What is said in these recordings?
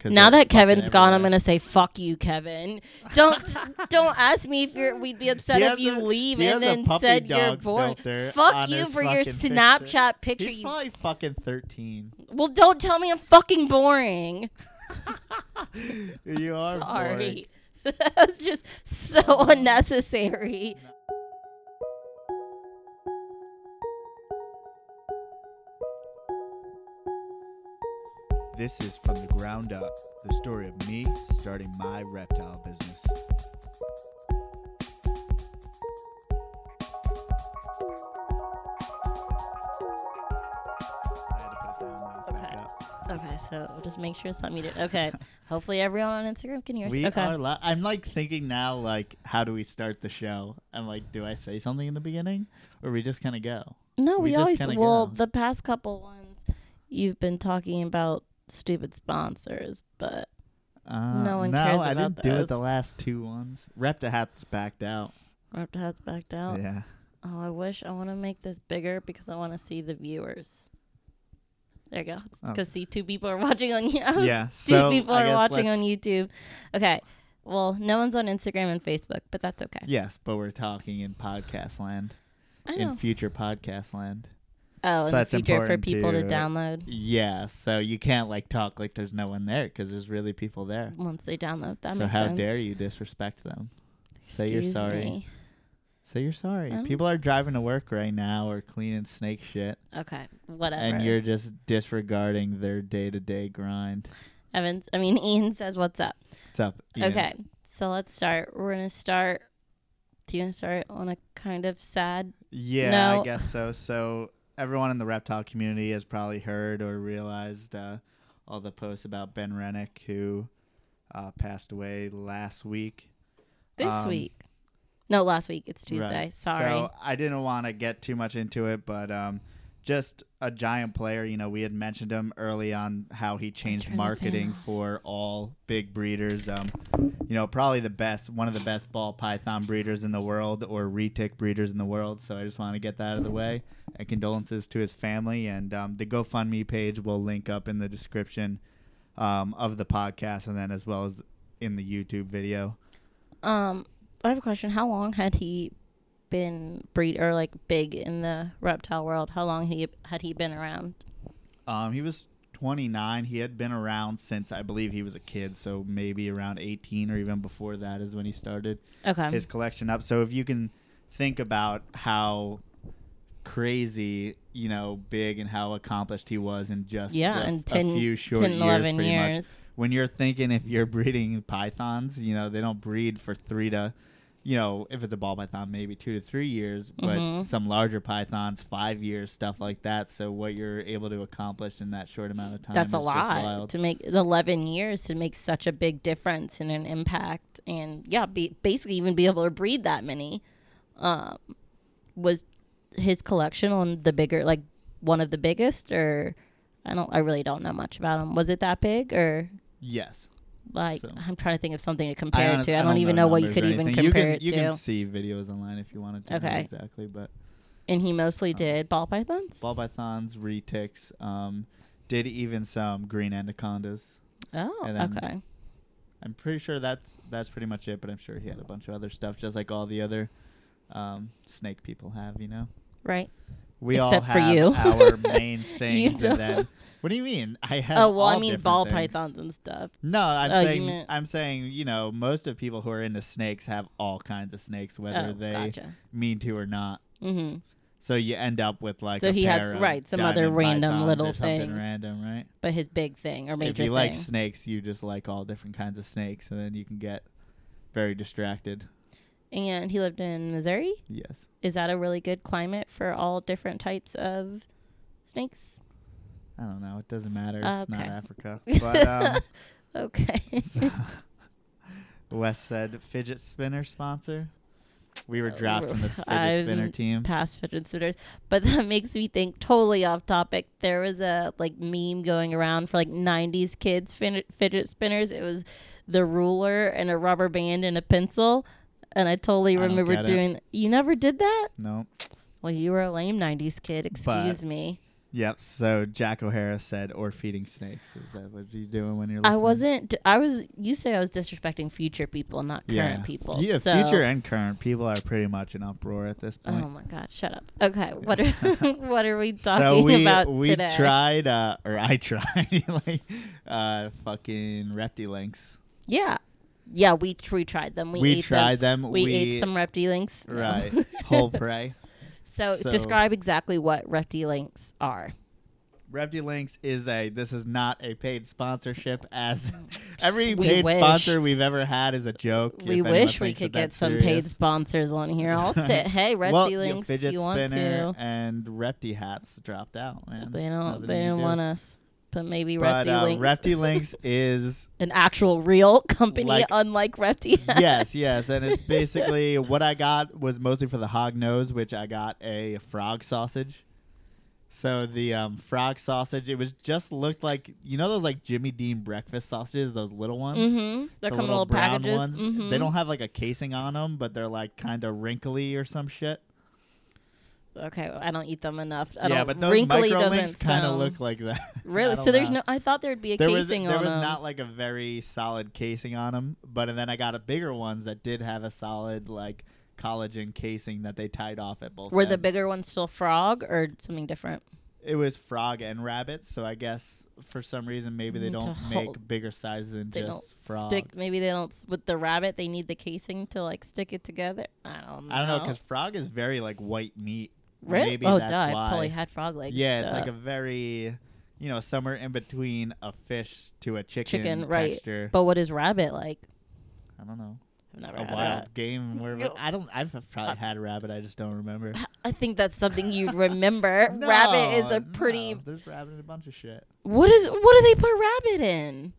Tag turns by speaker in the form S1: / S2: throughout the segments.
S1: 'cause
S2: Now
S1: they're
S2: that
S1: fucking
S2: Kevin's gone, I'm
S1: everywhere.
S2: gonna say fuck you, Kevin. Don't don't ask me if you're. We'd be upset
S1: He
S2: if
S1: has
S2: you
S1: a-
S2: leave
S1: he
S2: and
S1: has a
S2: then
S1: puppy
S2: said you're
S1: dog
S2: bored.
S1: filter
S2: Fuck
S1: on
S2: you
S1: his
S2: for your
S1: fucking picture.
S2: Snapchat picture.
S1: He's
S2: you,
S1: probably fucking 13.
S2: well, don't tell me I'm fucking boring.
S1: You are boring.
S2: Sorry, that's just so unnecessary.
S3: This is From the Ground Up, the story of me starting my reptile business. I had to put it down now. It's back
S2: Okay.
S3: up.
S2: Okay, so just make sure it's not muted. Okay, hopefully everyone on Instagram can hear. us.
S1: We
S2: okay.
S1: are. Li- I'm like thinking now, like, how do we start the show? I'm like, do I say something in the beginning, or we just kind of go?
S2: No,
S1: We
S2: we,
S1: just
S2: always
S1: kinda
S2: well
S1: go.
S2: the past couple ones you've been talking about stupid sponsors, but
S1: Uh,
S2: No one cares
S1: I
S2: about
S1: didn't do
S2: those.
S1: it the last two ones. Repta hat's backed out.
S2: Raptor Hat's backed out.
S1: Yeah.
S2: Oh, I wish I want to make this bigger because I want to see the viewers. There you go.
S1: Oh.
S2: Because see, two people are watching on YouTube.
S1: Yeah.
S2: two
S1: So
S2: people
S1: I
S2: are
S1: guess
S2: watching on
S1: let's-
S2: YouTube. Okay. Well, no one's on Instagram and Facebook, but that's okay.
S1: Yes, but we're talking in podcast land,
S2: I know.
S1: in future podcast land.
S2: oh,
S1: so
S2: in the
S1: that's
S2: future for
S1: important
S2: people to
S1: to-
S2: download
S1: Yeah, so you can't like talk like there's no one there because there's really people there.
S2: once they download. That
S1: so
S2: makes
S1: how
S2: sense.
S1: dare you disrespect them? Say you're
S2: Excuse
S1: sorry.
S2: me.
S1: Say you're sorry.
S2: I don't-
S1: People are driving to work right now or cleaning snake shit,
S2: Okay, whatever.
S1: and you're just disregarding their day to day grind.
S2: Evans. I mean, Ian says, "What's up?"
S1: What's up? Ian?
S2: Okay, so let's start. We're gonna start. Do you want to start on a kind of sad?
S3: Yeah,
S2: No.
S3: I guess so. So everyone in the reptile community has probably heard or realized uh, all the posts about Ben Rennick, who uh, passed away last week.
S2: This
S3: Um,
S2: week? No, last week. It's Tuesday.
S3: Right.
S2: Sorry.
S3: So I didn't want to get too much into it, but um, just a giant player. You know, we had mentioned him early on how he changed
S2: turn the fan
S3: marketing
S2: off.
S3: for all big breeders. Um, you know, probably the best, one of the best ball python breeders in the world or retic breeders in the world. So I just want to get that out of the way. And condolences to his family. And um, the GoFundMe page will link up in the description um, of the podcast and then as well as in the YouTube video.
S2: um, I have a question. How long had he been breed or like big in the reptile world? How long he had he been around?
S3: Um, he was 29. He had been around since I believe he was a kid, so maybe around 18 or even before that is when he started
S2: Okay.
S3: his collection up. So if you can think about how crazy, you know, big and how accomplished he was in just
S2: yeah,
S3: the-
S2: in
S3: a
S2: 10,
S3: few short
S2: 10,
S3: years,
S2: 11
S3: pretty much.
S2: years.
S3: When you're thinking if you're breeding pythons, you know, they don't breed for 3 to you know, if it's a ball python, maybe two to three years, but
S2: Mhm.
S3: some larger pythons, five years, stuff like that. So what you're able to accomplish in that short amount of time
S2: That's
S3: is
S2: a
S3: just
S2: lot
S3: wild.
S2: to make 11 years to make such a big difference and an impact. And yeah, be, basically, even be able to breed that many um, was his collection on the bigger, like one of the biggest, or I don't, I really don't know much about him. Was it that big or?
S3: Yes,
S2: Like
S3: So-
S2: I'm trying to think of something to compare it
S3: honest-
S2: to. I, don't, even know what you
S3: numbers
S2: could
S3: or
S2: even
S3: anything. You
S2: compare
S3: can-
S2: it
S3: you
S2: to.
S3: can see videos online if you wanted to. know
S2: Okay.
S3: exactly, but
S2: and he mostly did ball pythons.
S3: Oh. ball pythons, retics, um, did even some green anacondas.
S2: oh,
S3: and then-
S2: okay.
S3: I'm pretty sure that's that's pretty much it, but I'm sure he had a bunch of other stuff, just like all the other um, snake people have. You know,
S2: Right.
S3: we
S2: Except
S3: all
S2: for
S3: have
S2: you.
S3: our main
S2: You
S3: things.
S2: don't.
S3: and then, what do you mean? I have.
S2: Oh well, I
S3: all
S2: mean
S3: different
S2: ball
S3: things.
S2: pythons and stuff.
S3: No, I'm
S2: Oh, you
S3: saying
S2: meant-
S3: I'm saying you know most of people who are into snakes have all kinds of snakes, whether
S2: oh,
S3: they
S2: gotcha.
S3: mean to or not.
S2: Mm-hmm.
S3: So you end up with like
S2: So
S3: a
S2: he has-
S3: pair of
S2: right, some other
S3: diamond
S2: random
S3: pythons
S2: little
S3: or something
S2: things.
S3: random, right?
S2: but his big thing or major
S3: if you
S2: thing.
S3: like snakes, you just like all different kinds of snakes, and then you can get very distracted.
S2: and he lived in Missouri.
S3: Yes,
S2: Is that a really good climate for all different types of snakes?
S3: I don't know. It doesn't matter. It's
S2: Okay.
S3: not Africa. But um,
S2: Okay.
S3: so- Wes said fidget spinner sponsor. We
S2: Oh,
S3: were dropped from this fidget spinner
S2: I'm
S3: team.
S2: Past fidget spinners, but that makes me think totally off topic. There was a like meme going around for like '90s kids fin- fidget spinners. It was the ruler and a rubber band and a pencil, and I totally
S3: I don't
S2: remember
S3: get it.
S2: doing. You never did that?
S3: No,
S2: Well, you were a lame '90s kid. Excuse me.
S3: Yep. So Jack O'Hara said, "Or feeding snakes." Is that what you're doing when you're?
S2: I
S3: Listening?
S2: wasn't. I was. You say I was disrespecting future people, not current people.
S3: Yeah,
S2: so,
S3: future and current people are pretty much in uproar at this point.
S2: Oh my God! Shut up. Okay, what are what are we talking
S3: so we
S2: about
S3: we
S2: today?
S3: tried, uh, or I tried, like uh, fucking Reptilinks.
S2: Yeah, yeah. We tr- we tried them. We,
S3: We
S2: ate
S3: tried
S2: them.
S3: them.
S2: We,
S3: We-
S2: ate some reptilinks. No.
S3: Right, whole prey.
S2: so,
S3: So-
S2: describe exactly what reptilinks are.
S3: Reptilinks is a. This is not a paid sponsorship. As every
S2: We
S3: paid
S2: wish.
S3: sponsor we've ever had is a joke.
S2: We
S3: if anyone
S2: wish we
S3: thinks
S2: could
S3: that
S2: get
S3: that's
S2: some paid
S3: serious.
S2: sponsors on here. I'll say, hey,
S3: Well,
S2: reptilinks,
S3: your
S2: if
S3: fidget
S2: you want
S3: spinner
S2: to.
S3: and Repti hats dropped out. Man.
S2: They
S3: There's
S2: don't.
S3: nothing
S2: They
S3: you
S2: didn't
S3: do.
S2: want us. But maybe
S3: But uh,
S2: reptilinks.
S3: Reptilinks is
S2: an actual real company,
S3: Like-
S2: unlike Repti.
S3: yes, yes, and it's basically what I got was mostly for the hog nose, which I got a frog sausage. So the um, frog sausage, it was just looked like you know those like Jimmy Dean breakfast sausages, those little ones.
S2: Mm-hmm. They're
S3: the
S2: coming in little
S3: brown
S2: packages.
S3: ones.
S2: Mhm.
S3: They don't have like a casing on them, but they're like kind of wrinkly or some shit.
S2: Okay, well, I don't eat them enough. I
S3: yeah,
S2: don't,
S3: but those
S2: wrinkly
S3: micro
S2: doesn't
S3: links kind of
S2: sound-
S3: look like that. I
S2: really.
S3: don't
S2: So there's
S3: know.
S2: no. I thought there'd be a
S3: there was
S2: casing
S3: there
S2: on
S3: was
S2: them.
S3: not like a very solid casing on them, but and then I got a bigger ones that did have a solid like collagen casing that they tied off at both.
S2: Were the
S3: ends.
S2: bigger ones still frog or something different?
S3: It was frog and rabbit, so I guess for some reason maybe they
S2: Mm, to
S3: don't
S2: hold-
S3: make bigger sizes than
S2: They don't
S3: just frog.
S2: stick. Maybe they don't s- with the rabbit. They need the casing to like stick it together. I don't. know.
S3: I don't know because frog is very like white meat.
S2: Really?
S3: Maybe
S2: oh,
S3: that's
S2: duh,
S3: why.
S2: I've totally had frog legs.
S3: yeah, it's
S2: Duh.
S3: like a very, you know, somewhere in between a fish to a chicken,
S2: chicken, right?
S3: texture.
S2: But what is rabbit like?
S3: I don't know.
S2: I've never
S3: A
S2: had
S3: wild game where
S2: No.
S3: I don't. I've probably had rabbit. I just don't remember.
S2: that. I think that's something you'd remember. rabbit is a
S3: No,
S2: pretty.
S3: no, There's rabbit in a bunch of shit.
S2: What is? What do they put rabbit in?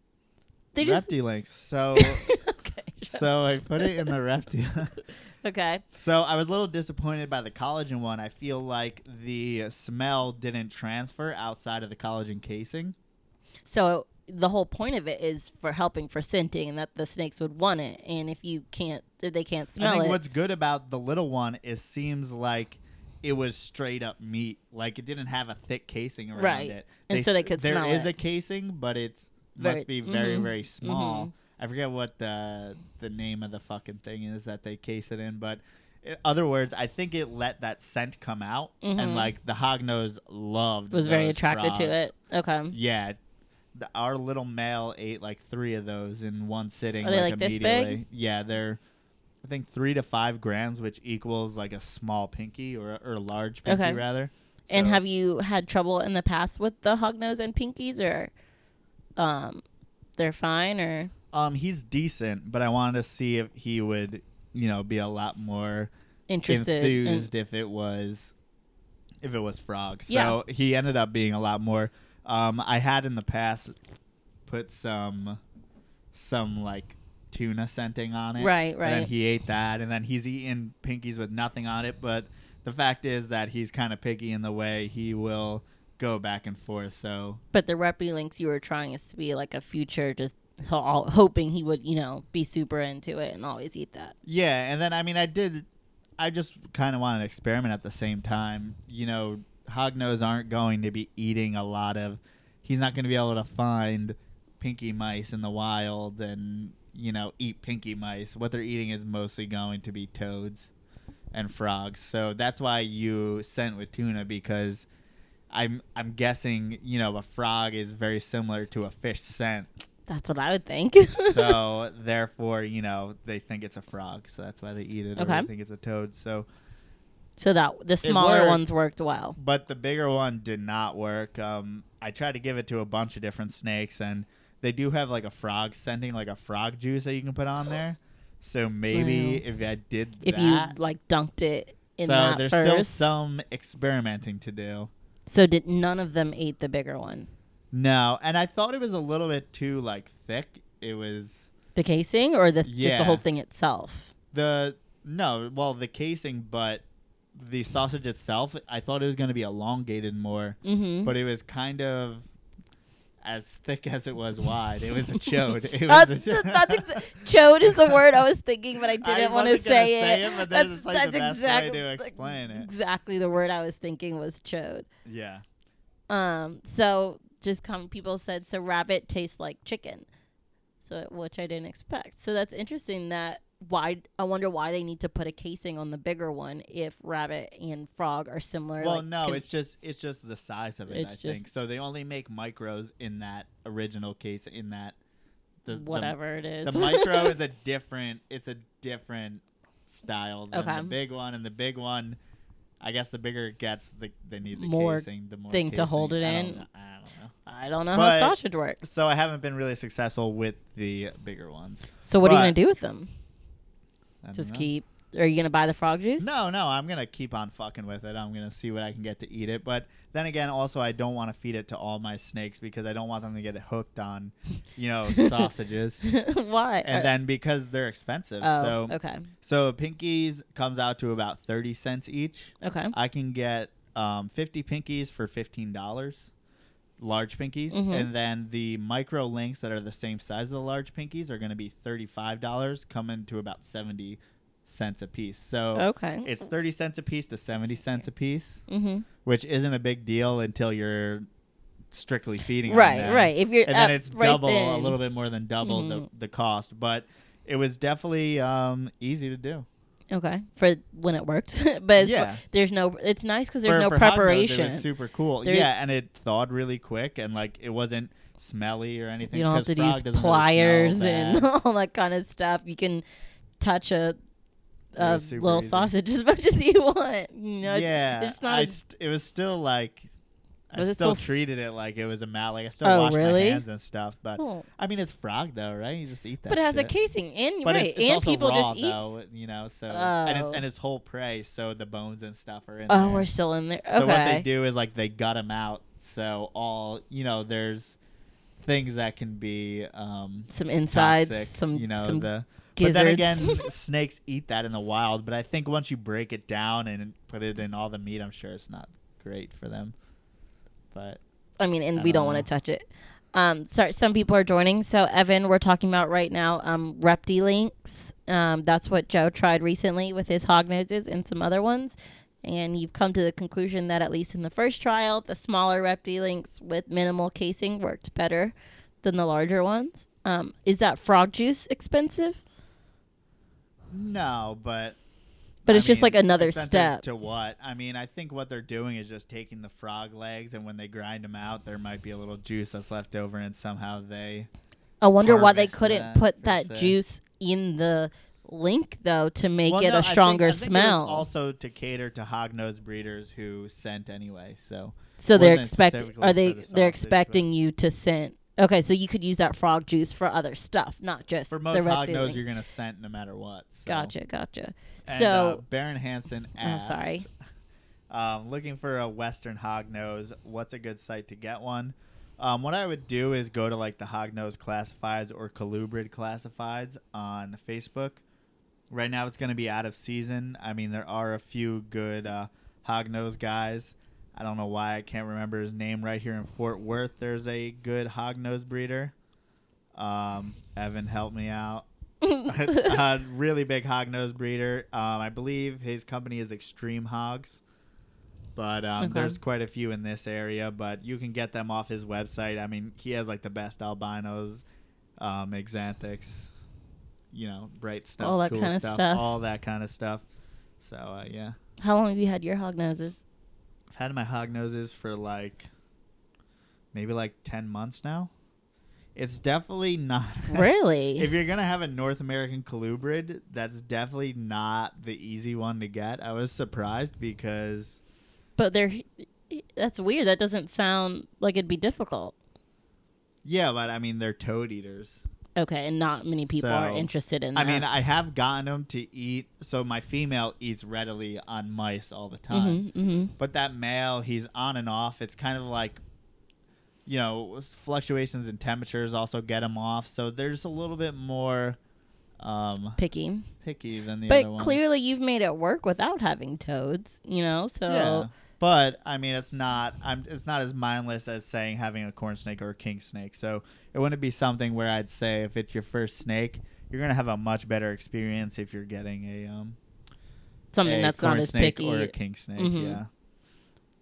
S2: They just
S3: Reptilinks. So,
S2: okay. sure.
S3: so I put it in the reptil.
S2: okay.
S3: so I was a little disappointed by the collagen one. I feel like the smell didn't transfer outside of the collagen casing.
S2: So the whole point of it is for helping for scenting, and that the snakes would want it. And if you can't, if they can't
S3: I
S2: smell
S3: think
S2: it.
S3: what's good about the little one is seems like it was straight up meat. Like it didn't have a thick casing around
S2: Right.
S3: it.
S2: And so they could
S3: There
S2: smell
S3: is
S2: it.
S3: a casing, but it's
S2: Very-
S3: must be very
S2: mhm,
S3: very small. I forget what the the name of the fucking thing is that they case it in, but in other words, I think it let that scent come out,
S2: Mhm.
S3: and like the hognose loved
S2: was very
S3: those
S2: attracted to
S3: frogs.
S2: it. Okay.
S3: Yeah. The, our little male ate like three of those in one sitting.
S2: Are they, like, this big?
S3: immediately. Yeah, they're I think three to five grams, which equals like a small pinky or or a large pinky
S2: Okay.
S3: rather.
S2: And
S3: So-
S2: have you had trouble in the past with the hognose and pinkies, or um, they're fine, or
S3: um he's decent, but I wanted to see if he would you know be a lot more
S2: interested? in-
S3: enthused if it was if it was frog. So
S2: Yeah.
S3: he ended up being a lot more. Um, I had in the past put some some like tuna scenting on it.
S2: Right,
S3: And
S2: right.
S3: then he ate that, and then he's eating pinkies with nothing on it. But the fact is that he's kind of picky in the way he will go back and forth. So
S2: but the repy links you were trying is to be like a future, just ho- all, hoping he would, you know, be super into it and always eat that.
S3: Yeah, and then I mean, I did. I just kind of want an experiment at the same time. You know, hognose aren't going to be eating a lot of. He's not going to be able to find pinky mice in the wild and you know eat pinky mice. What they're eating is mostly going to be toads and frogs. So that's why you sent with tuna because. I'm I'm guessing you know a frog is very similar to a fish scent,
S2: That's what I would think.
S3: so therefore, you know, they think it's a frog, so that's why they eat it. Or
S2: Okay.
S3: they think it's a toad. So,
S2: so that the smaller
S3: worked.
S2: ones worked well.
S3: but the bigger one did not work. Um, I tried to give it to a bunch of different snakes, and they do have like a frog scenting, like a frog juice that you can put on there. So maybe if I did
S2: If
S3: that,
S2: you like dunked it in
S3: so
S2: that
S3: there's
S2: first.
S3: still some experimenting to do.
S2: So did none of them ate the bigger one?
S3: No, and I thought it was a little bit too like thick. It was
S2: The casing or the just the
S3: Yeah.
S2: whole thing itself?
S3: The no, well, the casing, but the sausage itself, I thought it was going to be elongated more,
S2: Mm-hmm.
S3: but it was kind of as thick as it was wide. It was a chode. It was
S2: That's,
S3: a
S2: that's, exa- chode is the word I was thinking, but I
S3: I
S2: didn't want to
S3: wasn't gonna
S2: say,
S3: say
S2: it.
S3: it, but
S2: that's
S3: that's like the best way to explain it.
S2: Exactly the word I was thinking was chode.
S3: yeah.
S2: Um, so just come people said so rabbit tastes like chicken. So which I didn't expect. So that's interesting that why I wonder why they need to put a casing on the bigger one if rabbit and frog are similar.
S3: Well,
S2: like,
S3: no,
S2: con-
S3: it's just it's just the size of it.
S2: It's
S3: I think
S2: just-
S3: so. They only make micros in that original case. In that, the, the-
S2: whatever it is.
S3: The, micro is a different. It's a different style than
S2: Okay.
S3: the big one. And the big one, I guess, the bigger it gets, the they need the
S2: More
S3: casing, the more
S2: thing to hold
S3: casing.
S2: it
S3: I
S2: in.
S3: Don't, I don't know.
S2: I don't know
S3: But-
S2: how sausage works.
S3: So I haven't been really successful with the bigger ones.
S2: So what are you gonna
S3: But-
S2: do with them?
S3: I don't
S2: Just
S3: know.
S2: keep. Are you gonna buy the frog juice?
S3: No, no, I'm gonna keep on fucking with it. I'm gonna see what I can get to eat it. But then again, also I don't want to feed it to all my snakes because I don't want them to get hooked on, you know, sausages.
S2: Why?
S3: And
S2: Uh,
S3: then because they're expensive,
S2: oh,
S3: so
S2: okay,
S3: so pinkies comes out to about thirty cents each.
S2: okay.
S3: I can get um, fifty pinkies for fifteen dollars, large pinkies,
S2: Mhm.
S3: and then the micro links that are the same size as the large pinkies are gonna be thirty five dollars, coming to about seventy cents a piece. So
S2: Okay.
S3: it's 30 cents a piece to 70 cents a piece,
S2: hmm
S3: which isn't a big deal until you're strictly feeding on
S2: Right,
S3: them.
S2: right. If you're
S3: And then
S2: up
S3: it's
S2: right
S3: double, a
S2: then-
S3: little bit more than double
S2: Mhm.
S3: the, the cost. But it was definitely um, easy to do.
S2: Okay, for when it worked, but it's,
S3: Yeah.
S2: there's no. It's nice because there's
S3: For-
S2: no
S3: for hot dogs,
S2: preparation.
S3: It was super cool.
S2: There-
S3: yeah, and it thawed really quick and like it wasn't smelly or anything.
S2: you don't have
S3: 'cause
S2: to
S3: frog
S2: use
S3: doesn't really smell
S2: pliers
S3: bad.
S2: and all that kind of stuff. You can touch a,
S3: It
S2: a
S3: was super
S2: little
S3: easy.
S2: sausage as much as you want. You know, it's-
S3: yeah,
S2: it's not
S3: I
S2: as-
S3: st- it was still like I
S2: Was it
S3: still,
S2: still s-
S3: treated it like it was a mallet. Like, I still
S2: Oh,
S3: washed
S2: really?
S3: my hands and stuff, but
S2: Oh.
S3: I mean it's frog though, right? You just eat that.
S2: but it has
S3: shit.
S2: a casing and
S3: But
S2: right,
S3: it's, it's
S2: and
S3: also
S2: people
S3: raw,
S2: just eat.
S3: though, you know. So and
S2: Oh.
S3: it's and it's whole prey, so the bones and stuff are in.
S2: Oh,
S3: there.
S2: we're still in there. Okay.
S3: So what they do is like they gut them out. So all you know, there's things that can be um
S2: some insides,
S3: toxic,
S2: some
S3: you know
S2: some
S3: the.
S2: gizzards.
S3: But then again, snakes eat that in the wild. But I think once you break it down and put it in all the meat, I'm sure it's not great for them. But
S2: I mean, and
S3: I
S2: we
S3: don't
S2: don't want
S3: know.
S2: to touch it. Um, sorry, some people are joining. So Evan, we're talking about right now um, Reptilinks. Um, that's what Joe tried recently with his hog noses and some other ones, and you've come to the conclusion that at least in the first trial, the smaller Reptilinks with minimal casing worked better than the larger ones. Um, is that frog juice expensive?
S3: no, but
S2: But
S3: I
S2: it's just
S3: mean,
S2: like another
S3: expensive
S2: step.
S3: to what? I mean, I think what they're doing is just taking the frog legs, and when they grind them out, there might be a little juice that's left over, and somehow they
S2: I wonder why they
S3: harvest
S2: couldn't
S3: that
S2: put
S3: per
S2: that
S3: se.
S2: juice in the link though to make
S3: Well,
S2: it
S3: no, I
S2: a
S3: think-
S2: stronger
S3: I think it was
S2: smell.
S3: also to cater to hognose breeders who scent anyway. So
S2: So they're
S3: Wasn't
S2: expecting
S3: specifically
S2: are
S3: for
S2: they
S3: the
S2: they're
S3: sausage,
S2: expecting you to scent. Okay, so you could use that frog juice for other stuff, not just
S3: for
S2: the
S3: most
S2: red
S3: hognose,
S2: feelings.
S3: you're gonna scent no matter what. So.
S2: Gotcha, gotcha.
S3: And, uh,
S2: so,
S3: Baron Hansen
S2: oh,
S3: asked,
S2: sorry.
S3: um, looking for a Western hognose. What's a good site to get one? Um, what I would do is go to like the hognose classifieds or colubrid classifieds on Facebook. Right now, it's going to be out of season. I mean, there are a few good uh, hognose guys. I don't know why I can't remember his name right here in Fort Worth. There's a good hognose breeder. Um, Evan, help me out. a really big hog nose breeder. Um, I believe his company is Extreme Hogs, but um,
S2: Okay.
S3: there's quite a few in this area. But you can get them off his website. I mean, he has like the best albinos, um, exanthics, you know, bright stuff,
S2: All that
S3: cool
S2: kinda
S3: stuff,
S2: stuff.
S3: all that kind of stuff. So uh, yeah,
S2: How long have you had your hog noses?
S3: I've had my hog noses for like maybe like ten months now. It's definitely not
S2: Really?
S3: If you're gonna have a North American colubrid, that's definitely not the easy one to get. I was surprised because
S2: but they're that's weird. That doesn't sound like it'd be difficult.
S3: yeah, but I mean they're toad eaters.
S2: Okay, and not many people are
S3: So,
S2: interested in
S3: I
S2: that.
S3: mean, I have gotten them to eat. So my female eats readily on mice all the time,
S2: mm-hmm, mm-hmm.
S3: but that male, he's on and off. It's kind of like you know fluctuations in temperatures also get him off. So there's a little bit more um,
S2: picky.
S3: picky than the other
S2: But
S3: ones.
S2: clearly you've made it work without having toads, you know? So
S3: Yeah. But I mean, it's not. I'm. It's not as mindless as saying having a corn snake or a king snake. So it wouldn't be something where I'd say if it's your first snake, you're gonna have a much better experience if you're getting a um
S2: something
S3: a
S2: that's
S3: corn
S2: not as
S3: snake
S2: picky.
S3: or a king snake.
S2: Mhm.
S3: Yeah.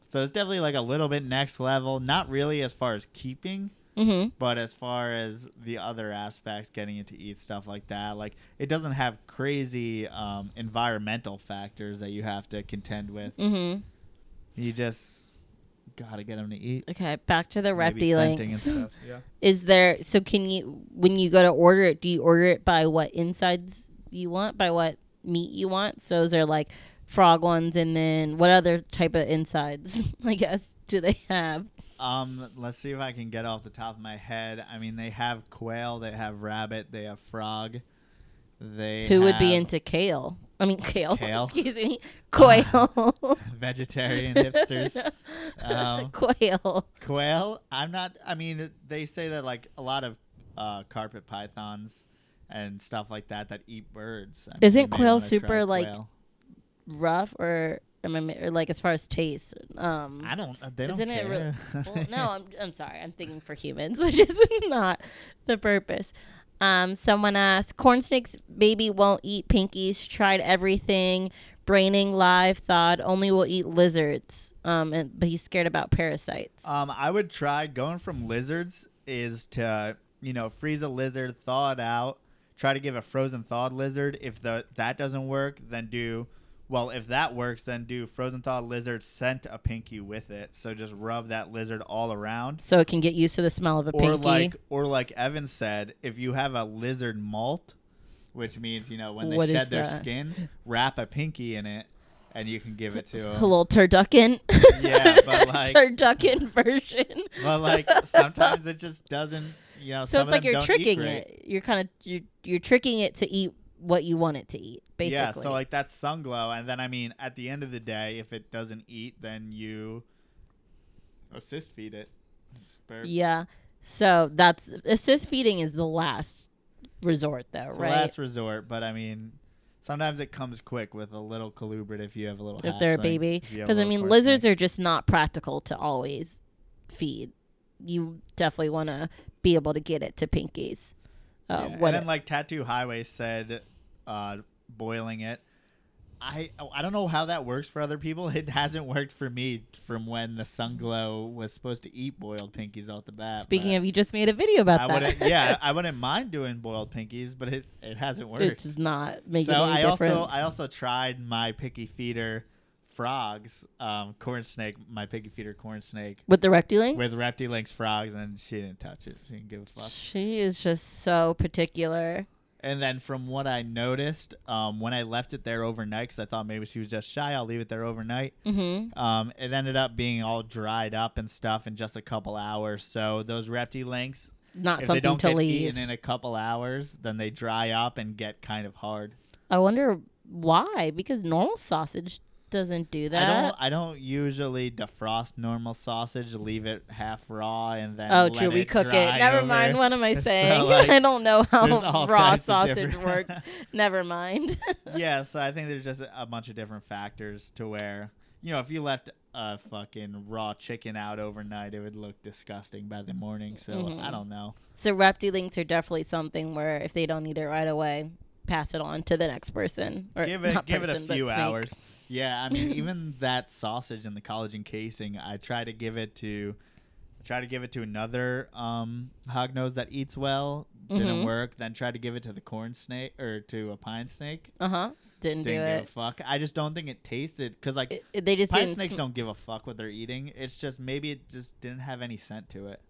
S3: So it's definitely like a little bit next level. Not really as far as keeping,
S2: Mm-hmm.
S3: but as far as the other aspects, getting it to eat stuff like that, like it doesn't have crazy um, environmental factors that you have to contend with.
S2: Mm-hmm.
S3: You just gotta get them to eat.
S2: Okay, back to the red
S3: Maybe scenting and
S2: links.
S3: stuff. Yeah.
S2: Is there so can you when you go to order it, do you order it by what insides you want, by what meat you want? So is there like frog ones and then what other type of insides, I guess, do they have?
S3: Um, let's see if I can get off the top of my head. I mean, they have quail, they have rabbit, they have frog. They
S2: Who would be
S3: have
S2: into kale? I mean kale.
S3: Kale.
S2: Excuse me. Quail.
S3: vegetarian hipsters? Um,
S2: Quail.
S3: Quail? I'm not. I mean, they say that like a lot of uh, carpet pythons and stuff like that that eat birds. I mean,
S2: Isn't
S3: you may
S2: quail
S3: wanna try
S2: super, like-
S3: quail.
S2: Rough or am I mi- or like as far as taste? Um
S3: I don't. They don't
S2: Isn't it really-
S3: care.
S2: well, no, I'm, I'm sorry. I'm thinking for humans, which is not the purpose. Um, someone asked, corn snakes baby won't eat pinkies. Tried everything, braining, live, thawed. Only will eat lizards. Um, and, but he's scared about parasites.
S3: Um, I would try going from lizards is to you know freeze a lizard, thaw it out, try to give a frozen thawed lizard. If the that doesn't work, then do well. If that works, then do frozen thawed lizard scent a pinky with it. So just rub that lizard all around.
S2: so it can get used to the smell of a
S3: Or
S2: pinky.
S3: like or like Evan said, if you have a lizard malt, which means you know when they
S2: What is
S3: shed their
S2: that?
S3: skin, wrap a pinky in it, and you can give it to
S2: It's a
S3: 'em.
S2: little turducken.
S3: Yeah, but like-
S2: turducken version.
S3: But like sometimes it just doesn't. You know,
S2: so
S3: some
S2: it's
S3: of
S2: like
S3: them
S2: you're
S3: don't eat
S2: tricking
S3: great.
S2: it. You're kind of you're, you're tricking it to eat what you want it to eat, basically.
S3: Yeah, so like that's sunglow, and then I mean, at the end of the day, if it doesn't eat, then you assist feed it. Just burp.
S2: Yeah. So that's assist feeding is the last resort though,
S3: it's
S2: right?
S3: the last resort, but I mean, sometimes it comes quick with a little colubrid if you have a little.
S2: if they're a
S3: hatchling,
S2: baby.
S3: if you have a
S2: Because I
S3: little
S2: mean
S3: corn
S2: lizards
S3: snake.
S2: are just not practical to always feed. You definitely wanna be able to get it to pinkies. Uh,
S3: Yeah,
S2: what
S3: and
S2: it-
S3: then like Tattoo Highway said, uh, boiling it. I I don't know how that works for other people. It hasn't worked for me from when the sunglow was supposed to eat boiled pinkies off the bat.
S2: speaking
S3: but
S2: of you just made a video about
S3: I
S2: that.
S3: wouldn't. Yeah, I wouldn't mind doing boiled pinkies, but it it hasn't worked.
S2: it does not make
S3: so
S2: any
S3: I
S2: difference.
S3: also I also tried my picky feeder frogs, um, corn snake, my picky feeder corn snake
S2: with the rectilinks?
S3: with Reptilinx frogs, and she didn't touch it. She didn't give a fuck.
S2: she is just so particular.
S3: And then from what I noticed, um, when I left it there overnight, because I thought maybe she was just shy, I'll leave it there overnight.
S2: Mm-hmm.
S3: Um, it ended up being all dried up and stuff in just a couple hours. So those Reptilinx,
S2: Not
S3: if they
S2: something
S3: don't
S2: to
S3: get
S2: leave.
S3: eaten in a couple hours, then they dry up and get kind of hard.
S2: I wonder why, because normal sausage doesn't do that.
S3: I don't. I don't usually defrost normal sausage. Leave it half raw and then.
S2: Oh,
S3: let
S2: true. We
S3: it
S2: cook it.
S3: dry
S2: Never
S3: over.
S2: mind. What am I
S3: So,
S2: saying?
S3: like,
S2: I don't know
S3: there's
S2: how
S3: all
S2: raw
S3: types of
S2: sausage
S3: different-
S2: works. Never mind.
S3: yeah, so I think there's just a a bunch of different factors to where you know if you left a fucking raw chicken out overnight, it would look disgusting by the morning. So
S2: Mhm.
S3: I don't know.
S2: so reptilinks are definitely something where if they don't eat it right away, pass it on to the next person. Or
S3: give it
S2: not
S3: give
S2: person,
S3: it
S2: but
S3: a few
S2: snake.
S3: hours. Yeah, I mean even that sausage and the collagen casing, I try to give it to try to give it to another um hognose that eats well, didn't
S2: Mhm.
S3: work, then try to give it to the corn snake or to a pine snake.
S2: Uh huh. Didn't,
S3: Didn't
S2: do
S3: give
S2: it.
S3: a fuck. I just don't think it tasted cuz like
S2: It- it- They just
S3: pine
S2: didn't.
S3: snakes
S2: sm-
S3: don't give a fuck what they're eating. It's just maybe it just didn't have any scent to it.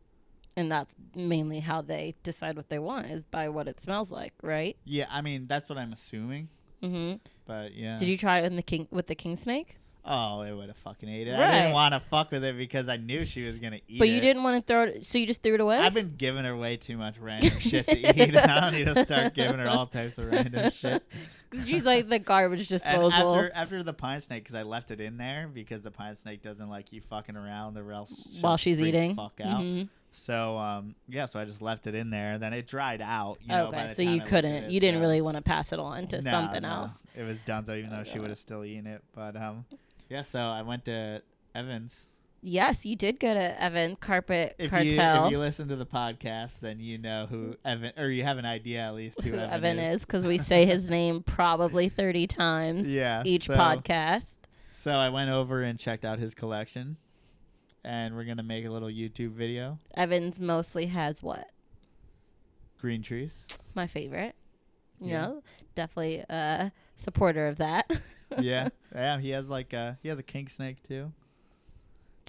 S2: and that's mainly how they decide what they want is by what it smells like, right?
S3: Yeah, I mean that's what I'm assuming,
S2: Mm-hmm.
S3: but yeah.
S2: Did you try it in the king with the king snake?
S3: oh, it would have fucking ate it. I
S2: Right.
S3: didn't want to fuck with it because I knew she was gonna eat
S2: but
S3: it.
S2: you didn't want to throw it, so you just threw it away.
S3: I've been giving her way too much random shit to eat. I don't need to start giving her all types of random shit.
S2: 'Cause She's like the garbage disposal.
S3: And after, after the pine snake, because I left it in there because the pine snake doesn't like you fucking around or else she'll
S2: while she's
S3: freak
S2: eating.
S3: Fuck out.
S2: Mhm.
S3: So um, yeah, so I just left it in there. Then it dried out. You know, by
S2: okay,
S3: the
S2: so
S3: time I
S2: you
S3: looked at
S2: couldn't,
S3: it,
S2: you didn't
S3: so-
S2: really want to pass it on to
S3: No,
S2: something
S3: no.
S2: else.
S3: It was Dunzo, even though she
S2: Okay.
S3: would have still eaten it. But um, yeah. So I went to Evans.
S2: Yes, you did go to Evan Carpet
S3: If you
S2: Cartel.
S3: if you listen to the podcast, then you know who Evan, or you have an idea at least who,
S2: who
S3: Evan,
S2: Evan is, because we say his name probably thirty times
S3: Yeah,
S2: each
S3: so-
S2: podcast.
S3: So I went over and checked out his collection. and we're gonna make a little YouTube video.
S2: Evans mostly has what?
S3: Green trees.
S2: My favorite. You
S3: Yeah.
S2: know, definitely a supporter of that.
S3: yeah, yeah. He has like a he has a king snake too.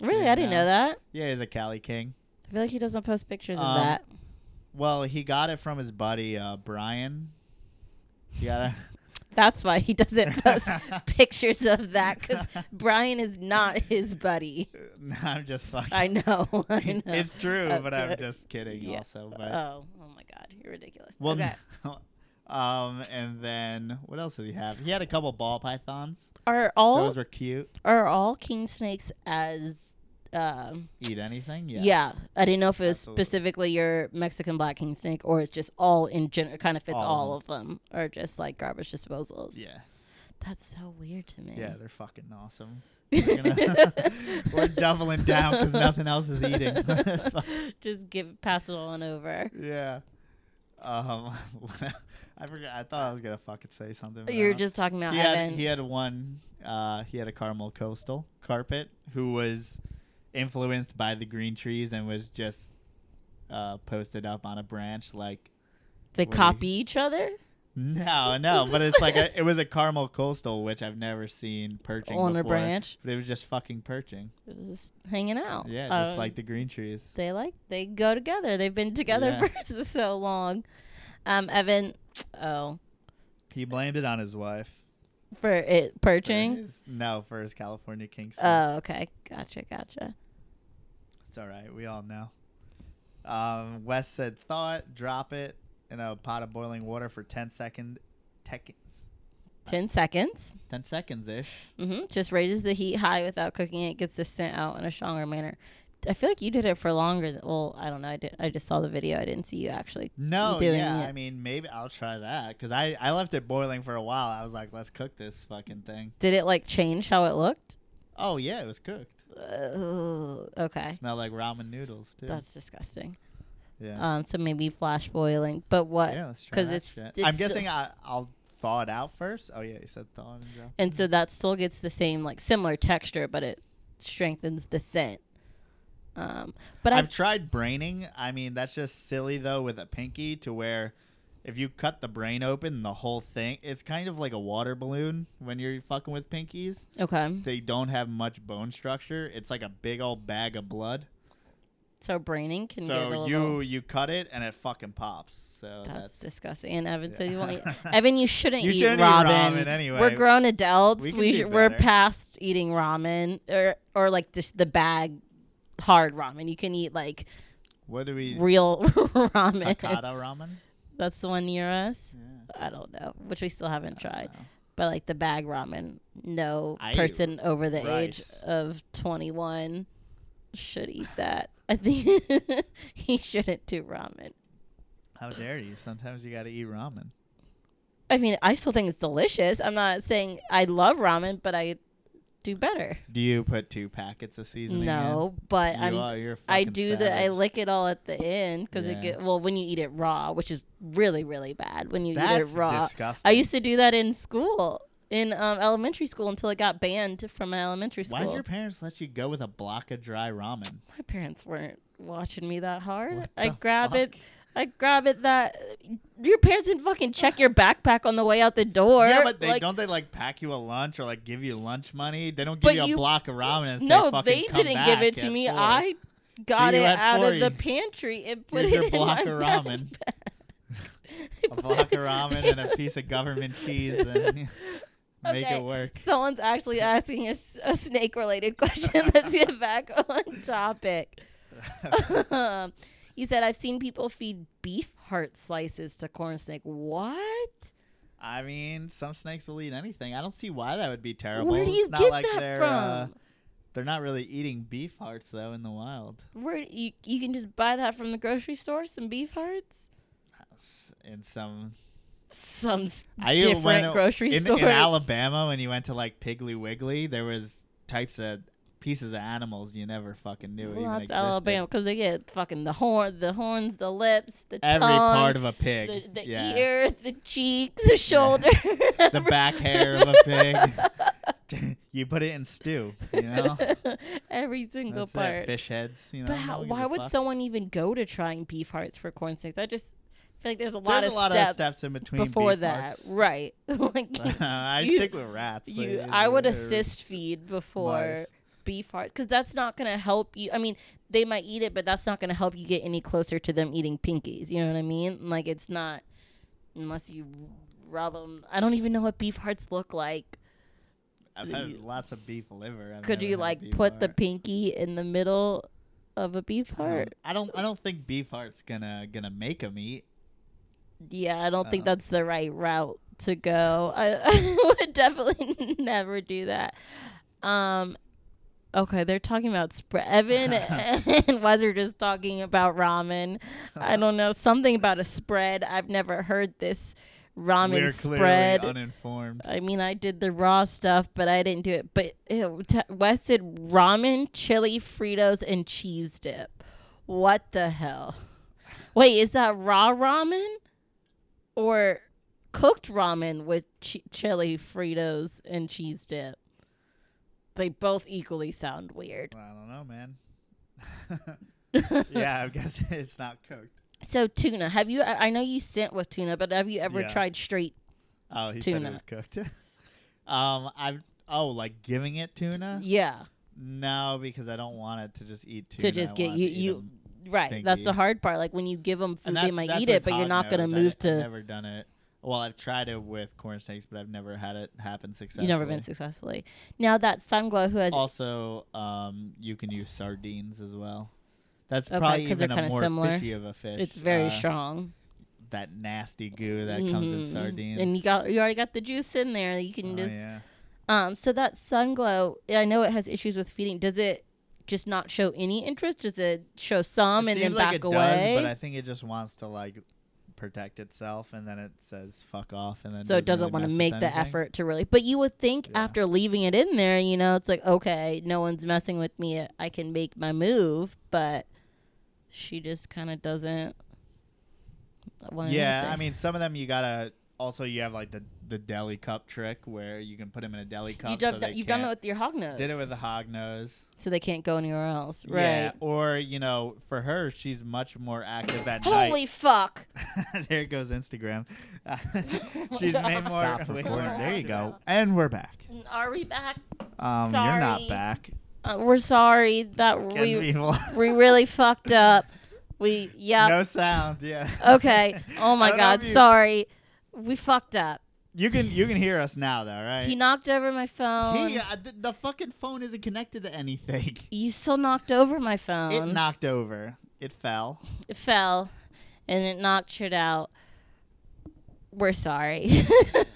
S2: really? I didn't
S3: Yeah.
S2: know that.
S3: Yeah, he's a Cali king.
S2: I feel like he doesn't post pictures
S3: Um,
S2: of that.
S3: Well, he got it from his buddy uh, Brian. He got a-
S2: That's why he doesn't post pictures of that because Brian is not his buddy.
S3: No, I'm just fucking.
S2: I know. I know.
S3: it's true,
S2: Oh,
S3: but I'm
S2: good.
S3: just kidding.
S2: Yeah.
S3: Also, but
S2: Oh, oh my God, you're ridiculous.
S3: well,
S2: okay.
S3: um, and then what else did he have? He had a couple ball pythons.
S2: Are all
S3: Those were cute.
S2: are all king snakes as um
S3: Eat anything? Yeah.
S2: yeah i didn't know if it was
S3: Absolutely.
S2: specifically your mexican black king snake or it's just all in general kind of fits
S3: All of
S2: all of them or just like garbage disposals
S3: Yeah.
S2: that's so weird to me
S3: Yeah, they're fucking awesome. We're, gonna- we're doubling down because nothing else is eating. That's fu-
S2: just give pass it on over
S3: yeah. Um, I forgot. I thought I was gonna fucking say something. but I
S2: you're
S3: don't-
S2: just talking about
S3: Uh-huh. He
S2: Evan.
S3: had, he had one. Uh, he had a caramel coastal carpet who was influenced by the green trees and was just uh, posted up on a branch like
S2: they
S3: what do you-
S2: copy each other
S3: no, no, but it's like a, it was a caramel coastal, which I've never seen perching
S2: On a
S3: before,
S2: branch?
S3: But it was just fucking perching.
S2: It was just hanging out
S3: Yeah, just
S2: Um,
S3: like the green trees.
S2: they like they go together they've been together
S3: Yeah.
S2: for so long um evan oh
S3: He blamed it on his wife.
S2: for it
S3: for
S2: perching
S3: his- no, for his California king. snake.
S2: Oh, okay. Gotcha, gotcha.
S3: it's all right. We all know. Um, Wes said, "Thaw it, drop it in a pot of boiling water for 10 second, seconds,
S2: 10 seconds.
S3: 10 seconds ish."
S2: hmm Just raises the heat high without cooking it, gets the scent out in a stronger manner. I feel like you did it for longer. Than, well, I don't know. I did. I just saw the video. I didn't see you actually.
S3: No,
S2: doing
S3: yeah,
S2: it.
S3: I mean maybe I'll try that because I I left it boiling for a while. I was like, "Let's cook this fucking thing."
S2: Did it like change how it looked?
S3: Oh yeah, it was cooked.
S2: Ugh, okay,
S3: Smelled like ramen noodles too.
S2: that's disgusting.
S3: yeah.
S2: Um, so maybe flash boiling, but what?
S3: Yeah, let's try
S2: 'Cause
S3: that
S2: it's-
S3: shit.
S2: it's
S3: I'm
S2: still-
S3: guessing I, I'll thaw it out first. Oh yeah, you said thaw it and drop.
S2: And so that still gets the same like similar texture, but it strengthens the scent. Um, but
S3: I've
S2: I've,
S3: tried braining. I mean, that's just silly though with a pinky to where if you cut the brain open, the whole thing it's kind of like a water balloon when you're fucking with pinkies.
S2: okay.
S3: They don't have much bone structure. It's like a big old bag of blood.
S2: So braining can get a
S3: so
S2: little.
S3: you you cut it and it fucking pops. So
S2: That's,
S3: that's,
S2: disgusting. And Evan said you won't eat.
S3: Yeah.
S2: Evan, you shouldn't,
S3: You
S2: eat,
S3: shouldn't eat
S2: ramen.
S3: ramen anyway.
S2: We're grown adults.
S3: We
S2: We,
S3: can do
S2: should, we're
S3: better.
S2: past eating ramen or or like just the bag hard ramen. You can eat like
S3: what do we
S2: real ramen.
S3: Hakata ramen?
S2: That's the one near us.
S3: Yeah.
S2: I don't know, which we still haven't tried.
S3: know.
S2: But like the bag ramen, no
S3: I eat
S2: person over the
S3: rice.
S2: age of 21 should eat that. I think he shouldn't do ramen.
S3: How dare you? Sometimes you got to eat ramen.
S2: I mean, I still think it's delicious. I'm not saying I love ramen, but I do better.
S3: Do you put two packets of seasoning? in?
S2: No, but
S3: You
S2: I'm.
S3: are, you're a
S2: I
S3: fucking
S2: do that. I
S3: savage.
S2: lick it all at the end because
S3: Yeah.
S2: it get well when you eat it raw, which is really really bad when you
S3: That's
S2: eat it raw.
S3: disgusting.
S2: I used to do that in school, in um, elementary school, until it got banned from my elementary school.
S3: Why did your parents let you go with a block of dry ramen?
S2: my parents weren't watching me that hard.
S3: What
S2: I
S3: the
S2: grab it.
S3: fuck?
S2: I grab it that your parents didn't fucking check your backpack on the way out the door.
S3: yeah, but they
S2: like,
S3: don't they like pack you a lunch or like give you lunch money? They don't
S2: But
S3: give you a
S2: you-
S3: block of ramen and say
S2: no,
S3: fucking
S2: they
S3: come
S2: didn't give it
S3: back
S2: to
S3: at
S2: me.
S3: four.
S2: I got
S3: you
S2: it
S3: had
S2: out
S3: four,
S2: of the
S3: you-
S2: pantry and put
S3: Here's
S2: it
S3: your
S2: in
S3: block
S2: my
S3: of ramen. a block of ramen and a piece of government cheese and make
S2: Okay.
S3: it work.
S2: Someone's actually asking a, s- a snake-related question. Let's get back on topic. Um, he said, "I've seen people feed beef heart slices to corn snake. What?
S3: I mean, some snakes will eat anything. I don't see why that would be terrible.
S2: Where do you
S3: it's not
S2: get
S3: like
S2: that
S3: they're,
S2: from?
S3: Uh, they're not really eating beef hearts though in the wild.
S2: Where you you can just buy that from the grocery store? Some beef hearts?
S3: S- In some
S2: Some s-
S3: I even
S2: different
S3: went-
S2: grocery
S3: in,
S2: store?
S3: in Alabama when you went to like Piggly Wiggly, there was types of pieces of animals you never fucking knew even
S2: Well, that's
S3: existed.
S2: Alabama because they get fucking the horn, the horns, the lips, the
S3: Every
S2: tongue,
S3: part of a pig,
S2: the, the
S3: yeah,
S2: ear, the cheek, the shoulder,
S3: the back hair of a pig. You put it in stew, you know?
S2: Every single
S3: That's it,
S2: part.
S3: Fish heads, you know.
S2: But
S3: no
S2: how,
S3: one gives
S2: why
S3: a
S2: would
S3: fuck.
S2: someone even go to trying beef hearts for corn sticks? I just feel like there's a lot,
S3: There's
S2: of,
S3: a lot
S2: steps
S3: of steps in between
S2: before
S3: beef
S2: that,
S3: hearts.
S2: right? like
S3: I
S2: you-
S3: stick with rats.
S2: you,
S3: Like,
S2: I would
S3: they're-
S2: assist feed before
S3: mice.
S2: beef hearts because that's not gonna help you. I mean, they might eat it, but that's not gonna help you get any closer to them eating pinkies. You know what I mean? Like it's not unless you rub them. I don't even know what beef hearts look like.
S3: I've had lots of beef liver. I've
S2: Could
S3: never
S2: you
S3: had a
S2: like
S3: beef
S2: put the
S3: heart.
S2: pinky in the middle of a beef
S3: I don't-
S2: heart?
S3: I don't. I don't think beef heart's gonna gonna make them eat.
S2: Yeah, I don't think
S3: Uh-huh.
S2: that's the right route to go. I, I would definitely never do that. Um, okay, they're talking about spread. Evan and Wes are just talking about ramen. I don't know something about a spread. I've never heard this ramen
S3: We're
S2: spread.
S3: clearly uninformed.
S2: I mean, I did the raw stuff, but I didn't do it. But ew, t- Wes did ramen, chili, Fritos, and cheese dip. What the hell? Wait, is that raw ramen or cooked ramen with chi chili, Fritos, and cheese dip? They both equally sound weird.
S3: Well, I don't know, man. yeah, I guess it's not cooked.
S2: So tuna, have you? I I know you sent with tuna, but have you ever
S3: Yeah.
S2: tried straight?
S3: Oh, he said
S2: Tuna.
S3: it was cooked. um, I've oh, like giving it tuna?
S2: Yeah,
S3: No, because I don't want it to just eat tuna.
S2: to
S3: I
S2: just get
S3: want it
S2: you
S3: to eat
S2: you
S3: 'em.
S2: right. That's the
S3: pinky.
S2: hard part. Like when you give them food,
S3: And
S2: they
S3: that's-
S2: might
S3: that's
S2: eat it,
S3: with
S2: but you're
S3: hog
S2: not gonna
S3: nose. I-
S2: move
S3: I've
S2: to.
S3: never done it. Well, I've tried it with corn snakes, but I've never had it happen successfully.
S2: You've never been successfully. Now that Sunglow who has
S3: Also, um, you can use sardines as well. That's
S2: Okay,
S3: probably
S2: 'cause they're
S3: even a
S2: kinda
S3: more
S2: similar.
S3: fishy of a fish.
S2: it's very
S3: Uh,
S2: strong.
S3: That nasty goo that comes in
S2: Mhm.
S3: sardines.
S2: And you got you already got the juice in there. You can
S3: Oh,
S2: just
S3: yeah.
S2: um so that Sunglow, I know it has issues with feeding. Does it just not show any interest? Does it show some
S3: It
S2: and then
S3: seems like
S2: back
S3: it
S2: away?
S3: Does, but I think it just wants to like protect itself, and then it says "fuck off," and then
S2: so it doesn't
S3: really
S2: want to
S3: mess with
S2: make the
S3: anything.
S2: effort to really but you would think
S3: Yeah.
S2: after leaving it in there you know it's like okay no one's messing with me i can make my move but she just kind of doesn't want
S3: Yeah,
S2: anything.
S3: I mean, some of them you gotta. Also, you have like the the deli cup trick where you can put them in a deli cup.
S2: you done,
S3: so
S2: that-
S3: they
S2: you've done it
S3: can't-
S2: with your hog nose
S3: Did it with the hog nose.
S2: so they can't go anywhere else right
S3: Yeah, or you know, for her, she's much more active at
S2: holy
S3: night.
S2: fuck
S3: there goes Instagram. she's made more.
S4: Stop
S3: way
S4: recording.
S3: more- There you go, and we're back.
S2: are we back
S3: Um, You're
S2: Sorry.
S3: not back.
S2: uh, we're sorry that
S3: Can
S2: we
S3: people-
S2: we really fucked up we yeah
S3: no sound. Yeah.
S2: okay oh
S3: I
S2: my
S3: don't know
S2: god
S3: if you-
S2: sorry we fucked up
S3: You can you can hear us now though, right?
S2: He knocked over my phone.
S3: He- uh, th- the fucking phone isn't connected to anything.
S2: you still knocked over my phone.
S3: It knocked over. It fell.
S2: It fell, and it knocked shit out. We're sorry.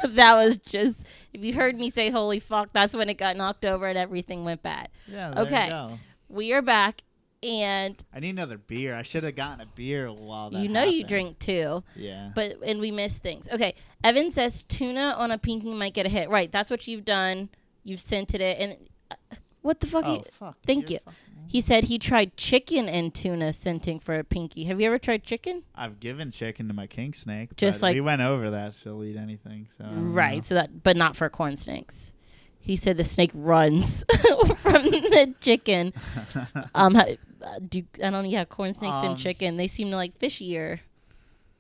S2: that was just. If you heard me say "holy fuck," that's when it got knocked over and everything went bad.
S3: Yeah.
S2: there you Okay. go. We are back, and
S3: I need another beer. I should have gotten a beer while that.
S2: you know you
S3: happened.
S2: drink too,
S3: Yeah.
S2: but and we miss things. Okay, Evan says tuna on a pinky might get a hit. Right, that's what you've done. You've scented it, and uh, what the fuck?
S3: oh
S2: you-
S3: fuck.
S2: Thank
S3: you're
S2: you.
S3: fuck-
S2: He said he tried chicken and tuna scenting for a pinky. Have you ever tried chicken?
S3: I've given chicken to my king snake.
S2: Just
S3: but
S2: like-
S3: we went over that. She'll eat anything. So I don't
S2: Right.
S3: know.
S2: So that, but not for corn snakes. He said the snake runs from the chicken. Um, ha- uh, do I don't yeah corn snakes
S3: Um,
S2: and chicken. They seem to like fishier.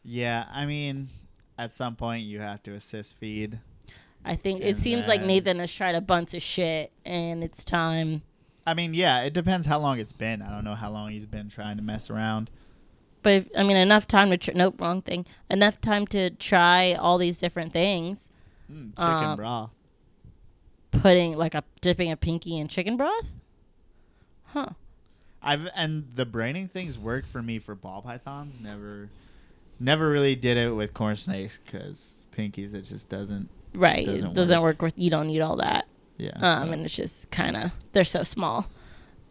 S3: yeah. I mean, at some point you have to assist feed.
S2: I think it
S3: and
S2: seems like
S3: then-
S2: Nathan has tried a bunch of shit, and it's time.
S3: I mean, yeah. It depends how long it's been. I don't know how long he's been trying to mess around.
S2: But if, I mean, enough time to tr- nope, wrong thing. Enough time to try all these different things.
S3: Mm, chicken
S2: Um,
S3: broth.
S2: Putting like a dipping a pinky in chicken broth. Huh.
S3: I've and the braining things work for me for ball pythons. Never, never really did it with corn snakes because pinkies it just doesn't.
S2: Right. it
S3: Doesn't
S2: doesn't work. with you don't need all that.
S3: Yeah.
S2: Um, and it's just kind of they're so small.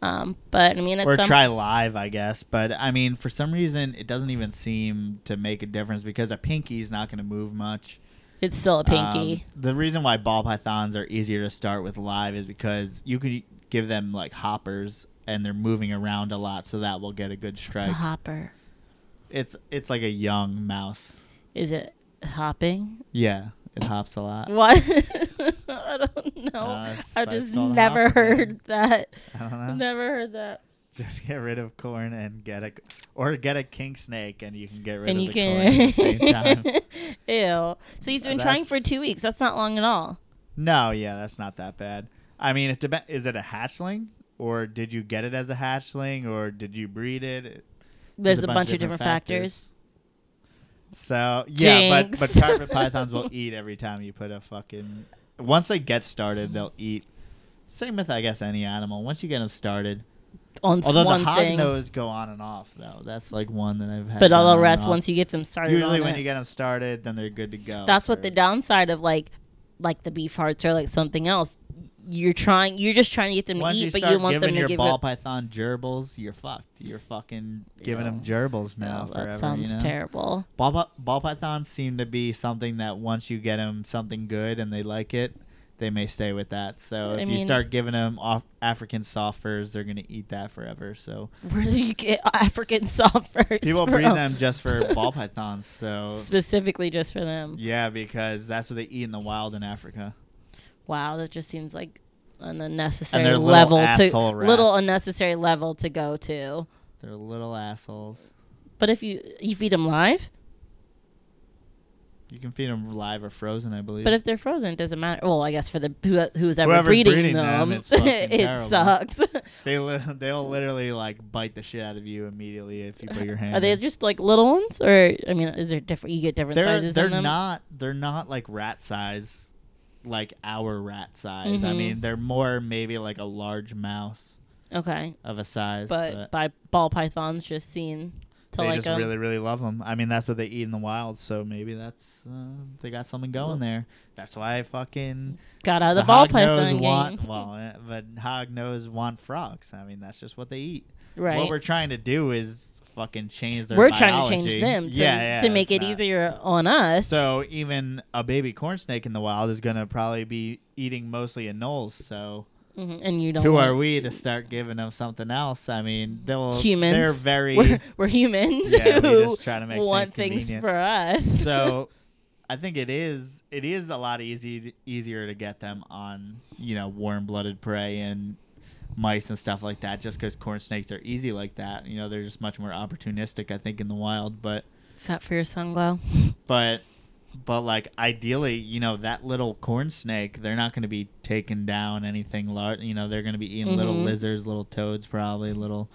S2: Um, but I mean, at
S3: or
S2: some
S3: try live, I guess. But I mean, for some reason, it doesn't even seem to make a difference because a pinky's not going to move much.
S2: it's still a
S3: Um,
S2: pinky.
S3: the reason why ball pythons are easier to start with live is because you can give them like hoppers and they're moving around a lot, so that will get a good
S2: it's a
S3: strike.
S2: hopper.
S3: It's it's like a young mouse.
S2: Is it hopping?
S3: Yeah, It hops a lot.
S2: What? I don't know.
S3: Uh,
S2: I've
S3: spiced
S2: just
S3: all the
S2: never
S3: hop, yeah.
S2: heard that.
S3: I don't know.
S2: Never heard that.
S3: Just get rid of corn and get a, or get a king snake and you can get rid
S2: and
S3: of
S2: you
S3: the corn at the same
S2: can.
S3: time. Uh,
S2: Ew. So he's been trying for
S3: That's-
S2: two weeks. That's not long at all.
S3: No, yeah, that's not that bad. I mean, it depends. Is it a hatchling, or did you get it as a hatchling, or did you breed it? There's,
S2: There's, a bunch, of different, factors.
S3: So yeah, but but
S2: Jinx.
S3: carpet pythons will eat every time you put a fucking. Once they get started, they'll eat. Same with I guess any animal. Once you get them started,
S2: On
S3: although
S2: one
S3: the
S2: thing,
S3: hognose go on and off though. That's like one that I've had.
S2: but
S3: go
S2: all
S3: on
S2: the
S3: and
S2: rest
S3: off.
S2: once you get them started.
S3: uh, usually
S2: on
S3: when
S2: it.
S3: you get them started, then they're good to go.
S2: that's what
S3: for-
S2: the downside of like like the beef hearts or like something else you're trying you're just trying to get them to
S3: Once
S2: eat
S3: you
S2: but
S3: start
S2: you want
S3: giving
S2: them to
S3: your
S2: give
S3: ball
S2: it
S3: python gerbils, you're fucked. You're fucking giving them
S2: Ew.
S3: gerbils
S2: no,
S3: now.
S2: Oh, that
S3: forever,
S2: sounds
S3: you know?
S2: terrible
S3: Ball, py- ball pythons seem to be something that once you get them something good and they like it, they may stay with that. So
S2: I
S3: if you
S2: mean-
S3: start giving them off African soft furs, they're gonna eat that forever. So
S2: where do you get african software
S3: people breed them just for ball pythons. So
S2: specifically just for them
S3: yeah, because that's what they eat in the wild in Africa.
S2: wow that just seems like an unnecessary
S3: little
S2: level to
S3: asshole
S2: little
S3: rats.
S2: unnecessary level to go to
S3: They're little assholes.
S2: but if you you feed them live
S3: You can feed them live or frozen, I believe.
S2: but if they're frozen it doesn't matter well i guess for the who, who's ever
S3: Whoever's
S2: breeding,
S3: breeding
S2: them,
S3: them, it's fucking
S2: it
S3: terrible.
S2: sucks
S3: They li- they'll literally like bite the shit out of you immediately if you put your hand.
S2: Are they
S3: in.
S2: just like little ones, or I mean, is there different? You get different
S3: They're
S2: sizes
S3: they're
S2: in them.
S3: not they're not like rat size, like our rat size. I
S2: Mhm.
S3: mean, they're more maybe like a large mouse
S2: okay,
S3: of a size. But,
S2: but by ball pythons just seen to
S3: they
S2: like um,
S3: just
S2: a
S3: really really love them. I mean, that's what they eat in the wild. So maybe that's uh, they got something going there. That's why I fucking
S2: got out of the, ball
S3: hognose
S2: python
S3: want
S2: game,
S3: well, eh, but hog nose want frogs. I mean, that's just what they eat.
S2: right?
S3: What we're trying to do is fucking change their.
S2: We're trying to change
S3: biology.
S2: them to,
S3: Yeah, yeah,
S2: to make
S3: it's
S2: it
S3: not-
S2: easier on us.
S3: So even a baby corn snake in the wild is gonna probably be eating mostly anoles. So
S2: Mhm, and you don't.
S3: who
S2: want-
S3: are we to start giving them something else? I mean, they'll
S2: Humans.
S3: They're very
S2: We're, we're humans
S3: yeah. We
S2: who
S3: just try to make
S2: want
S3: things,
S2: things,
S3: convenient.
S2: for us.
S3: so I think it is it is a lot easy easier to get them on you know warm blooded prey and mice and stuff like that just because corn snakes are easy like that. You know, they're just much more opportunistic. I think in the wild, but
S2: except for your sunglow.
S3: but but like ideally you know that little corn snake they're not going to be taking down anything large you know they're going to be eating little
S2: Mhm.
S3: lizards little toads probably little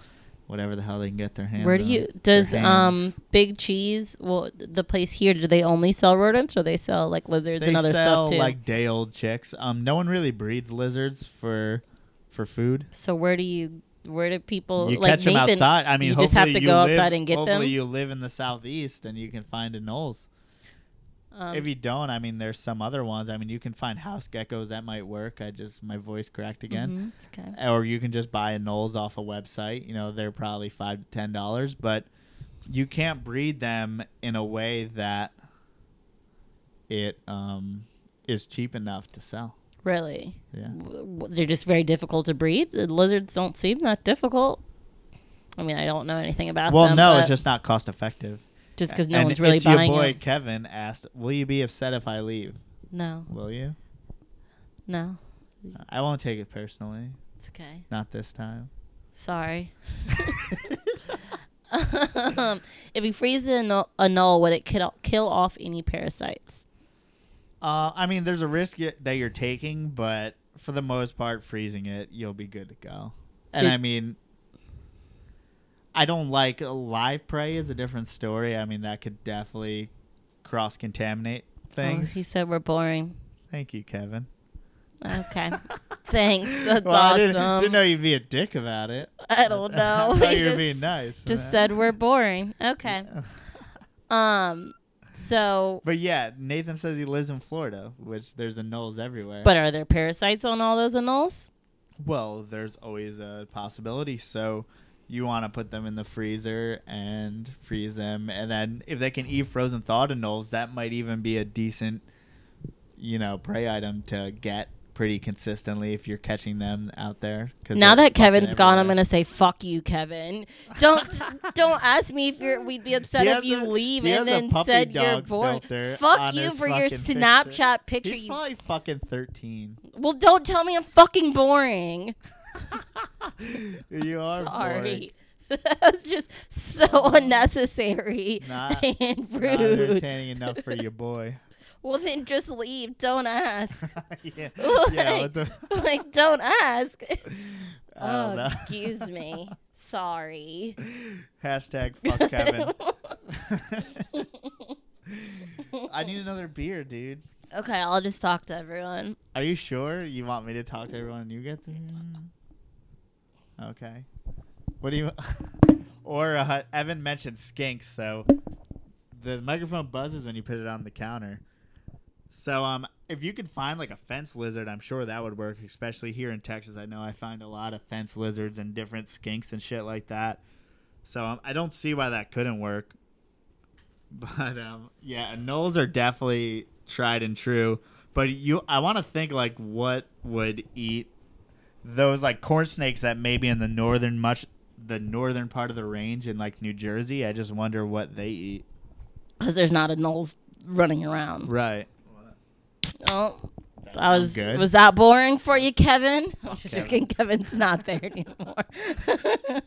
S3: whatever the hell they can get their hands
S2: Where do
S3: on.
S2: you
S3: Their
S2: does um
S3: hands.
S2: Big Cheese? Well, the place here, do they only sell rodents, or they sell like lizards
S3: they
S2: and other
S3: sell
S2: stuff too?
S3: like day old chicks um no one really breeds lizards for for food
S2: So where do you where do people
S3: you
S2: like
S3: catch them
S2: Nathan?
S3: outside i mean
S2: you just have
S3: hopefully
S2: to
S3: you
S2: go
S3: live-
S2: outside and get
S3: hopefully
S2: them?
S3: you live in the southeast and you can find anoles
S2: um,
S3: if you don't i mean there's some other ones i mean you can find house geckos that might work i just my voice cracked again
S2: mhm, it's okay.
S3: or you can just buy a Knowles off a website. You know, they're probably five to ten dollars, but you can't breed them in a way that it um, is cheap enough to sell.
S2: Really,
S3: Yeah,
S2: W- w- they're just very difficult to breed. The lizards don't seem that difficult. I mean, I don't know anything about
S3: well,
S2: them.
S3: no,
S2: but
S3: it's just not cost effective.
S2: just because no
S3: And
S2: one's really
S3: it's
S2: buying
S3: Your boy
S2: it.
S3: Kevin asked, "Will you be upset if I leave?
S2: No,
S3: Will you?
S2: no,
S3: I won't take it personally.
S2: it's okay.
S3: Not this time."
S2: Sorry. um, if you freeze a null, a null would it kill, kill off any parasites?
S3: Uh, I mean, there's a risk y- that you're taking, but for the most part, freezing it, you'll be good to go. And
S2: Did-
S3: I mean, I don't like live prey is a different story. I mean, that could definitely cross contaminate
S2: Oh,
S3: things.
S2: he said we're boring.
S3: Thank you, Kevin.
S2: Okay. Thanks. That's
S3: Well, I
S2: awesome.
S3: didn't, didn't know you'd be a dick about it.
S2: I don't know.
S3: I thought
S2: He
S3: you were
S2: just-
S3: being nice.
S2: Just said we're boring. Okay. Um. So,
S3: But yeah, Nathan says he lives in Florida, which there's anoles everywhere.
S2: but are there parasites on all those anoles?
S3: Well, there's always a possibility. So you want to put them in the freezer and freeze them. And then if they can eat frozen thawed anoles, that might even be a decent, you know, prey item to get pretty consistently if you're catching them out there. 'cause
S2: Now
S3: they're
S2: that Kevin's
S3: fucking
S2: gone, I'm
S3: everywhere.
S2: gonna say fuck you, Kevin. Don't don't ask me if you're. We'd be upset
S3: He
S2: if
S3: has
S2: you
S3: a-
S2: leave
S3: he
S2: and
S3: has a
S2: then
S3: puppy
S2: said you're
S3: dog
S2: born.
S3: filter
S2: Fuck
S3: on
S2: you
S3: his
S2: for your
S3: fucking picture.
S2: Snapchat picture.
S3: He's
S2: you,
S3: probably fucking 13.
S2: well, don't tell me I'm fucking boring.
S3: You are Oh, boring.
S2: Ah, Sorry. that was just so unnecessary
S3: Not-
S2: and
S3: Not
S2: rude.
S3: entertaining enough for your boy.
S2: Well, then just leave. Don't ask.
S3: yeah. yeah
S2: like,
S3: what the,
S2: like, don't ask.
S3: I
S2: Oh,
S3: don't know.
S2: excuse me. Sorry.
S3: Hashtag fuck Kevin. I need another beer, dude.
S2: Okay, I'll just talk to everyone.
S3: Are you sure you want me to talk to everyone when you get there? Okay. What do you? or uh, Evan mentioned skinks, so the microphone buzzes when you put it on the counter. So um, if you can find like a fence lizard, I'm sure that would work, especially here in Texas. I know I find a lot of fence lizards and different skinks and shit like that. So um, I don't see why that couldn't work. But um, yeah, gnolls are definitely tried and true. But you, I want to think like what would eat those like corn snakes that maybe in the northern much the northern part of the range in like New Jersey. I just wonder what they eat.
S2: Because there's not a Knowles running around.
S3: Right.
S2: Oh, I was
S3: good.
S2: was that boring for you, Kevin? I'm just
S3: Kevin.
S2: joking. Kevin's not there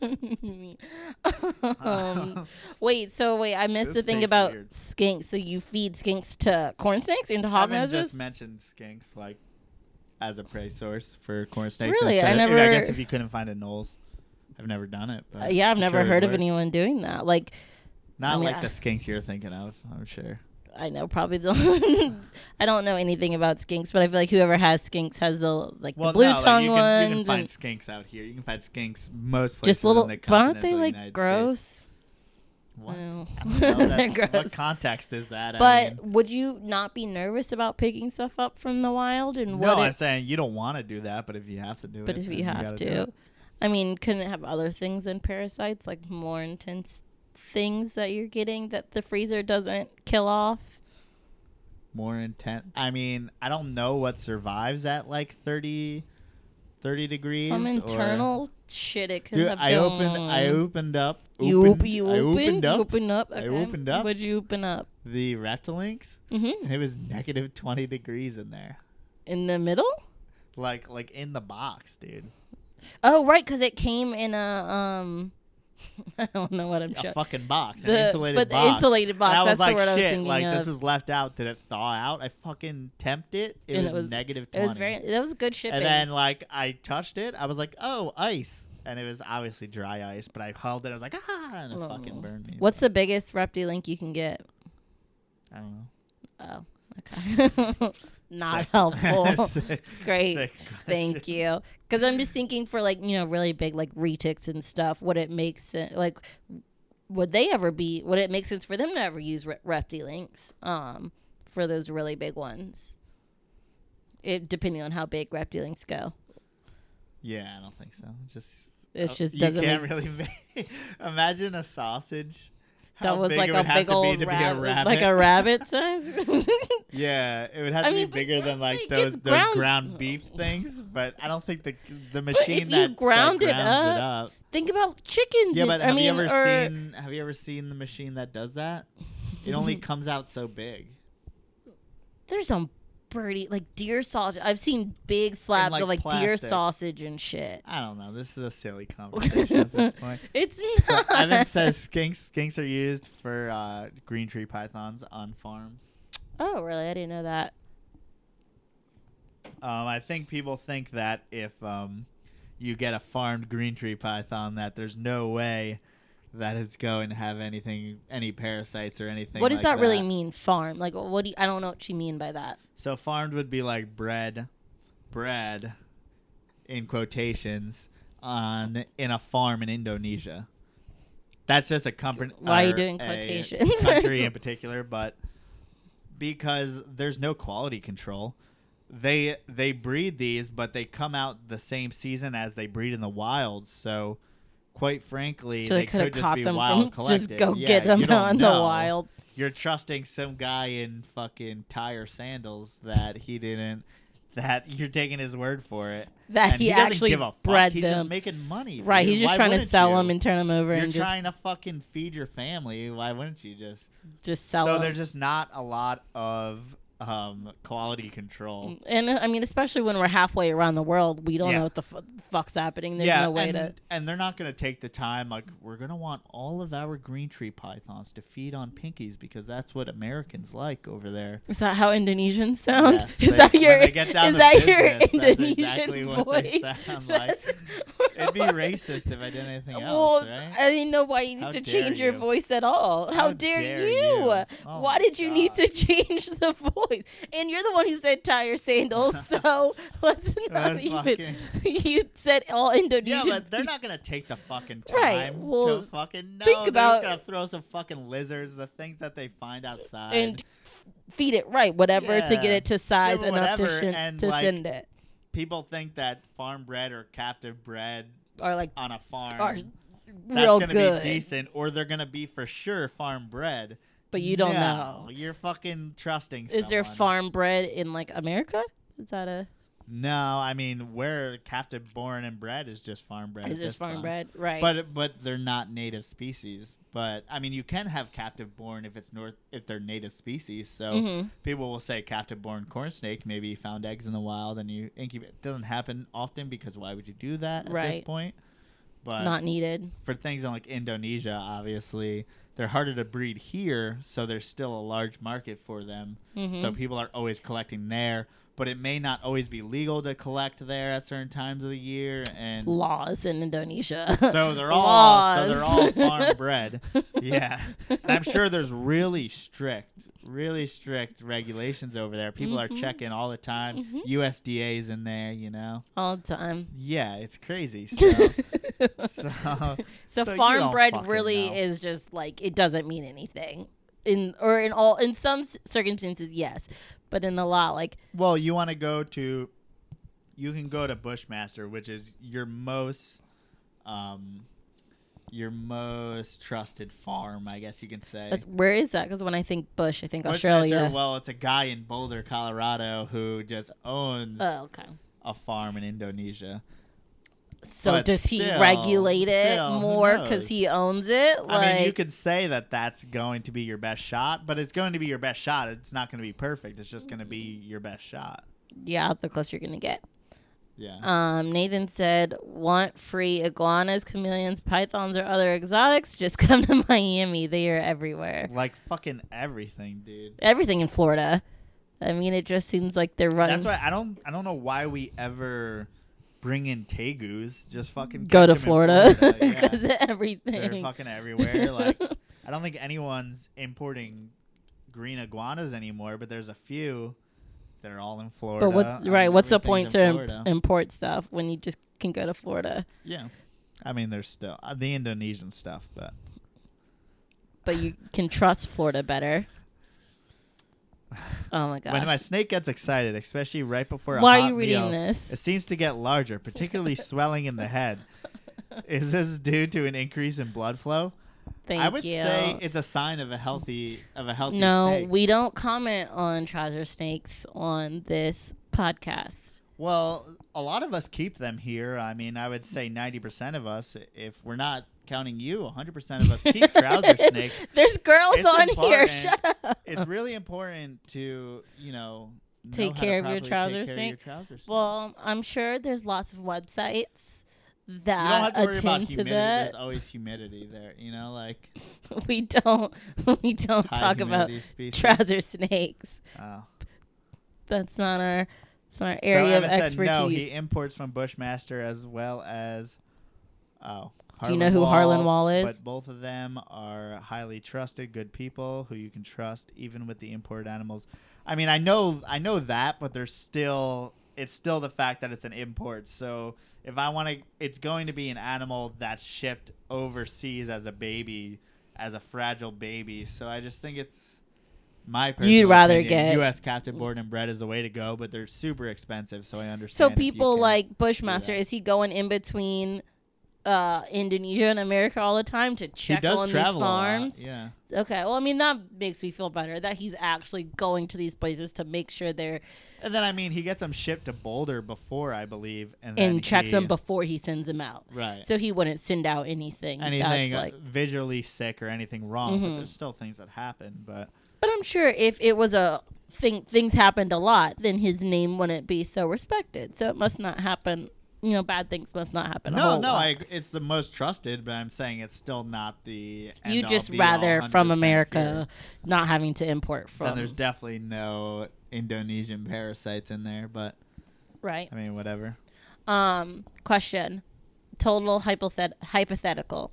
S2: anymore. um, wait, so wait, I missed the
S3: This
S2: thing
S3: tastes
S2: about
S3: weird.
S2: skinks. So you feed skinks to corn snakes and to
S3: Evan
S2: hognoses?
S3: just mentioned skinks like as a prey source for corn snakes.
S2: Really? I
S3: instead of- I guess
S2: never-
S3: if you couldn't find a knolls, I've never done it. But
S2: Uh, yeah, I've
S3: I'm
S2: never
S3: sure it
S2: heard of
S3: works.
S2: anyone doing that. Like,
S3: Not
S2: I mean,
S3: like
S2: I-
S3: the skinks you're thinking of. I'm sure.
S2: I know probably don't. I don't know anything about skinks, but I feel like whoever has skinks has the like the blue
S3: no, like,
S2: tongue
S3: you can,
S2: ones
S3: You can find
S2: and
S3: skinks out here. You can find skinks most places
S2: just little.
S3: in the
S2: But aren't they
S3: continental
S2: like
S3: United States.
S2: gross?
S3: What?
S2: No.
S3: I don't know.
S2: They're
S3: That's-
S2: gross.
S3: What context is that? I
S2: But
S3: mean-
S2: would you not be nervous about picking stuff up from the wild and
S3: no,
S2: what?
S3: I'm
S2: it,
S3: saying you don't want to do that, but if you have to do it,
S2: but if
S3: then
S2: you have
S3: gotta do
S2: to,
S3: it.
S2: I mean, couldn't it have other things than parasites, like more intense things that you're getting that the freezer doesn't kill off?
S3: more intent. I mean, I don't know what survives at like 30, 30 degrees.
S2: Some
S3: or-
S2: internal shit it could
S3: Dude,
S2: have
S3: I
S2: been.
S3: opened. I opened up.
S2: You
S3: opened-
S2: open, you
S3: I
S2: open,
S3: opened up
S2: you open up.
S3: I
S2: Okay.
S3: opened up.
S2: What'd you open up?
S3: the Reptilinx,
S2: Mm-hmm.
S3: and it was negative twenty degrees in there,
S2: In the middle?
S3: like like in the box, dude.
S2: Oh, right, because it came in a um. I don't know what I'm
S3: a
S2: showing.
S3: fucking box, an
S2: The-
S3: insulated
S2: but the
S3: box.
S2: insulated box,
S3: And I
S2: that's
S3: was
S2: the
S3: like,
S2: word I was
S3: shit,
S2: thinking
S3: like this
S2: of.
S3: was left out. Did it thaw out? I fucking temped it. It
S2: And
S3: was,
S2: it was-
S3: negative
S2: It
S3: twenty.
S2: was very. That was good shipping.
S3: and then like I touched it, I was like, oh, ice, and it was obviously dry ice. But I held it. I was like, ah, and it
S2: Oh.
S3: fucking burned me.
S2: What's the biggest Reptilink you can get?
S3: I don't know.
S2: Oh, okay. Not
S3: Sick.
S2: helpful.
S3: Sick-
S2: Great.
S3: sick question.
S2: Thank you. Because I'm just thinking for like you know really big like retics and stuff. Would it make sense? Like, would they ever be? Would it make sense for them to ever use re- Reptilinks? Um, for those really big ones. It depending on how big Reptilinks go,
S3: Yeah, I don't think so. Just
S2: it
S3: uh,
S2: just
S3: you
S2: doesn't.
S3: can't
S2: make,
S3: really make, imagine a sausage.
S2: that
S3: how
S2: was
S3: big
S2: like
S3: it
S2: a
S3: would have
S2: big
S3: to be
S2: old
S3: to be
S2: rabbit,
S3: a rabbit,
S2: like a rabbit size.
S3: Yeah, it would have
S2: I
S3: to
S2: mean,
S3: be
S2: but
S3: bigger than
S2: ground
S3: like
S2: beef
S3: those
S2: gets
S3: those
S2: ground-
S3: ground, beef things. But I don't think the the
S2: if
S3: machine
S2: you
S3: that, that
S2: ground it
S3: grounds it
S2: up-
S3: up.
S2: Think about chickens.
S3: Yeah,
S2: and-
S3: but
S2: I
S3: have
S2: mean,
S3: you ever
S2: or
S3: seen have you ever seen the machine that does that? It only comes out so big.
S2: there's some pretty like deer sausage. I've seen big slabs
S3: like,
S2: of like deer
S3: plastic.
S2: sausage and shit.
S3: I don't know. This is a silly conversation at this point.
S2: It's
S3: So
S2: not.
S3: Evan says skinks skinks are used for uh, green tree pythons on farms.
S2: Oh, really? I didn't know that.
S3: Um, I think people think that if um, you get a farmed green tree python, that there's no way that it's going to have anything, any parasites or anything.
S2: What does
S3: like
S2: that, really mean, farm? Like, what do you, I don't know what you mean by that.
S3: So farmed would be like bred, bred, in quotations, on in a farm in Indonesia. That's just a company.
S2: Why are you doing quotations?
S3: eh, Country in particular, but because there's no quality control. They they breed these, but they come out the same season as they breed in the wild. So, quite frankly,
S2: So they, could have
S3: just
S2: caught
S3: be
S2: them from
S3: wild
S2: just
S3: collected.
S2: go
S3: Yeah,
S2: get them
S3: you don't
S2: out in the
S3: know
S2: wild.
S3: you're trusting some guy in fucking tire sandals that he didn't that you're taking his word for it.
S2: That
S3: And
S2: he
S3: doesn't
S2: actually
S3: give a fuck.
S2: bred
S3: he's
S2: them.
S3: Just making money,
S2: Right,
S3: dude.
S2: he's just
S3: Why
S2: trying to
S3: wouldn't
S2: sell
S3: you?
S2: them and turn them over
S3: You're
S2: and just
S3: trying to fucking feed your family. Why wouldn't you just?
S2: just sell
S3: so
S2: them.
S3: there's just not a lot of um, quality control.
S2: And uh, I mean, especially when we're halfway around the world, we don't
S3: Yeah.
S2: know what the f- fuck's happening. There's
S3: yeah,
S2: no way
S3: and,
S2: to.
S3: and they're not going to take the time. Like we're going to want all of our green tree pythons to feed on pinkies because that's what Americans like over there.
S2: Is that how Indonesians sound?
S3: Yes,
S2: is
S3: they-
S2: that
S3: when
S2: your
S3: they get down
S2: is
S3: to
S2: that your
S3: business, that's
S2: Indonesian
S3: exactly
S2: voice?
S3: what they sound like. It'd be racist if I did anything
S2: Well,
S3: else, right?
S2: I didn't know why you need
S3: How
S2: to
S3: dare
S2: change your
S3: you.
S2: voice at all. How,
S3: How
S2: dare,
S3: dare
S2: you?
S3: you. Oh
S2: why
S3: my
S2: did you need
S3: God.
S2: to change the voice? And you're the one who said tie your sandals, so let's not
S3: That's
S2: even.
S3: fucking-
S2: you said all
S3: Yeah,
S2: Indonesian.
S3: but they're not gonna take the fucking time
S2: Right, well,
S3: to fucking know.
S2: think
S3: They're
S2: about-
S3: just gonna throw some fucking lizards, the things that they find outside,
S2: and feed it right, whatever to get
S3: Yeah.
S2: it to size
S3: Give it
S2: enough to,
S3: whatever
S2: shin-
S3: and,
S2: to
S3: like,
S2: send it.
S3: people think that farm bred or captive bred
S2: Or like
S3: on a farm
S2: are
S3: that's
S2: real
S3: gonna
S2: good,
S3: be decent, or they're gonna be for sure farm bred.
S2: but you don't
S3: No,
S2: know.
S3: You're fucking trusting.
S2: Is there
S3: someone.
S2: farm bread in like America? Is that a
S3: No, I mean where captive born and bred is just farm bred.
S2: is
S3: at
S2: this
S3: this
S2: farm
S3: point.
S2: bread? Right.
S3: But but they're not native species. But I mean, you can have captive born if it's north if they're native species. So
S2: Mhm.
S3: people will say captive born corn snake. Maybe you found eggs in the wild and you incubate. It doesn't happen often because why would you do that at
S2: Right.
S3: this point? But
S2: not needed.
S3: for things in like Indonesia, obviously they're harder to breed here, so there's still a large market for them.
S2: Mm-hmm.
S3: So people are always collecting there. But it may not always be legal to collect there at certain times of the year, and
S2: Laws in Indonesia.
S3: so they're all so they're all
S2: Laws.
S3: farm bred. yeah. And I'm sure there's really strict, really strict regulations over there. People
S2: Mm-hmm.
S3: are checking all the time. USDA's in there, you know.
S2: all the time.
S3: Yeah, it's crazy. So so,
S2: So,
S3: you
S2: farm
S3: don't
S2: bread
S3: fucking
S2: really
S3: know.
S2: is just like it doesn't mean anything. In or in all in some s- circumstances, yes, but in a lot like
S3: Well, you want to go to you can go to Bushmaster, which is your most um your most trusted farm, I guess you can say.
S2: that's, where is that? Because when I think Bush, I think
S3: Bushmaster,
S2: Australia.
S3: well, it's a guy in Boulder, Colorado, who just owns
S2: Oh, okay.
S3: a farm in Indonesia.
S2: So
S3: But
S2: does he
S3: still-
S2: regulate it
S3: still, who
S2: more because
S3: knows?
S2: he owns it? Like,
S3: I mean, you could say that that's going to be your best shot, but it's going to be your best shot. It's not going to be perfect. It's just going to be your best shot.
S2: yeah, the closer you're gonna get.
S3: Yeah.
S2: Um, Nathan said, "Want free iguanas, chameleons, pythons, or other exotics? Just come to Miami. They are everywhere.
S3: like fucking everything, dude.
S2: Everything in Florida. I mean, it just seems like they're running.
S3: That's why I don't I don't know why we ever bring in tegus. Just fucking catch
S2: Go to
S3: 'em in
S2: Florida
S3: Yeah.
S2: because of
S3: They're
S2: everything.
S3: fucking everywhere. Like I don't think anyone's importing green iguanas anymore, but there's a few. They're all in Florida.
S2: but what's
S3: I mean,
S2: right? What's the
S3: everything's
S2: point to
S3: in
S2: im-
S3: Florida.
S2: import stuff when you just can go to Florida?
S3: yeah, I mean, there's still uh, the Indonesian stuff, but
S2: But you can trust Florida better. Oh my gosh!
S3: when my snake gets excited, especially right before.
S2: Why
S3: a
S2: are
S3: hot
S2: you reading
S3: meal,
S2: this?
S3: It seems to get larger, particularly swelling in the head. Is this due to an increase in blood flow?
S2: Thank
S3: I would
S2: you.
S3: say it's a sign of a healthy of a healthy
S2: no,
S3: snake.
S2: we don't comment on trouser snakes on this podcast.
S3: Well, a lot of us keep them here. I mean, I would say 90% of us, if we're not counting you, 100% of us keep trouser snakes.
S2: There's girls
S3: It's
S2: on here.
S3: important.
S2: Shut up.
S3: It's really important to, you know, know
S2: Take
S3: how to
S2: care of your
S3: properly take
S2: trouser
S3: care of
S2: snake.
S3: your trouser snake.
S2: Well, I'm sure there's lots of websites
S3: you don't have
S2: that
S3: to worry about
S2: uh, attend to
S3: humidity.
S2: that.
S3: There's always humidity there, you know, like
S2: We don't. We don't
S3: high
S2: talk about
S3: humidity species.
S2: trouser snakes.
S3: Oh.
S2: That's not our. It's not our
S3: So
S2: area of
S3: Evan said No, he
S2: expertise.
S3: imports from Bushmaster as well as. Oh.
S2: Do you know who Harlan Wall is?
S3: But both of them are highly trusted, good people who you can trust, even with the imported animals. I mean, I know, I know that, but there's still, it's still the fact that it's an import. So if I want to, it's going to be an animal that's shipped overseas as a baby, as a fragile baby. So I just think it's my. personal
S2: rather
S3: opinion,
S2: get-
S3: U.S.
S2: Mm.
S3: captive born and bred is the way to go, but they're super expensive. So I understand.
S2: so
S3: if you
S2: people
S3: can-
S2: like Bushmaster.
S3: that.
S2: Is he going in between uh, Indonesia and America all the time to check on these
S3: a lot,
S2: farms.
S3: Yeah.
S2: Okay, well, I mean that makes me feel better that he's actually going to these places to make sure they're
S3: And then I mean, he gets them shipped to Boulder before I believe, and then
S2: and checks
S3: he,
S2: them before he sends them out.
S3: Right.
S2: So he wouldn't send out anything.
S3: anything uh,
S2: that's like, Mm-hmm.
S3: visually sick or anything wrong. But there's still things that happen. But
S2: but I'm sure if it was a thing, things happened a lot, then his name wouldn't be so respected. So it must not happen. You know, bad things must not happen. a
S3: no,
S2: whole
S3: no,
S2: lot.
S3: I, ag- it's the most trusted. But I'm saying it's still not the.
S2: you
S3: end-all,
S2: just
S3: be-all,
S2: rather from
S3: 100%
S2: America
S3: cure.
S2: not having to import
S3: Then
S2: from
S3: there's definitely no Indonesian parasites in there. But
S2: right.
S3: I mean, whatever.
S2: Um, question: Total hypothet- hypothetical.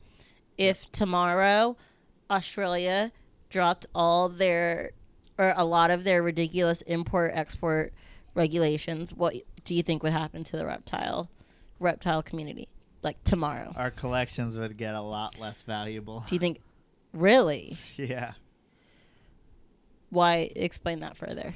S2: If tomorrow Australia dropped all their or a lot of their ridiculous import export regulations, what do you think would happen to the reptile reptile community? Like tomorrow,
S3: Our collections would get a lot less valuable.
S2: do you think? Really?
S3: yeah.
S2: Why? Explain that further.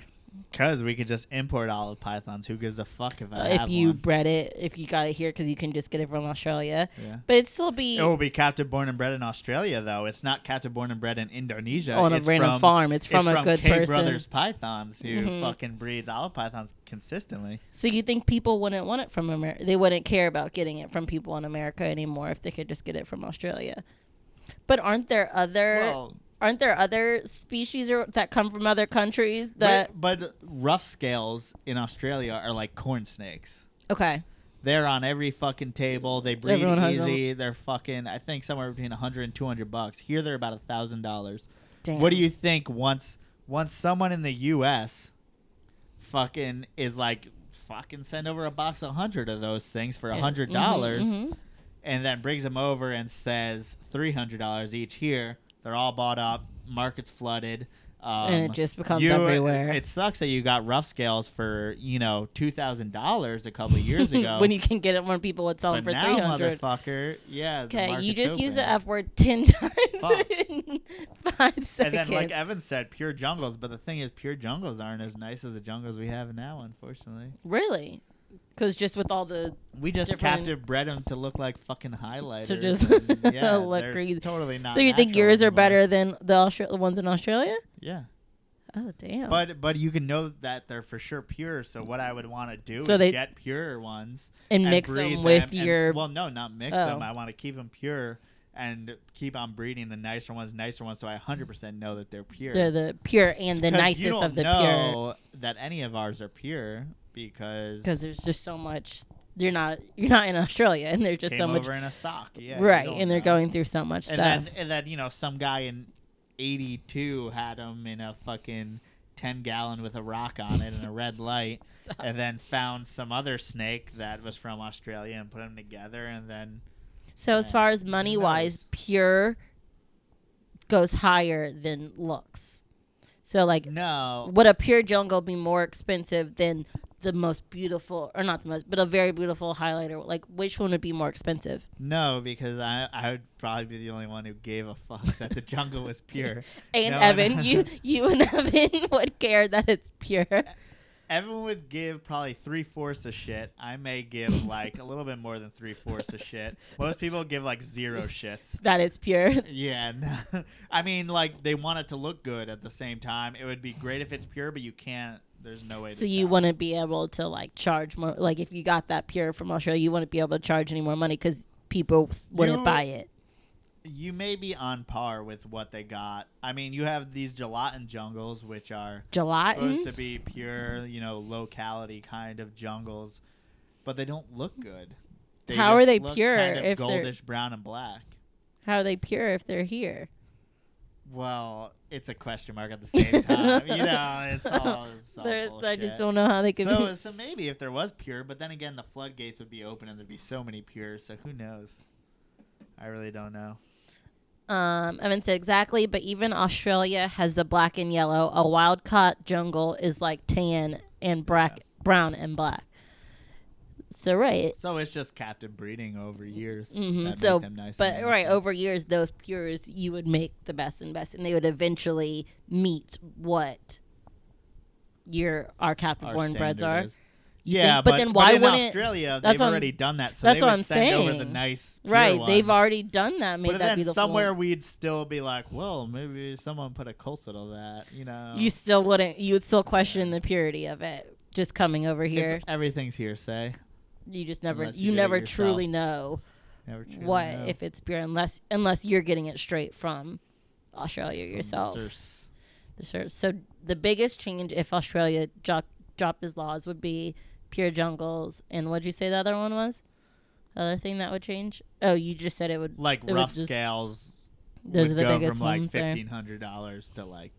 S3: Because we could just import all the pythons. Who gives a fuck if I
S2: Uh,
S3: have
S2: if you
S3: one?
S2: bred it, if you got it here, because you can just get it from Australia,
S3: Yeah.
S2: but it'd still be
S3: It will be captive born and bred in Australia, though. It's not captive born and bred in Indonesia.
S2: On a
S3: It's
S2: random
S3: from-
S2: farm. It's from a good
S3: K
S2: person. Mm-hmm.
S3: Brothers Pythons, who fucking breeds olive pythons consistently.
S2: So you think people wouldn't want it from America? They wouldn't care about getting it from people in America anymore if they could just get it from Australia. But aren't there other
S3: Well-
S2: aren't there other species or, that come from other countries that
S3: But, but rough scales in Australia are like corn snakes.
S2: okay?
S3: They're on every fucking table. They breed
S2: Everyone has
S3: easy. They're fucking, I think, somewhere between 100 and 200 bucks. Here, they're about a $1,000.
S2: Damn.
S3: What do you think once once someone in the U.S. fucking is like fucking send over a box of hundred of those things for a
S2: Yeah.
S3: hundred
S2: Mhm,
S3: dollars,
S2: mhm.
S3: and then brings them over and says three hundred dollars each here? They're all bought up. Market's flooded. Um,
S2: And it just becomes everywhere.
S3: It sucks that you got rough scales for you know two thousand dollars a couple years ago.
S2: when you can get it when people would sell
S3: but
S2: them for
S3: now,
S2: three hundred.
S3: motherfucker, yeah. the
S2: Okay, you
S3: market's
S2: just use the
S3: open.
S2: F word ten times
S3: Fuck.
S2: in five
S3: And
S2: seconds.
S3: then, like Evan said, pure jungles. But the thing is, pure jungles aren't as nice as the jungles we have now, unfortunately.
S2: really? Because just with all the
S3: We just
S2: Different-
S3: captive bred them to look like fucking highlighters.
S2: So just
S3: and, yeah,
S2: look
S3: they're
S2: crazy.
S3: Totally not.
S2: so you think
S3: natural
S2: yours are
S3: anymore.
S2: better than the Austra- ones in Australia?
S3: Yeah,
S2: Oh damn!
S3: but but you can know that they're for sure pure. So what I would want to do
S2: So
S3: is
S2: they-
S3: get purer ones
S2: And mix
S3: breed
S2: them with
S3: and-
S2: your-
S3: well, no, not mix
S2: Oh.
S3: them. I want to keep them pure and keep on breeding the nicer ones, nicer ones. So I 100% know that they're pure.
S2: They're the pure and the
S3: 'Cause you
S2: nicest
S3: don't
S2: of the pure.
S3: know that any of ours are pure because
S2: Because there's just so much. You're not you're not in Australia, and there's just
S3: came
S2: so much
S3: over in a sock, yeah, you
S2: right,
S3: don't
S2: and they're
S3: know.
S2: going through so much
S3: and
S2: stuff.
S3: then and then you know some guy in '82 had them in a fucking ten gallon with a rock on it and a red light,
S2: Stop.
S3: and then found some other snake that was from Australia and put them together, and then
S2: so as far as money wise,
S3: knows?
S2: pure goes higher than looks. So like,
S3: no,
S2: would a pure jungle be more expensive than the most beautiful, or not the most, but a very beautiful highlighter? Like, which one would be more expensive?
S3: no, because I I would probably be the only one who gave a fuck that the jungle was pure.
S2: And
S3: No,
S2: Evan,
S3: no.
S2: you you and Evan would care that it's pure.
S3: Everyone would give probably three fourths a shit. I may give like a little bit more than three fourths a shit. Most people give like zero shits.
S2: That it's pure.
S3: Yeah, no. I mean, like they want it to look good at the same time. It would be great if it's pure, but you can't. There's no way.
S2: So
S3: to
S2: you
S3: tell.
S2: wouldn't be able to like charge more. Like if you got that pure from Australia, you wouldn't be able to charge any more money because people s- wouldn't
S3: You-
S2: buy it.
S3: You may be on par with what they got. I mean, you have these gelatin jungles, which are supposed
S2: Gelatin.
S3: to be pure, you know, locality kind of jungles, but they don't look good.
S2: How are
S3: just
S2: they
S3: look
S2: pure
S3: Kind of
S2: if they're-
S3: goldish brown and black.
S2: How are they pure if they're here?
S3: Well, it's a question mark at the same time. you know, it's all. It's all
S2: They're- I
S3: bullshit.
S2: just don't know how they could.
S3: So, so maybe if there was pure, but then again, the floodgates would be open and there'd be so many pure. So who knows? I really don't know.
S2: um, Evan said exactly, but even Australia has the black and yellow. A wild caught jungle is like tan and brack, brown and black. So right,
S3: So it's just captive breeding over years.
S2: hmm
S3: that
S2: So,
S3: make them nice and
S2: but
S3: nice.
S2: right over years, those pures you would make the best and best, and they would eventually meet what your our captive
S3: Our
S2: born breds
S3: standard
S2: are.
S3: is.
S2: You
S3: yeah,
S2: think- but, then why
S3: in
S2: wouldn't
S3: Australia
S2: that's
S3: they've
S2: what I'm-
S3: already done that? So
S2: that's
S3: they
S2: what
S3: would
S2: I'm
S3: send over the
S2: saying.
S3: nice, pure
S2: right? They've
S3: ones.
S2: already done that. Made
S3: But
S2: that
S3: then
S2: beautiful.
S3: somewhere we'd still be like, well, maybe someone put a culture to that, you know.
S2: you still wouldn't. You would still question the purity of it. Just coming over
S3: It's-
S2: here,
S3: everything's hearsay.
S2: you just never.
S3: unless you
S2: You,
S3: did it
S2: never
S3: yourself.
S2: truly know
S3: Never truly
S2: what
S3: know.
S2: if it's pure, unless unless you're getting it straight from Australia
S3: From the
S2: yourself.
S3: source.
S2: The sur- So the biggest change if Australia dropped dropped his laws would be pure jungles. And what'd you say the other one was? Other thing that would change? Oh, you just said it would.
S3: Like
S2: it would
S3: rough
S2: just-
S3: scales.
S2: Those
S3: would
S2: are the
S3: go
S2: biggest
S3: from like
S2: ones there.
S3: fifteen hundred dollars to like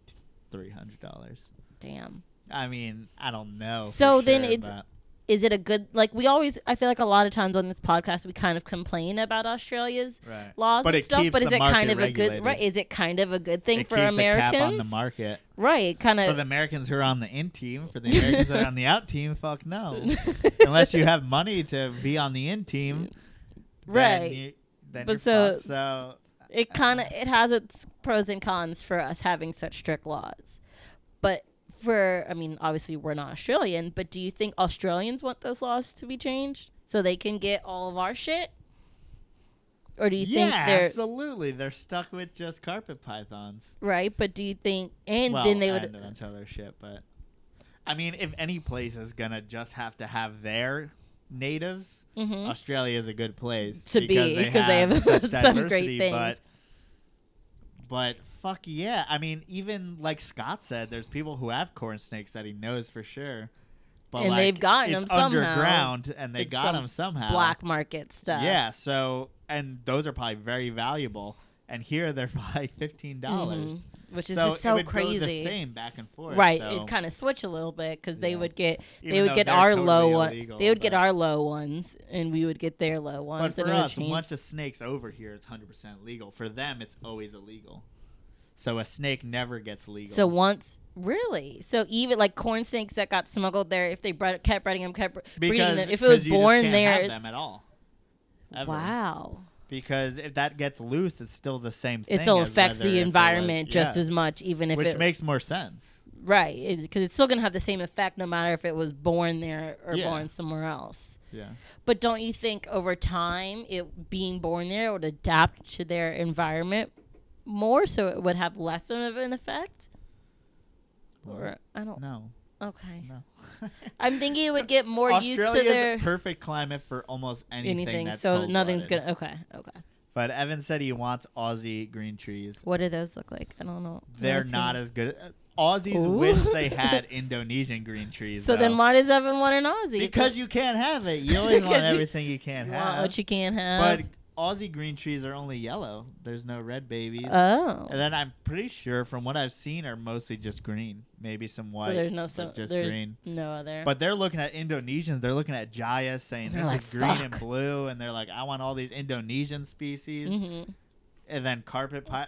S3: three hundred dollars.
S2: Damn.
S3: I mean, I don't know. for
S2: So then
S3: sure,
S2: it's-
S3: but-
S2: Is it a good like we always? I feel like a lot of times on this podcast we kind of complain about Australia's
S3: right.
S2: laws
S3: But
S2: and
S3: it
S2: stuff,
S3: keeps
S2: but is
S3: the
S2: it kind
S3: market
S2: of a good
S3: regulated.
S2: right? Is it kind of a good thing
S3: It
S2: for
S3: keeps a
S2: Americans?
S3: cap on the market.
S2: Right, kind
S3: For
S2: of.
S3: the Americans who are on the in team, for the Americans that are on the out team, fuck no. Unless you have money to be on the in team, then
S2: Right.
S3: you- then
S2: But
S3: you're
S2: so-
S3: fucked. so
S2: it kind of it has its pros and cons for us having such strict laws but for i mean obviously we're not australian but do you think australians want those laws to be changed so they can get all of our shit or do you
S3: yeah,
S2: think they're
S3: absolutely. They're stuck with just carpet pythons.
S2: right but do you think and
S3: well,
S2: then they
S3: and a
S2: would
S3: bunch of other shit, but I mean, if any place is gonna just have to have their natives,
S2: Mhm.
S3: Australia is a good place
S2: To be, 'cause they have
S3: such
S2: some great
S3: diversity,
S2: things.
S3: But, but fuck yeah, I mean, even like Scott said, there's people who have corn snakes that he knows for sure. But
S2: And
S3: like,
S2: they've gotten
S3: it's
S2: them somehow.
S3: underground, and they
S2: It's
S3: got
S2: some
S3: them somehow.
S2: black market stuff
S3: Uh, Yeah. So, and those are probably very valuable. And here they're probably fifteen dollars.
S2: Mhm. which is
S3: So
S2: just
S3: it
S2: so
S3: would go the
S2: crazy
S3: same back and forth.
S2: right
S3: so-
S2: it kind of switch a little bit because they
S3: Yeah.
S2: would get they
S3: Even
S2: would
S3: though
S2: get
S3: they're
S2: our
S3: totally
S2: low one
S3: illegal,
S2: they would get
S3: but-
S2: our low ones and we would get their low ones
S3: But for
S2: and it would
S3: us,
S2: change.
S3: once a snake's over here, it's hundred percent legal. For them, it's always illegal. So a snake never gets legal.
S2: So once, really, so even like corn snakes that got smuggled there, if they bred, kept breeding them, kept bre- breeding
S3: because
S2: them, if it
S3: 'cause
S2: was
S3: you just
S2: born
S3: can't
S2: there,
S3: have
S2: it's
S3: them at all. Ever.
S2: wow,
S3: Because if that gets loose, it's still the same thing.
S2: it still
S3: as
S2: affects
S3: whether
S2: the
S3: if it was-
S2: environment just
S3: yeah.
S2: as much, even if
S3: which
S2: it
S3: makes more sense.
S2: right, because it's still gonna have the same effect no matter if it was born there or
S3: Yeah.
S2: born somewhere else.
S3: Yeah.
S2: But don't you think over time, it being born there would adapt to their environment more, so it would have less of an effect? Or I don't.
S3: No,
S2: Okay,
S3: no.
S2: I'm thinking it would get more used to
S3: Australia's
S2: their.
S3: a perfect climate for almost anything.
S2: anything.
S3: that's
S2: So nothing's
S3: cold-blooded.
S2: gonna. Okay, okay.
S3: But Evan said he wants Aussie green trees.
S2: What do those look like? I don't know.
S3: They're not as good. Aussies
S2: Ooh.
S3: wish they had Indonesian green trees.
S2: So then,
S3: though.
S2: why does Evan want an Aussie?
S3: Because you can't have it. You always want
S2: Because you-
S3: everything you can't
S2: You want
S3: have.
S2: what you can't have.
S3: but Aussie green trees are only yellow. There's no red babies.
S2: oh,
S3: and then I'm pretty sure, from what I've seen, are mostly just green. Maybe some white.
S2: so there's no
S3: but
S2: so
S3: just
S2: there's
S3: green.
S2: no other.
S3: But they're looking at Indonesians. They're looking at Jaya, saying
S2: They're
S3: this
S2: like,
S3: is green and
S2: "Fuck."
S3: blue, and they're like, I want all these Indonesian species.
S2: Mhm.
S3: And then carpet pie.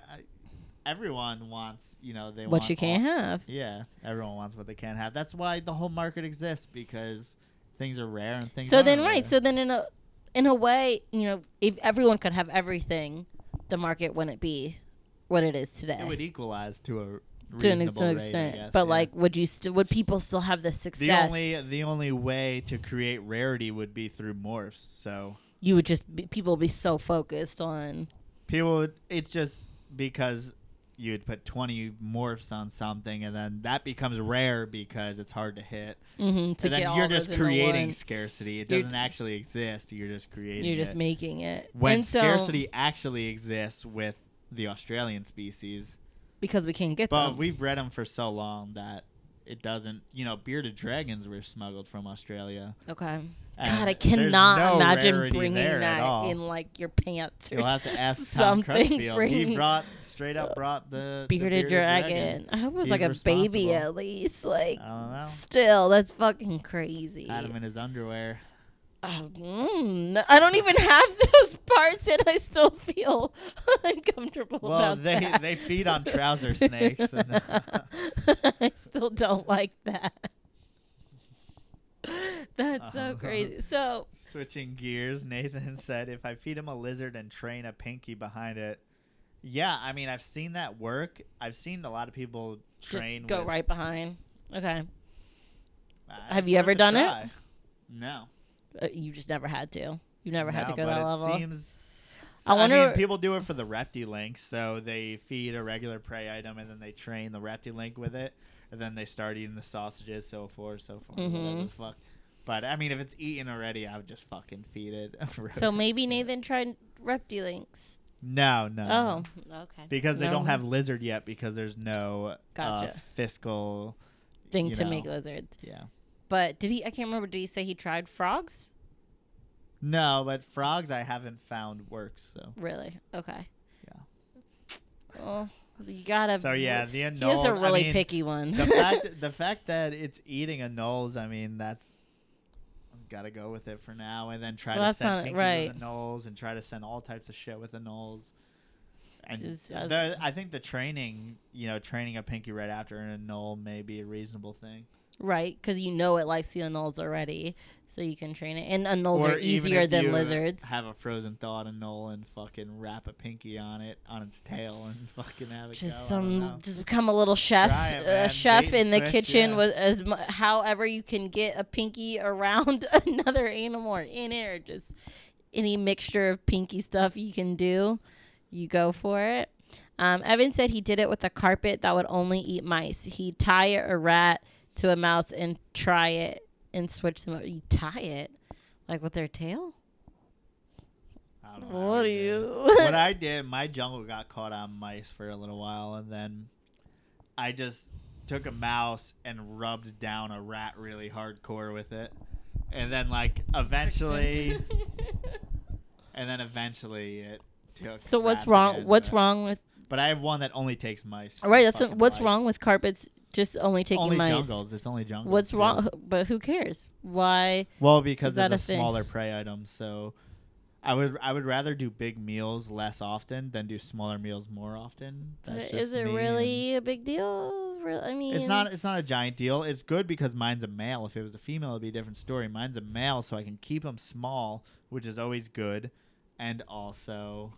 S3: Everyone wants, you know, they want
S2: what you
S3: all-
S2: can't have.
S3: yeah, everyone wants what they can't have. That's why the whole market exists because things are rare and things.
S2: So then,
S3: aren't
S2: right.
S3: rare.
S2: So then, in a in a way, you know, if everyone could have everything, the market wouldn't be what it is today.
S3: it would equalize to a reasonable
S2: to an extent,
S3: rate, I
S2: extent.
S3: guess,
S2: but
S3: yeah.
S2: like, would you still would people still have the
S3: the
S2: success?
S3: only the only way to create rarity would be through morphs. So
S2: you would just be, people would be so focused on
S3: people, would, it's just because you'd put twenty morphs on something, and then that becomes rare because it's hard to hit.
S2: mhm, to
S3: and
S2: get
S3: then
S2: all
S3: you're
S2: those
S3: just
S2: in the
S3: creating
S2: one.
S3: scarcity. It
S2: You're-
S3: doesn't actually exist. You're just creating.
S2: You're just
S3: it.
S2: making it.
S3: when
S2: and so,
S3: scarcity actually exists with the Australian species.
S2: because we can't get
S3: But
S2: them.
S3: we've bred them for so long that it doesn't. You know, bearded dragons were smuggled from Australia.
S2: okay. God,
S3: and
S2: I
S3: there's
S2: cannot
S3: no
S2: imagine
S3: rarity
S2: bringing
S3: there at
S2: that
S3: all.
S2: in like your pants or
S3: You'll have to ask Tom
S2: something.
S3: Crutchfield.
S2: bringing
S3: he brought straight up brought the the
S2: bearded, dragon. I hope it was
S3: He's
S2: like a baby
S3: responsible.
S2: at least. Like,
S3: I don't know.
S2: still, that's fucking crazy.
S3: Had him in his underwear.
S2: Uh, mm, no- I don't even have those parts, and I still feel uncomfortable
S3: Well,
S2: about
S3: they
S2: that.
S3: they feed on trouser snakes. And
S2: I still don't like that. That's so
S3: Uh-huh.
S2: crazy. So
S3: Switching gears, Nathan said, "If I feed him a lizard and train a pinky behind it, yeah, I mean, I've seen that work. I've seen a lot of people train.
S2: just go
S3: with-
S2: right behind. Okay.
S3: Uh,
S2: Have
S3: it's
S2: you ever
S3: worth a
S2: done it?
S3: try. No.
S2: Uh, You just never had to. You never had to
S3: No,
S2: go
S3: but
S2: that
S3: it
S2: level.
S3: Seems,
S2: I
S3: I
S2: wonder-
S3: mean, people do it for the Reptilink, so they feed a regular prey item and then they train the Reptilink with it, and then they start eating the sausages, so forth, so forth, whatever
S2: Mhm.
S3: the fuck. But I mean, if it's eaten already, I would just fucking feed it. a
S2: so
S3: rodent,
S2: maybe Nathan tried Reptilinks.
S3: No, no. no.
S2: Oh, okay.
S3: Because they
S2: No
S3: don't have lizard yet, because there's no uh,
S2: Gotcha.
S3: fiscal.
S2: thing
S3: you
S2: to make
S3: know.
S2: lizards.
S3: Yeah.
S2: But did he? I can't remember. Did he say he tried frogs?
S3: No, but frogs I haven't found works. So
S2: Really? Okay.
S3: Yeah.
S2: Well, you gotta.
S3: so yeah, the
S2: He is
S3: annuls.
S2: a really
S3: I mean,
S2: picky one.
S3: the fact the fact that it's eating annuls, I mean, that's gotta go with it for now, and then try
S2: Well,
S3: to
S2: that's not-
S3: send pinkies
S2: right.
S3: with annuls, and try to send all types of shit with annuls. And
S2: Just- I was-
S3: there- I think the training, you know, training a pinky right after an annul may be a reasonable thing.
S2: right? Because you know it likes the annuls already, so you can train it. And annuls
S3: Or
S2: are
S3: even
S2: easier
S3: if
S2: than
S3: you
S2: lizards.
S3: Have a frozen thawed annul and fucking wrap a pinky on it on its tail and fucking have it
S2: just
S3: go. I don't
S2: some
S3: know.
S2: just become a little chef
S3: Try it,
S2: a
S3: man.
S2: chef
S3: Bait
S2: in
S3: and
S2: the
S3: switch,
S2: kitchen
S3: yeah.
S2: with as mu- however you can get a pinky around another animal or in it or just any mixture of pinky stuff you can do you go for it um, evan said he did it with a carpet that would only eat mice he'd tie a rat to a mouse and try it and switch them over. you tie it like with their tail
S3: I don't know how
S2: what do
S3: he did it.
S2: you
S3: what I did, my jungle got caught on mice for a little while, and then I just took a mouse and rubbed down a rat really hardcore with it, and then like eventually, and then eventually it took.
S2: so what's
S3: rats
S2: wrong
S3: again,
S2: what's
S3: but-
S2: wrong with
S3: But I have one that only takes mice. for
S2: Right. That's what,
S3: fucking
S2: what's
S3: life.
S2: wrong with carpets. Just only taking
S3: only
S2: mice.
S3: jungles. It's only jungles.
S2: What's
S3: too.
S2: wrong? But who cares? Why?
S3: Well,
S2: Is
S3: because
S2: that
S3: it's a,
S2: a thing?
S3: smaller prey item, so I would I would rather do big meals less often than do smaller meals more often. That's
S2: But is
S3: just
S2: it
S3: me, and
S2: really a big deal? Re- I mean,
S3: It's not it's not a giant deal. It's good because mine's a male. If it was a female, it'd be a different story. Mine's a male, so I can keep them small, which is always good, and also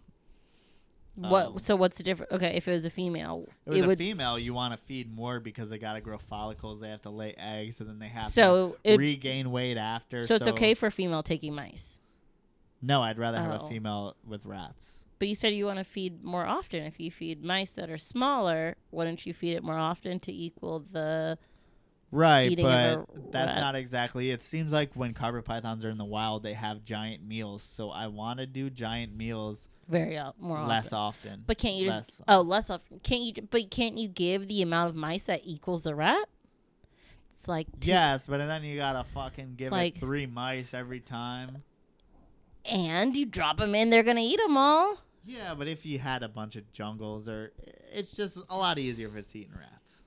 S2: What?
S3: um,
S2: so what's the difference? Okay, if it was a female,
S3: It was
S2: it
S3: a
S2: would.
S3: female. You want to feed more because they got to grow follicles. They have to lay eggs, and then they have
S2: So
S3: to
S2: it.
S3: regain weight after.
S2: so it's okay for female taking mice.
S3: No, I'd rather have
S2: Oh.
S3: a female with rats.
S2: But you said you want to feed more often. If you feed mice that are smaller, wouldn't you feed it more often to equal the?
S3: Right,
S2: feeding of
S3: but
S2: a
S3: that's
S2: rat.
S3: not exactly. It seems like when carpet pythons are in the wild, they have giant meals. So I want to do giant meals
S2: Very o- more
S3: less
S2: often.
S3: often.
S2: But can't you just
S3: less
S2: oh less often? Can't you? But can't you give the amount of mice that equals the rat? It's like two-
S3: yes, but then you gotta fucking give
S2: like-
S3: it three mice every time.
S2: and you drop them in, they're gonna eat them all.
S3: Yeah, but if you had a bunch of jungles, or it's just a lot easier if it's eating rats.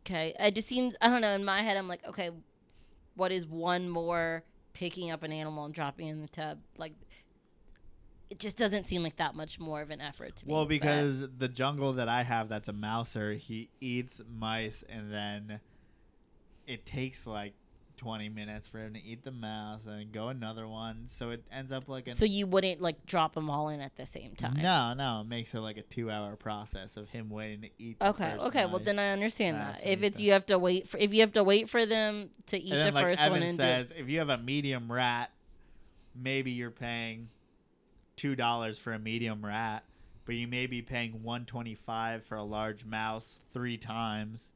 S2: Okay, it just seems I don't know. In my head, I'm like, okay, what is one more picking up an animal and dropping it in the tub? Like, it just doesn't seem like that much more of an effort to me.
S3: Well,
S2: but-
S3: because the jungle that I have that's a mouser, he eats mice and then it takes like 20 minutes for him to eat the mouse and go another one. So it ends up like an.
S2: so you wouldn't like drop them all in at the same time.
S3: No, no. It makes it like a two hour process of him waiting to eat. the
S2: Okay.
S3: first
S2: Okay. Well,
S3: mice.
S2: then I understand
S3: Yeah,
S2: that.
S3: so
S2: If
S3: you
S2: it's
S3: don't-
S2: you have to wait for if you have to wait for them to
S3: and
S2: eat
S3: then,
S2: the
S3: like
S2: first
S3: Evan
S2: one and do it.
S3: says, if you have a medium rat, maybe you're paying two dollars for a medium rat, but you may be paying one twenty five for a large mouse three times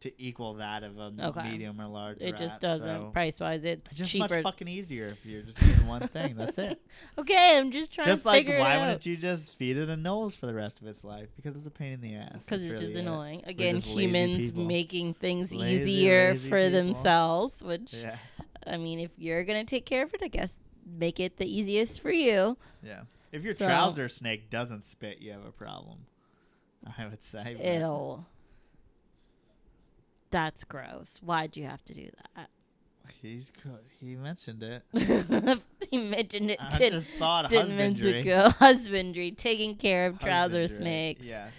S3: to equal that of a
S2: Okay.
S3: medium or large.
S2: It
S3: rat,
S2: just doesn't
S3: so
S2: price wise. It's
S3: It's just
S2: cheaper.
S3: much fucking easier if you're just doing one thing. That's it.
S2: okay, I'm just trying
S3: Just
S2: to
S3: like
S2: figure
S3: why
S2: it out.
S3: wouldn't you just feed it a nose for the rest of its life? Because it's a pain in the ass.
S2: because
S3: That's
S2: it's just
S3: really it.
S2: annoying. Again,
S3: just lazy
S2: humans
S3: people.
S2: making things
S3: Lazy,
S2: easier
S3: lazy
S2: for
S3: people.
S2: themselves. Which
S3: Yeah.
S2: I mean, if you're gonna take care of it, I guess make it the easiest for you.
S3: Yeah. If your
S2: So-
S3: trouser snake doesn't spit, you have a problem. I would say. but-
S2: Ew. That's gross. Why'd you have to do
S3: He's co- he mentioned it.
S2: that? he mentioned it
S3: I
S2: ten,
S3: just thought
S2: ten minutes
S3: husbandry.
S2: ago. Husbandry, taking care of trouser
S3: Husbandry.
S2: snakes.
S3: Yes.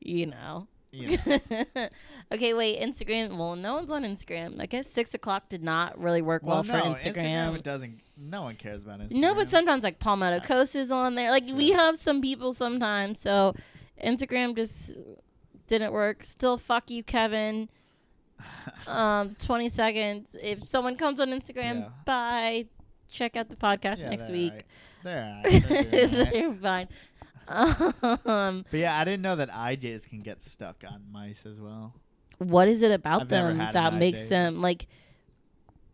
S2: You know.
S3: You know.
S2: okay, wait. Instagram. Well, no one's on Instagram. I guess six o'clock did not really work well,
S3: well, no,
S2: for Instagram.
S3: Instagram. It doesn't. No one cares about Instagram.
S2: No, but sometimes like Palmetto Coast is on there. Like we
S3: Yeah.
S2: have some people sometimes. So Instagram just didn't work. Still, fuck you, Kevin. um, 20 seconds. If someone comes on Instagram,
S3: Yeah.
S2: bye. Check out the podcast
S3: Yeah,
S2: next
S3: they're
S2: week.
S3: alright. They're alright. They're doing alright.
S2: They're fine. Um,
S3: But yeah, I didn't know that IJs can get stuck on mice as well.
S2: what is it about
S3: I've never
S2: them
S3: had an
S2: that
S3: eye
S2: makes
S3: date.
S2: them like?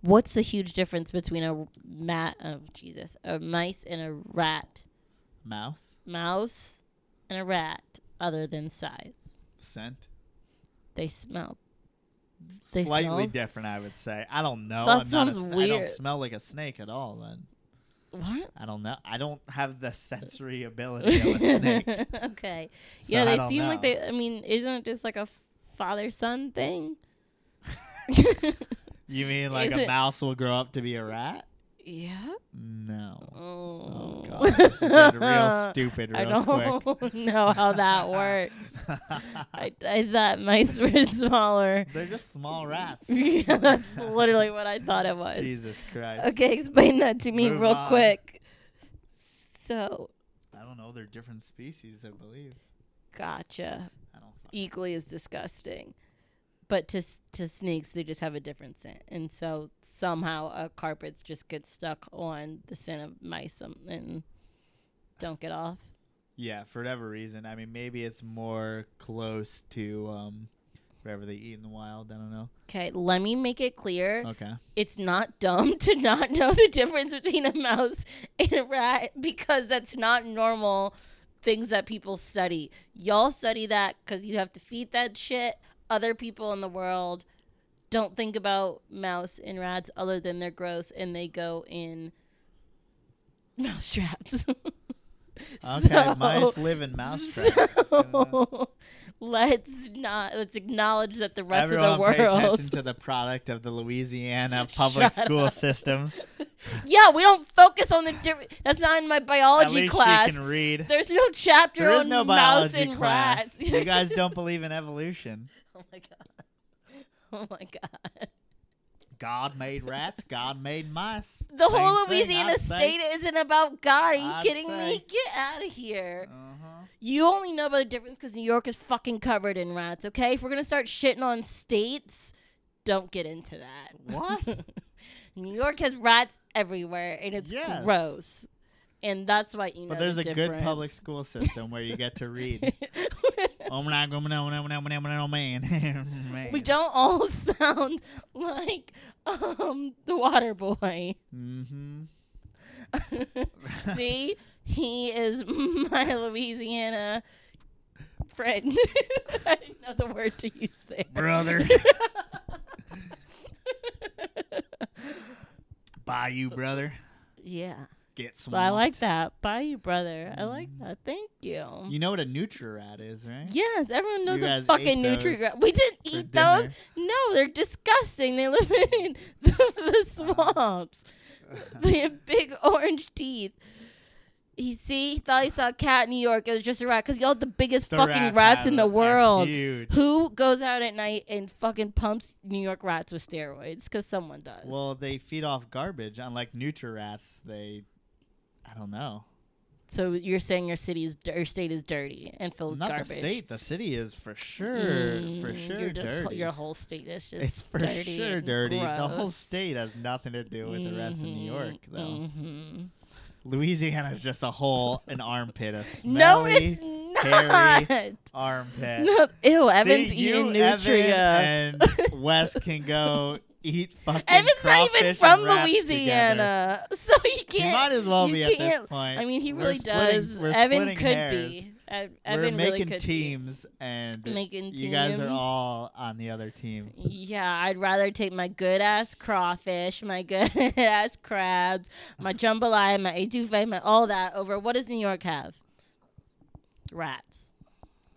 S2: What's the huge difference between a mat? Oh Jesus, a mice and a rat,
S3: Mouse
S2: mouse and a rat, other than size.
S3: scent.
S2: They smell. They
S3: Slightly
S2: smell.
S3: different, I would say. I don't know.
S2: That
S3: I'm not a
S2: sounds
S3: sn- I
S2: weird.
S3: don't smell like a snake at all. Then
S2: what?
S3: I don't know. I don't have the sensory ability of a snake.
S2: okay. yeah,
S3: So I
S2: they
S3: don't
S2: seem like
S3: know.
S2: they. I mean, isn't it just like a father son thing?
S3: You mean like
S2: Is
S3: a
S2: it-
S3: mouse will grow up to be a rat?
S2: yeah.
S3: No.
S2: Oh,
S3: God, this is getting real stupid
S2: I
S3: real
S2: don't know how that works.
S3: quick.
S2: I, I thought mice were smaller.
S3: They're just small rats.
S2: yeah, that's literally what I thought it was.
S3: Jesus Christ.
S2: Okay, explain that to me
S3: Move
S2: real
S3: on.
S2: quick. So,
S3: I don't know. They're different species, I believe.
S2: gotcha.
S3: I don't. fuck-
S2: Equally as disgusting. But to s- to snakes, they just have a different scent, and so somehow a carpets just get stuck on the scent of mice um, and don't get off.
S3: Yeah, for whatever reason. I mean, maybe it's more close to um, whatever they eat in the wild. I don't know.
S2: Okay, let me make it clear.
S3: Okay.
S2: it's not dumb to not know the difference between a mouse and a rat because that's not normal things that people study. Y'all study that because you have to feed that shit. Other people in the world don't think about mouse and rats other than they're gross and they go in mouse traps.
S3: Okay. mice live in mouse traps. What's going on?
S2: So let's not let's acknowledge that the rest
S3: Everyone
S2: of the
S3: pay
S2: world
S3: attention to the product of the Louisiana public
S2: Shut
S3: school system.
S2: Yeah, we don't focus on the different. That's not in my
S3: At
S2: biology
S3: least
S2: class.
S3: she can read.
S2: There's no chapter
S3: There is
S2: on
S3: no
S2: mouse
S3: biology
S2: and
S3: class.
S2: rats.
S3: you guys don't believe in evolution.
S2: oh my god. Oh my god.
S3: God made rats. God made mice.
S2: The
S3: Same
S2: whole
S3: thing,
S2: Louisiana
S3: I'd say.
S2: state isn't about God. Are you
S3: I'd
S2: kidding
S3: say.
S2: me? Get out of here.
S3: Uh-huh.
S2: You only know about the difference because New York is fucking covered in rats. Okay, if we're gonna start shitting on states, don't get into that.
S3: What?
S2: New York has rats everywhere, and it's
S3: Yes.
S2: gross. And that's why you know.
S3: But there's
S2: the
S3: a good public
S2: difference.
S3: school system where you get to read. Oh my God, no, no, no, no, no, oh, man. man.
S2: We don't all sound like um the water boy.
S3: Mm-hmm.
S2: See? He is my Louisiana friend. I didn't know the word to use there.
S3: Brother. Bayou brother.
S2: yeah.
S3: Get
S2: But
S3: some.
S2: I like that. Bye you brother. I like that. Thank you.
S3: Mm. You know what a Nutri-Rat is, right?
S2: Yes, everyone knows
S3: You
S2: a
S3: guys
S2: fucking
S3: ate
S2: nutri
S3: those
S2: We didn't
S3: for
S2: eat
S3: dinner.
S2: those. No, they're disgusting. They live in the, the swamps. they have big orange teeth. He see he thought he saw a cat in New York. It was just a rat because y'all the biggest
S3: The
S2: fucking
S3: rat
S2: rats in
S3: had-
S2: the
S3: are
S2: world.
S3: Huge.
S2: Who goes out at night and fucking pumps New York rats with steroids? Because someone does.
S3: Well, they feed off garbage. Unlike Nutri-Rats, they, I don't know.
S2: so you're saying your city is dir- your state is dirty and filled
S3: Not
S2: with garbage.
S3: the state. The city is for sure, for
S2: Mm,
S3: sure
S2: you're just-
S3: dirty.
S2: Your whole state is just
S3: it's for
S2: dirty.
S3: sure
S2: and
S3: dirty. The whole
S2: gross. Mm-hmm,
S3: state has nothing to do with the rest of New York, though.
S2: Mhm.
S3: Louisiana is just a whole an armpit, a
S2: No,
S3: smelly
S2: it's not.
S3: armpit.
S2: No, ew, Evan's
S3: See, you,
S2: eating nutria.
S3: Evan, and Wes can go eat fucking.
S2: Evan's not
S3: crawfish
S2: even
S3: and
S2: from
S3: rats
S2: Louisiana, so he
S3: Together.
S2: can't.
S3: He might as well
S2: you
S3: be at this
S2: can't-
S3: point.
S2: I mean, he
S3: We're
S2: really
S3: splitting-
S2: does.
S3: We're
S2: Evan
S3: splitting
S2: could
S3: hairs.
S2: be. Ev-
S3: we're
S2: Evan really
S3: making
S2: could
S3: teams, and
S2: Making
S3: you guys are
S2: teams.
S3: all on the other team.
S2: be. Yeah, I'd rather take my good ass crawfish, my good ass crabs, my jambalaya, my etouffee, my all that over. What does New York have? Rats.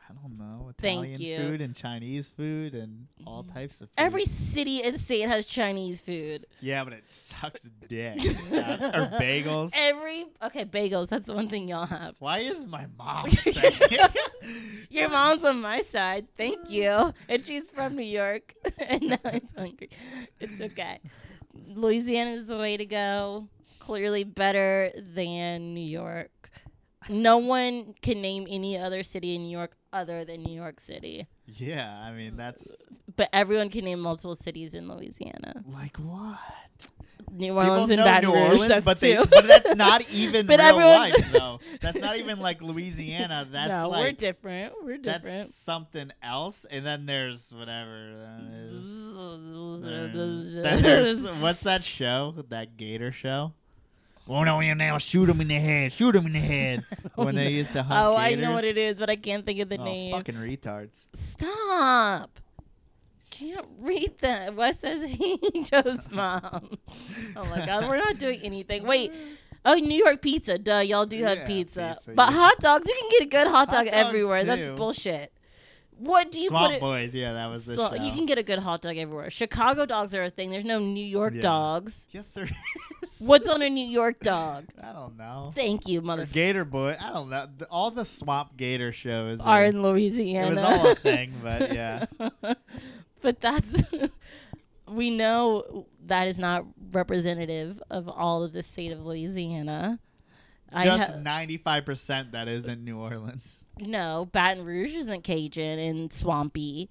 S3: I don't know
S2: Thank
S3: Italian
S2: you. Mm-hmm.
S3: food and Chinese food and all types of. Food.
S2: Every city and state has Chinese food.
S3: yeah, but it sucks dick. Uh, or bagels.
S2: Every okay, bagels. That's the one thing y'all have.
S3: Why is my mom saying?
S2: Your mom's on my side. Thank you. And she's from New York. and now it's hungry. It's okay. Louisiana is the way to go. Clearly better than New York. no one can name any other city in New York other than New York City.
S3: Yeah, I mean that's
S2: But everyone can name multiple cities in Louisiana.
S3: like what?
S2: New Orleans and Baton Rouge. that's
S3: but
S2: two.
S3: but that's not even
S2: But
S3: real
S2: everyone-
S3: life though. That's not even like Louisiana. That's
S2: no,
S3: like
S2: we're different. We're
S3: that's
S2: different.
S3: something else. And then there's whatever. uh, That is.
S2: Mm.
S3: Then there's-
S2: That's
S3: what's that show? That Gator show? Oh no! You now shoot him in the head. Shoot him in the head. when they used to hunt.
S2: oh, I
S3: gators.
S2: know what it is, but I can't think of the
S3: Oh,
S2: name.
S3: fucking retards.
S2: Stop. Can't read that. What says he Joe's mom? Oh my god, we're not doing anything. Wait. Oh, New York pizza. Duh, y'all do have
S3: Yeah,
S2: pizza.
S3: pizza,
S2: But
S3: yeah.
S2: hot dogs, you can get a good
S3: Hot
S2: hot, dog
S3: dogs,
S2: everywhere.
S3: too.
S2: That's bullshit. What do you
S3: Swamp
S2: put it?
S3: Boys. Yeah, that was the
S2: So-
S3: show.
S2: you can get a good hot dog everywhere. Chicago dogs are a thing. There's no New York
S3: Yeah.
S2: dogs.
S3: yes, there is.
S2: What's on a New York dog?
S3: I don't know.
S2: Thank you,
S3: Or
S2: mother.
S3: Gator Boy. I don't know. Th- All the Swamp Gator shows
S2: Are
S3: and-
S2: in Louisiana.
S3: It was all a thing, but Uh, yeah.
S2: but that's we know that is not representative of all of the state of Louisiana. I
S3: Just
S2: ha-
S3: ninety five percent that is in New Orleans.
S2: no Baton Rouge isn't Cajun and swampy.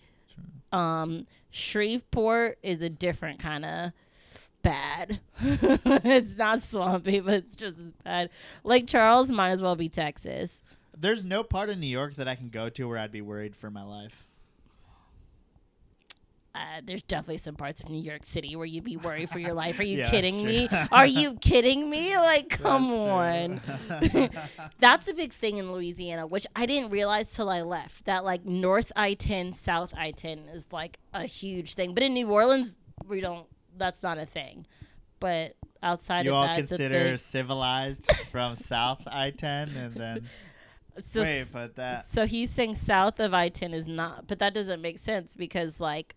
S2: Um, Shreveport is a different kind of bad. it's not swampy, but it's just as bad. Lake Charles might as well be Texas.
S3: There's no part of New York that I can go to where I'd be worried for my life.
S2: uh, there's definitely some parts of New York City where you'd be worried for your life. Are you
S3: Yeah, that's
S2: kidding
S3: true.
S2: me? Are you kidding me? Like, come on.
S3: That's true.
S2: That's a big thing in Louisiana, which I didn't realize till I left. That like North I ten, South I ten is like a huge thing. But in New Orleans, we don't. That's not a thing. But outside
S3: you
S2: of
S3: all
S2: that,
S3: consider
S2: it's
S3: civilized from South I ten and then
S2: a thing. So
S3: wait,
S2: s-
S3: but uh, that
S2: So he's saying south of I 10 is not, but that doesn't make sense because like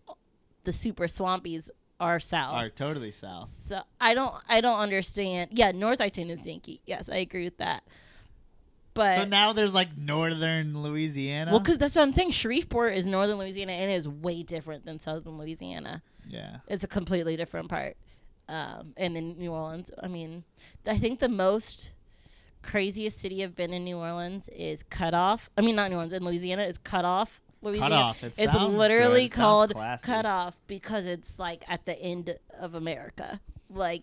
S2: the super swampies are south.
S3: are totally south.
S2: So I don't I don't understand. Yeah, North I ten is Yankee. Yes, I agree with that. But
S3: So now there's like northern Louisiana.
S2: well, because that's what I'm saying. Shreveport is northern Louisiana and it is way different than southern Louisiana.
S3: yeah.
S2: It's a completely different part. Um, and then New Orleans. I mean, I think the most craziest city I've been in New Orleans is Cut Off. I mean, not New Orleans in Louisiana is Cut Off. Louisiana.
S3: Off. It
S2: it's
S3: sounds
S2: literally
S3: good. It sounds
S2: called
S3: classy.
S2: Cut Off because it's like at the end of America. Like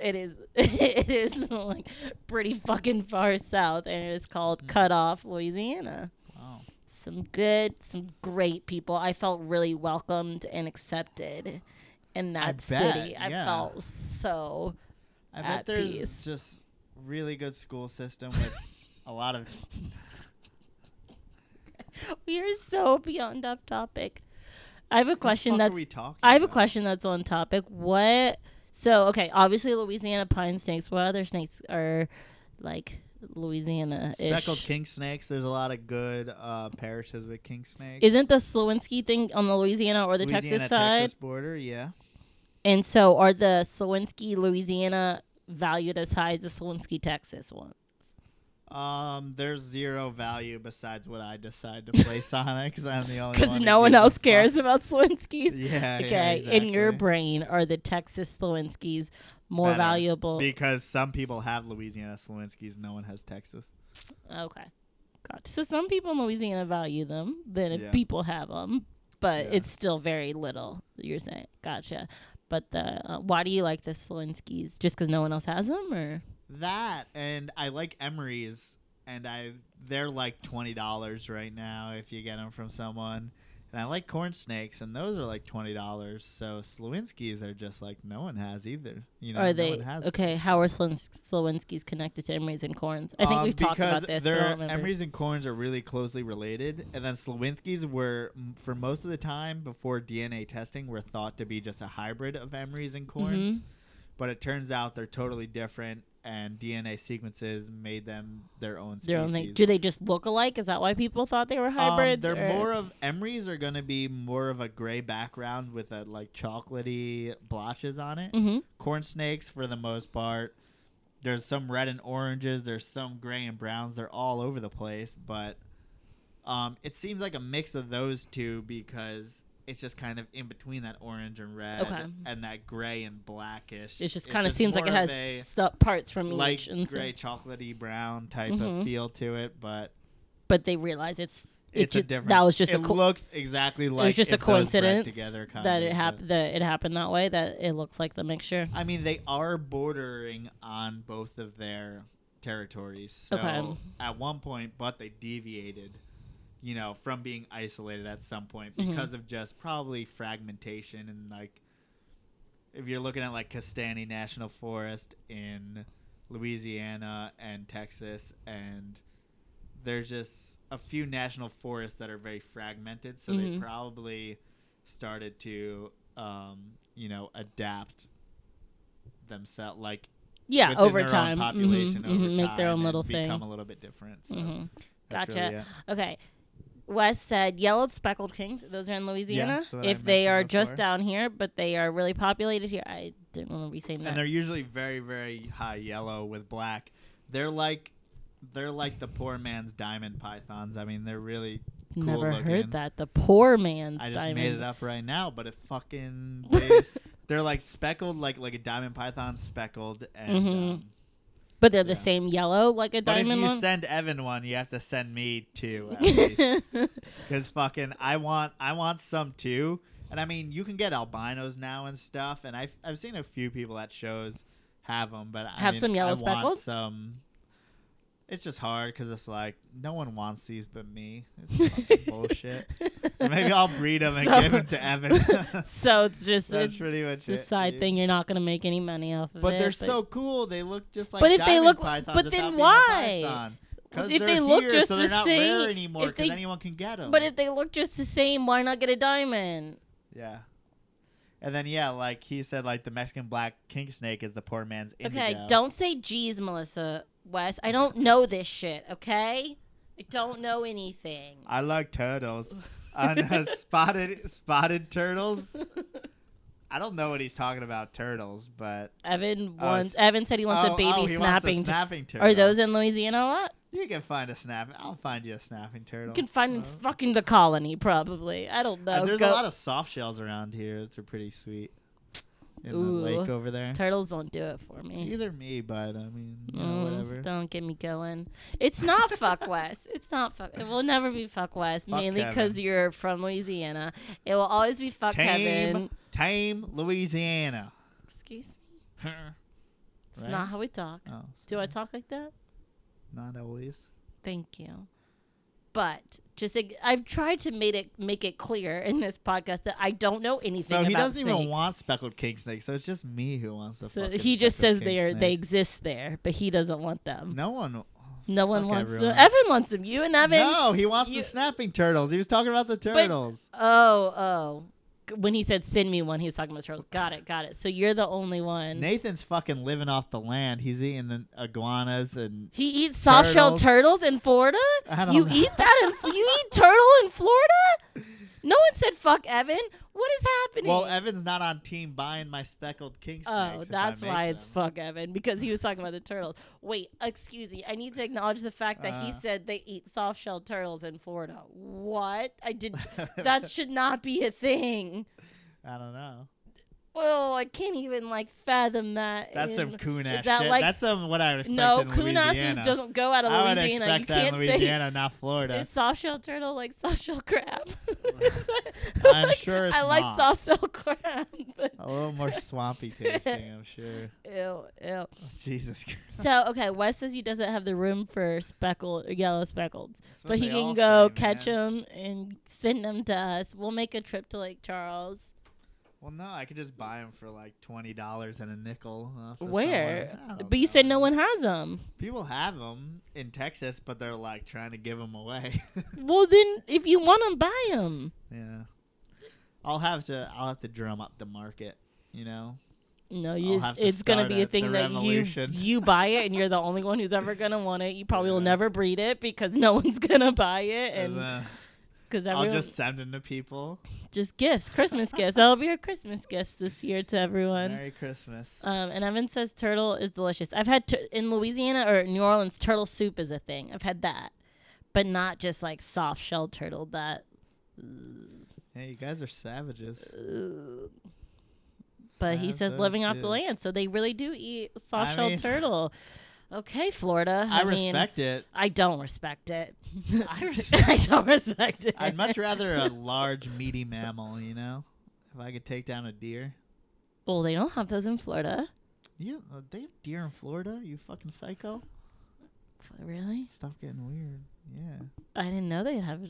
S2: it is. It is like pretty fucking far south, and it is
S3: Mm.
S2: called Cut Off, Louisiana
S3: Wow.
S2: some good, some great people. I felt really welcomed and accepted in that
S3: bet,
S2: city. I
S3: yeah.
S2: felt so.
S3: I
S2: at
S3: bet there's
S2: peace.
S3: just really good school system with a lot of
S2: We are so beyond off topic. I have a question
S3: Fuck
S2: that's
S3: are we talking
S2: I have a
S3: about?
S2: question that's on topic. What? So okay, obviously Louisiana pine snakes. What other snakes are like Louisiana
S3: Speckled
S2: ish?
S3: king snakes. There's a lot of good uh, parishes with king snakes.
S2: Isn't the Slowinski thing on the Louisiana or the Texas side?
S3: Texas border, yeah.
S2: And so are the Slowinski Louisiana valued as high as the Slowinski Texas one?
S3: Um, there's zero value besides what I decide to place on it because I'm the only.
S2: Because
S3: one who
S2: no one
S3: gives a
S2: else cares
S3: fuck.
S2: about Slowinski's.
S3: Yeah.
S2: okay,
S3: yeah,
S2: in your
S3: exactly.
S2: brain, are the Texas Slowinski's more
S3: Better.
S2: valuable?
S3: Because some people have Louisiana Slowinskis, no one has Texas.
S2: okay, gotcha. So some people in Louisiana value them than if
S3: Yeah.
S2: people have them, but
S3: Yeah.
S2: it's still very little. You're saying, gotcha. But the uh, why do you like the Slowinski's? Just because no one else has them, or
S3: That and I like Emery's, and I they're like twenty dollars right now if you get them from someone. And I like corn snakes, and those are like twenty dollars. So Slowinskis are just like no one has either. You know,
S2: are
S3: no
S2: they
S3: one has
S2: okay? How are Slowins- Slowinski's connected to Emery's and Corns? I think
S3: Um,
S2: we've talked about
S3: because
S2: this. but I
S3: they're-
S2: don't remember.
S3: Emery's and Corns are really closely related, and then Slowinskis were, m- for most of the time before DNA testing, were thought to be just a hybrid of Emery's and Corns,
S2: Mm-hmm.
S3: but it turns out they're totally different, and DNA sequences made them their own species.
S2: Their own thing. Do they just look alike? Is that why people thought they were
S3: Um,
S2: hybrids?
S3: they're
S2: or-
S3: more of Emery's are going to be more of a gray background with a like chocolatey blotches on it
S2: Mhm.
S3: corn snakes for the most part. There's some red and oranges. There's some gray and browns. They're all over the place, but um, it seems like a mix of those two because it's just kind of in between that orange and red
S2: Okay.
S3: and that gray and blackish.
S2: It just kind of seems like it
S3: more of
S2: has
S3: a
S2: stuff parts from
S3: light
S2: each, and so-
S3: gray, chocolatey brown type
S2: Mhm.
S3: of feel to it, but
S2: but they realize it's it
S3: it's a
S2: ju-
S3: different.
S2: That was just
S3: it
S2: a co-
S3: looks exactly like
S2: it was just a
S3: if those bred
S2: coincidence
S3: together kind
S2: that
S3: of,
S2: it
S3: but-
S2: happened that it happened that way. That it looks like the mixture.
S3: I mean, they are bordering on both of their territories. So
S2: Okay.
S3: at one point, but they deviated, you know, from being isolated at some point because of just probably fragmentation and like if you're looking at like Castani National Forest in Louisiana and Texas and there's just a few national forests that are very fragmented, so they
S2: Mhm.
S3: probably started to um, you know, adapt themselves like
S2: Yeah,
S3: within
S2: over
S3: their own
S2: time, Mhm,
S3: population
S2: mhm,
S3: over
S2: make their
S3: time
S2: own
S3: and
S2: little thing.
S3: become a little bit different. So
S2: Mhm.
S3: that's
S2: Gotcha.
S3: really it.
S2: Okay. Wes said yellow speckled kings. Those are in Louisiana.
S3: that's what I
S2: if they are
S3: mentioned
S2: just
S3: before.
S2: down here, but they are really populated here, I didn't want to be saying
S3: and they're
S2: that.
S3: usually very very high yellow with black they're like they're like the poor man's diamond pythons i mean they're really cool
S2: Never
S3: looking.
S2: heard that. The poor man's
S3: i just
S2: diamond.
S3: made it up right now but it fucking they, they're like speckled like like a diamond python speckled and
S2: Mhm.
S3: um,
S2: But they're the
S3: Yeah.
S2: same yellow, like a
S3: but if
S2: diamond
S3: you
S2: one.
S3: send evan one you have to send me two because fucking i want i want some too and i mean you can get albinos now and stuff and i've, I've seen a few people at shows have them but I
S2: Have
S3: mean,
S2: some yellow
S3: I want
S2: speckled?
S3: some it's just hard because it's like no one wants these but me it's fucking bullshit Or maybe i'll breed them and
S2: So-
S3: give them to evan
S2: so it's just
S3: that's
S2: it-
S3: pretty much
S2: it's a
S3: it
S2: side
S3: dude.
S2: thing. You're not going to make any money off of
S3: but
S2: it.
S3: they're so cool they look just like
S2: But if they
S3: diamond
S2: look-
S3: pythons
S2: but
S3: without
S2: then
S3: being a
S2: why?
S3: python. 'Cause
S2: If
S3: they're
S2: they look
S3: here,
S2: just
S3: so
S2: the
S3: they're not
S2: same-
S3: rare anymore
S2: if
S3: because
S2: they-
S3: anyone can get them
S2: But if they look just the same, why not get a diamond?
S3: Yeah. And then yeah, like he said, like the Mexican black king snake is the poor man's indigo.
S2: Okay, don't say geez, Melissa West. I don't know this shit, okay? I don't know anything.
S3: I like turtles. On uh, spotted spotted turtles. I don't know what he's talking about turtles, but
S2: Evan
S3: Oh,
S2: wants.
S3: s-
S2: Evan said he wants
S3: Oh,
S2: a baby
S3: oh, he wants a
S2: snapping. tur-
S3: snapping turtle.
S2: Are those in Louisiana a lot?
S3: You can find a snap. I'll find you a snapping turtle. Oh.
S2: You can find in fucking the colony, probably. I don't know.
S3: Uh, there's
S2: Go-
S3: a lot of soft shells around here. It's pretty sweet. In
S2: Ooh.
S3: the lake over there.
S2: turtles don't do it for me.
S3: Either me, but I mean, you know,
S2: Mm,
S3: whatever.
S2: don't get me going. It's not fuck West. It's not fuck. It will never be fuck West,
S3: Fuck
S2: mainly because
S3: Kevin.
S2: you're from Louisiana. It will always be fuck
S3: Tame,
S2: Kevin.
S3: tame Louisiana. Oh,
S2: Excuse me. It's
S3: Right?
S2: not how we talk.
S3: Oh,
S2: Do I talk like that?
S3: not always.
S2: Thank you. But just ig- I've tried to make it make it clear in this podcast that I don't know anything.
S3: So he
S2: about
S3: doesn't even
S2: snakes.
S3: want speckled king snakes. So it's just me who wants the.
S2: So
S3: fucking
S2: he just
S3: speckled
S2: says
S3: king
S2: they are they
S3: snakes.
S2: exist there, but he doesn't want them.
S3: No one.
S2: No, one
S3: fuck
S2: wants them.
S3: everyone.
S2: Evan wants them. You and Evan.
S3: no, he wants
S2: you-
S3: the snapping turtles. He was talking about the turtles.
S2: Oh, oh. G- When he said send me one, he was talking about turtles. Got it, got it. So you're the only one.
S3: Nathan's fucking living off the land. He's eating the iguanas and
S2: he eats soft shelled turtles in Florida.
S3: I don't
S2: You
S3: know.
S2: eat that in you eat turtle in Florida. No one said fuck Evan. What is happening?
S3: well, Evan's not on team buying my speckled king snakes.
S2: Oh,
S3: if I
S2: that's
S3: make
S2: why it's
S3: them.
S2: fuck Evan because he was talking about the turtles. Wait, excuse me. I need to acknowledge the fact that he
S3: Uh.
S2: said they eat soft-shelled turtles in Florida. What? I did that should not be a thing.
S3: I don't know.
S2: Oh, I can't even like fathom that.
S3: That's some
S2: in-
S3: coon ass
S2: is that
S3: shit.
S2: like-
S3: that's some what I respect
S2: no,
S3: in
S2: Kunas
S3: Louisiana.
S2: doesn't go out of
S3: I would
S2: Louisiana.
S3: expect
S2: you
S3: that
S2: can't
S3: in
S2: say
S3: Louisiana, not Florida.
S2: is soft-shelled turtle like soft-shelled crab.
S3: I'm
S2: Like,
S3: sure it's
S2: I like
S3: not.
S2: soft-shelled crab. but-
S3: A little more swampy tasting, I'm sure. Oh,
S2: ew, ew.
S3: Jesus Christ.
S2: So okay, Wes says he doesn't have the room for speckled yellow speckled,
S3: That's what
S2: but he
S3: they
S2: can
S3: all
S2: go
S3: say,
S2: catch
S3: man.
S2: them and send them to us. We'll make a trip to Lake Charles.
S3: Well, no, I could just buy them for like twenty dollars and a nickel. off to
S2: Where?
S3: someone. I don't
S2: But you said
S3: know.
S2: no one has them.
S3: People have them in Texas, but they're like trying to give them away.
S2: Well, then if you want them, buy them.
S3: yeah, I'll have to. I'll have to drum up the market. You know,
S2: No,
S3: I'll
S2: you,
S3: have to
S2: it's gonna
S3: start
S2: be a
S3: a-
S2: thing
S3: the
S2: that you
S3: revolution.
S2: you buy it, and you're the only one who's ever gonna want it. You probably will
S3: Yeah.
S2: never breed it because no one's gonna buy it,
S3: and,
S2: and
S3: uh,
S2: because
S3: I'll
S2: everyone
S3: just send them to people.
S2: just gifts, Christmas gifts. That'll be our Christmas gifts this year to everyone.
S3: Merry Christmas.
S2: Um, and Evan says turtle is delicious. I've had tur- in Louisiana or New Orleans, turtle soup is a thing. I've had that, but not just like soft shell turtle. That
S3: Hey, you guys are savages.
S2: uh, But he says living off the
S3: Savages.
S2: land, so they really do eat soft
S3: I
S2: shelled
S3: mean-
S2: turtle. Okay, Florida.
S3: I,
S2: I, mean,
S3: respect it.
S2: I don't respect it.
S3: I
S2: I
S3: respect.
S2: don't respect it.
S3: I'd much rather a large, meaty mammal. You know, if I could take down a deer.
S2: Well, they don't have those in Florida.
S3: Yeah, uh, they have deer in Florida. You fucking psycho.
S2: Really?
S3: Stop getting weird. Yeah.
S2: I didn't know they have.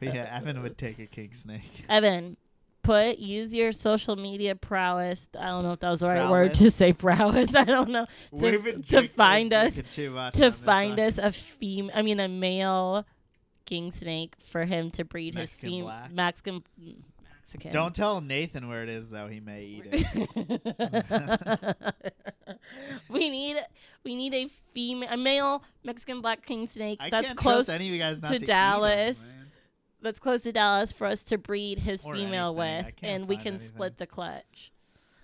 S3: But yeah, Evan would take a king snake.
S2: Evan, put use your social media prowess. I don't know if that was the right word
S3: Prowess?
S2: to say prowess. I don't know
S3: We've
S2: to,
S3: been
S2: to
S3: drinking-
S2: find us
S3: drinking too much
S2: to
S3: on this
S2: find
S3: one.
S2: us a fem. I mean a male king snake for him to breed
S3: Mexican
S2: his fem
S3: black.
S2: Mexican mm, Mexican.
S3: Don't tell Nathan where it is, though. He may eat it.
S2: we need we need a female a male Mexican black king snake
S3: I
S2: that's
S3: can't
S2: close
S3: trust any of you guys not
S2: to
S3: to, eat 'em,
S2: Dallas.
S3: man.
S2: that's close to Dallas for us to breed his
S3: Or
S2: female
S3: anything. I
S2: with,
S3: can't
S2: and we
S3: find
S2: can
S3: anything.
S2: split the clutch.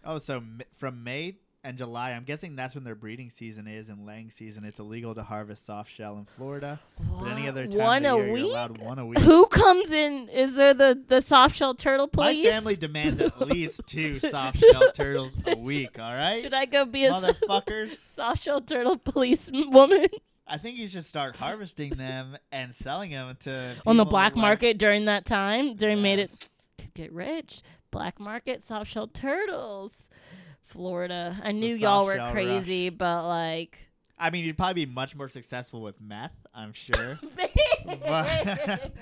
S3: Oh, so m- from May and July, I'm guessing that's when their breeding season is and laying season. It's illegal to harvest soft shell in Florida. But any
S2: Wha-
S3: other time
S2: one
S3: of the
S2: a
S3: year, you're
S2: week?
S3: allowed one a week.
S2: Who comes in? Is there the the soft shell turtle
S3: My
S2: police?
S3: family demands at least two soft shell turtles a week. All right,
S2: Should I go be a s-
S3: motherfuckers.
S2: soft shell turtle police woman
S3: I think you should start harvesting them and selling them to
S2: on the
S3: people
S2: black
S3: like-
S2: market during that time? During made it
S3: Yes.
S2: could get rich. Black market soft shell turtles, Florida. I
S3: the
S2: knew y'all
S3: soft
S2: were
S3: shell rush.
S2: crazy, but like.
S3: I mean, you'd probably be much more successful with meth, I'm sure. But-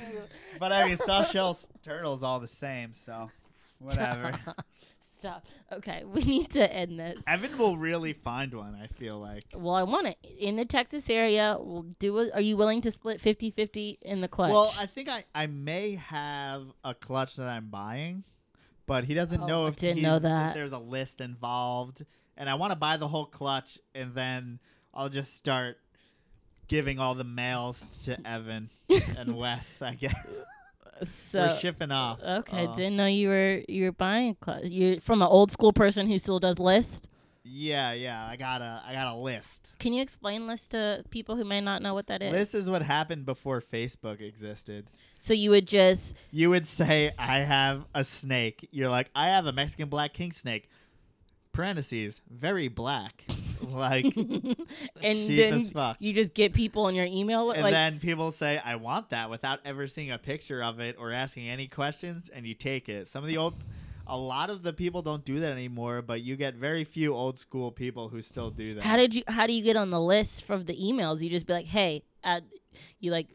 S3: but I mean, soft shell s- turtles all the same. So whatever.
S2: Stop. Stop. Okay, we need to end this.
S3: Evan will really find one. I feel like.
S2: Well, I want it in the Texas area. We'll do. A, are you willing to split 50-50 in the clutch?
S3: Well, I think I, I may have a clutch that I'm buying, but he doesn't
S2: Oh,
S3: know
S2: I
S3: if,
S2: didn't
S3: he's-
S2: know
S3: if
S2: that.
S3: there's a list involved. And I want to buy the whole clutch, and then I'll just start giving all the mails to Evan and Wes. I guess we're
S2: Uh, so
S3: shipping off.
S2: okay,
S3: Uh,
S2: didn't know you were you were buying clutch. You from an old school person who still does list.
S3: yeah, yeah. I got a I got a list.
S2: Can you explain list to people who may not know what that is?
S3: This is what happened before Facebook existed.
S2: So you would just
S3: you would say I have a snake. You're like, I have a Mexican black king snake. Parentheses, very black. like
S2: and
S3: cheap
S2: then
S3: as fuck.
S2: you just get people on your email
S3: And
S2: like
S3: then people say, I want that without ever seeing a picture of it or asking any questions, and you take it. Some of the old a lot of the people don't do that anymore, but you get very few old school people who still do that.
S2: How did you? How do you get on the list from the emails? You just be like, hey, add, you like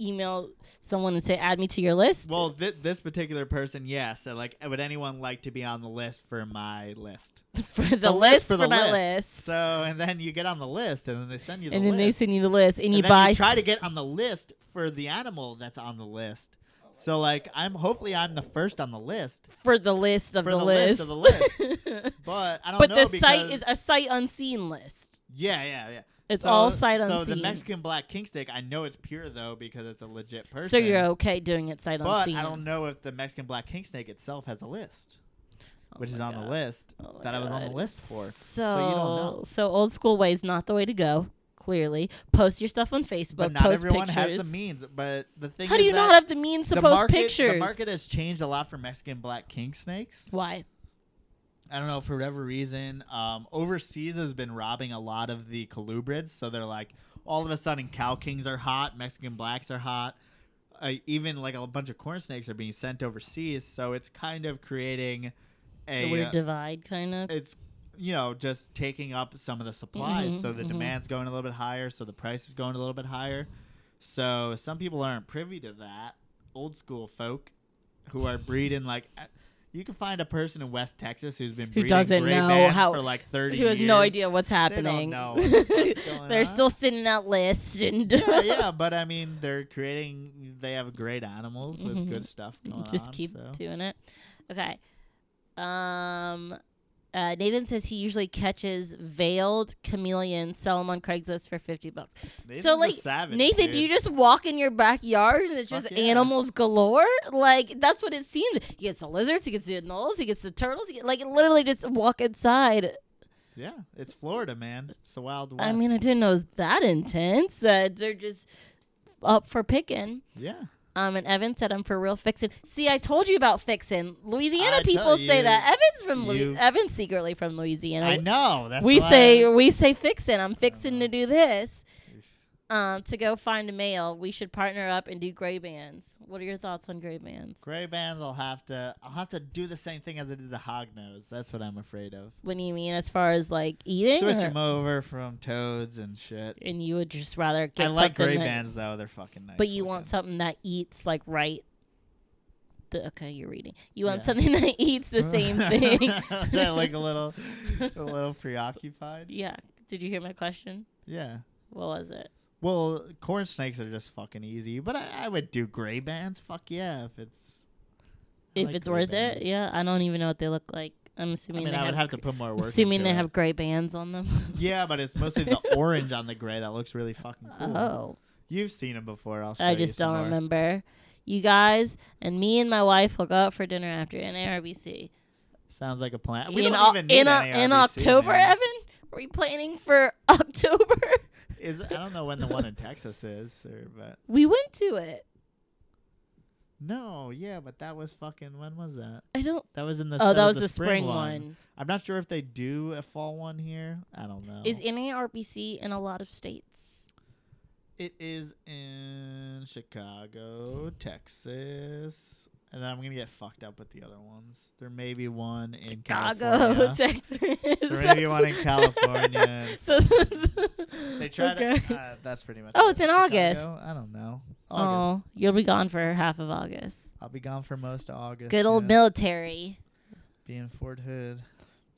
S2: email someone and say, add me to your list.
S3: well, th- this particular person, yes. So like, would anyone like to be on the list for my list?
S2: for the, list for,
S3: the
S2: my list,
S3: So, and then you get on the list, and then they send you the
S2: and then
S3: list.
S2: they send you the list, and, you
S3: and then
S2: buy.
S3: you try
S2: s-
S3: to get on the list for the animal that's on the list. So like I'm hopefully I'm the first on the list
S2: for the list of
S3: for
S2: the,
S3: the
S2: list.
S3: list. of the list, but I don't
S2: but
S3: know
S2: the
S3: because
S2: site is a sight unseen list.
S3: yeah yeah yeah.
S2: It's
S3: So-
S2: all sight
S3: So
S2: unseen.
S3: the Mexican black king snake, I know it's pure though because it's a legit person.
S2: so you're okay doing it sight
S3: but
S2: unseen.
S3: I don't know if the Mexican black king snake itself has a list,
S2: Oh
S3: which
S2: my
S3: is on
S2: God.
S3: the list
S2: Oh my
S3: that I was on the
S2: God.
S3: list for.
S2: So,
S3: you don't know.
S2: so old school way is not the way to go. Clearly, post your stuff on Facebook.
S3: But not
S2: post
S3: everyone
S2: pictures.
S3: has the means. But the thing
S2: How
S3: is
S2: do you
S3: that
S2: not have the means to
S3: the
S2: post
S3: market,
S2: pictures?
S3: The market has changed a lot for Mexican black king snakes.
S2: Why?
S3: I don't know for whatever reason, um, overseas has been robbing a lot of the colubrids. So they're like, all of a sudden, cow kings are hot, Mexican blacks are hot, uh, even like a bunch of corn snakes are being sent overseas. So it's kind of creating
S2: The
S3: a,
S2: weird
S3: uh,
S2: divide, kind of.
S3: it's you know just taking up some of the supplies.
S2: Mhm,
S3: so the
S2: mhm.
S3: demand's going a little bit higher, so the price is going a little bit higher. So some people aren't privy to that. Old school folk who are breeding like uh, you can find a person in West Texas who's been breeding
S2: doesn't
S3: gray
S2: know
S3: bands
S2: how-
S3: for like thirty.
S2: Who has
S3: years.
S2: no idea what's
S3: don't
S2: happening.
S3: know what's going
S2: They're
S3: on.
S2: still sending out lists and
S3: yeah, yeah, but I mean, they're creating. They have great animals with
S2: Mhm.
S3: good stuff going
S2: Just
S3: on,
S2: keep
S3: so.
S2: doing it. Okay. Um uh, Nathan says he usually catches veiled chameleons, sell them on Craigslist for fifty bucks.
S3: Nathan's
S2: so
S3: a
S2: like
S3: savage,
S2: Nathan,
S3: dude.
S2: do you just walk in your backyard and it's
S3: Fuck
S2: just
S3: yeah.
S2: animals galore? Like that's what it seems. He gets the lizards, he gets the anoles, he gets the turtles. He get, like literally just walk inside.
S3: Yeah, it's Florida, man. It's the Wild West.
S2: I mean, I didn't know it was that intense. That they're just up for picking.
S3: yeah.
S2: Um, and Evan said, "I'm for real fixin'." See, I told you about fixin'. Louisiana
S3: I
S2: people
S3: tell
S2: say
S3: you,
S2: that Evan's from Louis-
S3: you-
S2: Evan's secretly from Louisiana.
S3: I know. That's
S2: we
S3: why- Uh-huh.
S2: say we say fixin'. I'm fixin' to do this. Um, to go find a male, we should partner up and do gray bands. What are your thoughts on gray bands?
S3: gray bands. I'll have to. I'll have to do the same thing as I did the hog nose. That's what I'm afraid of.
S2: What do you mean as far as like eating?
S3: Switch
S2: or-
S3: them over from toads and shit.
S2: and you would just rather get
S3: I like
S2: something
S3: gray
S2: that-
S3: bands though. They're fucking nice.
S2: But you
S3: looking.
S2: want something that eats like right. The, okay, you're reading. You want
S3: Yeah.
S2: something that eats the same thing.
S3: I like a little, a little preoccupied.
S2: yeah. Did you hear my question?
S3: Yeah.
S2: What was it?
S3: Well, corn snakes are just fucking easy, but I, I would do gray bands. Fuck yeah, if it's I
S2: if
S3: like
S2: it's
S3: gray
S2: worth
S3: bands.
S2: it, yeah. I don't even know what they look like. I'm
S3: I
S2: assuming
S3: mean,
S2: they
S3: I would
S2: have.
S3: have to put more work.
S2: assuming
S3: into
S2: they
S3: it.
S2: have gray bands on them.
S3: Yeah, but it's mostly the orange on the gray that looks really fucking cool.
S2: oh,
S3: You've seen them before. I'll show
S2: I
S3: you
S2: just
S3: some
S2: don't
S3: more.
S2: remember. You guys and me and my wife will go out for dinner after NARBC.
S3: Sounds like a plan. Uh, We
S2: in
S3: don't
S2: Oc-
S3: even need
S2: in, Oc-
S3: any
S2: in
S3: RBC,
S2: October,
S3: man.
S2: Evan. Are we planning for October?
S3: Is I don't know when the one in Texas is, or, but
S2: we went to it.
S3: no, yeah, but that was fucking. When was that?
S2: I don't.
S3: That was in the.
S2: Oh, that was
S3: the, spring, one. I'm not sure if they do a fall one here. I don't know.
S2: Is NARBC in a lot of states?
S3: It is in Chicago, Texas. And then I'm gonna get fucked up with the other ones. There may be one in
S2: Chicago,
S3: California.
S2: Texas.
S3: There may be one in California.
S2: so
S3: They try
S2: Okay.
S3: to. Uh, that's pretty much.
S2: Oh,
S3: it.
S2: it's in August.
S3: Chicago? I don't know.
S2: Oh,
S3: August.
S2: you'll be gone for half of August.
S3: I'll be gone for most of August.
S2: Good old
S3: yeah.
S2: military.
S3: Be in Fort Hood.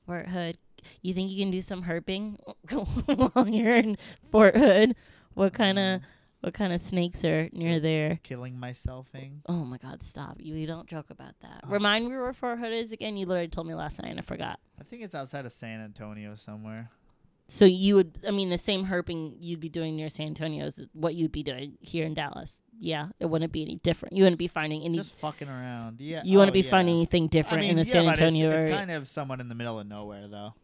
S2: Fort Hood. You think you can do some herping while you're in Fort Hood? What kind
S3: Mm-hmm.
S2: of what kind of snakes are near there?
S3: Killing myselfing.
S2: Oh my God! Stop. You, you don't joke about
S3: Oh.
S2: that. Remind me where Fort Hood is again. You literally told me last night and I forgot.
S3: I think it's outside of San Antonio somewhere.
S2: So you would, I mean, the same herping you'd be doing near San Antonio is what you'd be doing here in Dallas. Yeah, it wouldn't be any different. You wouldn't be finding any.
S3: Just fucking around. Yeah.
S2: you
S3: oh,
S2: wouldn't be
S3: yeah.
S2: finding anything
S3: I
S2: different
S3: mean,
S2: in the
S3: yeah,
S2: San
S3: but it's-
S2: Antonio
S3: It's,
S2: area.
S3: kind of someone in the middle of nowhere though.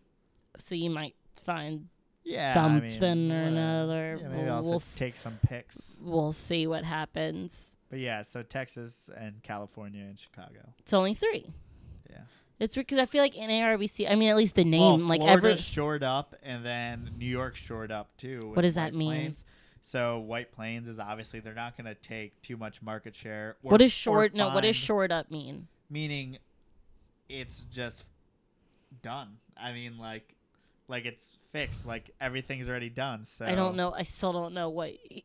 S2: so you might find
S3: Yeah. I mean,
S2: something or
S3: whatever.
S2: another.
S3: Yeah, maybe
S2: we'll,
S3: I'll
S2: we'll
S3: just take some pics.
S2: s- we'll see what happens.
S3: But yeah, so Texas and California and Chicago.
S2: It's only three.
S3: Yeah.
S2: It's because I feel like in ARBC, I mean, at least the name,
S3: Well,
S2: like
S3: Florida
S2: every.
S3: shored up, and then New York shored up too. with
S2: What does that
S3: White
S2: mean?
S3: Plains. So White Plains is obviously they're not going to take too much market share. Or,
S2: What is
S3: or
S2: short? No, what does
S3: find-
S2: shored up mean?
S3: Meaning, it's just done. I mean, like, like it's fixed. Like everything's already done. So
S2: I don't know. I still don't know what. y-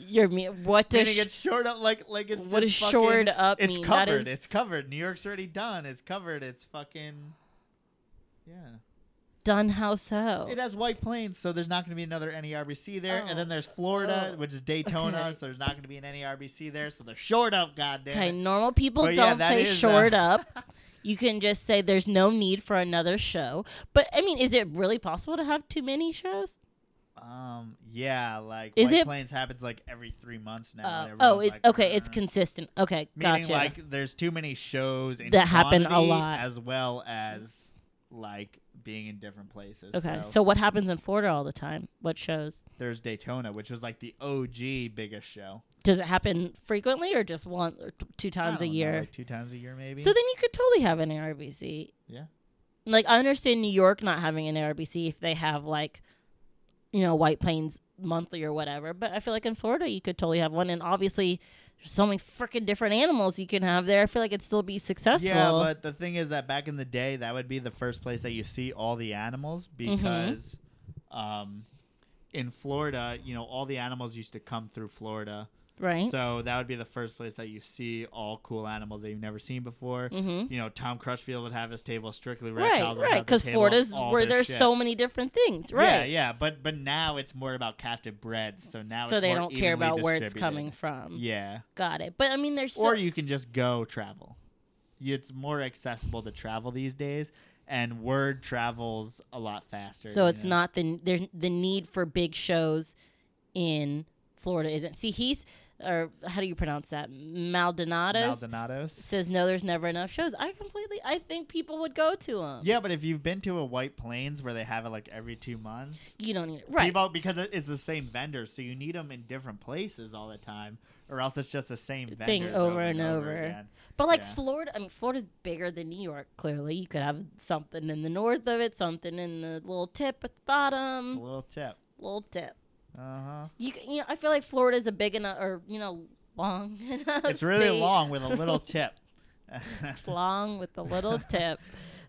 S2: You're me. What does
S3: Meaning
S2: sh-
S3: it's shored up. Like like it's
S2: What
S3: just
S2: does shored
S3: fucking-
S2: up
S3: It's
S2: mean? That
S3: covered.
S2: is-
S3: It's covered. New York's already done. It's covered. It's fucking. Yeah.
S2: done? How so?
S3: It has White Plains, so there's not going to be another E NERBC there.
S2: Oh.
S3: And then there's Florida,
S2: Oh.
S3: which is Daytona,
S2: Okay.
S3: so there's not going to be an E NERBC there. So they're short up, goddamn.
S2: Okay, normal people
S3: But yeah,
S2: don't
S3: that
S2: say
S3: is, uh,
S2: shored up. You can just say there's no need for another show. But I mean, is it really possible to have too many shows?
S3: Um, yeah, like
S2: Is
S3: White
S2: it-
S3: Plains happens like every three months now.
S2: Uh,
S3: and
S2: oh,
S3: everyone's
S2: it's
S3: like,
S2: okay. It's
S3: "Grr."
S2: consistent. Okay,
S3: meaning
S2: gotcha.
S3: like there's too many shows in
S2: That happen a
S3: quantity
S2: lot.
S3: as well as like being in different places.
S2: okay, so.
S3: so
S2: what happens in Florida all the time? What shows?
S3: there's Daytona, which was like the OG biggest show.
S2: Does it happen frequently or just one or t- two
S3: I
S2: times a
S3: don't know,
S2: year?
S3: like two times a year maybe.
S2: so then you could totally have an ARBC.
S3: yeah.
S2: Like I understand New York not having an ARBC if they have like, you know, White Plains monthly or whatever. But I feel like in Florida you could totally have one, and obviously there's so many freaking different animals you can have there. I feel like it'd still be successful.
S3: Yeah, but the thing is that back in the day, that would be the first place that you see all the animals
S2: Mm-hmm.
S3: because um, in Florida, you know, all the animals used to come through Florida.
S2: right?
S3: So that would be the first place that you see all cool animals that you've never seen before.
S2: Mhm.
S3: You know, Tom Crutchfield would have his table strictly
S2: right,
S3: reptiles. would
S2: right,
S3: have the
S2: because
S3: table of
S2: Florida's
S3: all
S2: where
S3: their
S2: there's
S3: shit.
S2: so many different things,
S3: Yeah,
S2: right?
S3: yeah, but but now it's more about captive bred. So now
S2: so
S3: it's
S2: they
S3: more
S2: don't care
S3: evenly
S2: about where it's
S3: distributed.
S2: coming from.
S3: Yeah,
S2: Got it. But I mean, there's still,
S3: or you can just go travel. It's more accessible to travel these days, and word travels a lot faster. uh,
S2: so
S3: you
S2: it's
S3: know?
S2: not the there's the need for big shows in Florida isn't. See, he's or how do you pronounce that? Maldonados
S3: Maldonados.
S2: says no, there's never enough shows. I completely, I think people would go to them.
S3: Yeah, but if you've been to a White Plains where they have it like every two months,
S2: You don't need it, right?
S3: people because it- it's the same vendors, so you need them in different places all the time, or else it's just the same vendors
S2: Thing over and over.
S3: again.
S2: But like
S3: Yeah.
S2: Florida, I mean, Florida's bigger than New York. Clearly, you could have something in the north of it, something in the little tip at the
S3: It's
S2: bottom,
S3: a little tip.
S2: little tip.
S3: Uh huh.
S2: You, c- you know, I feel like Florida's a big enough, or you know, long. Enough
S3: It's really
S2: state.
S3: long with a little tip.
S2: long with the little tip.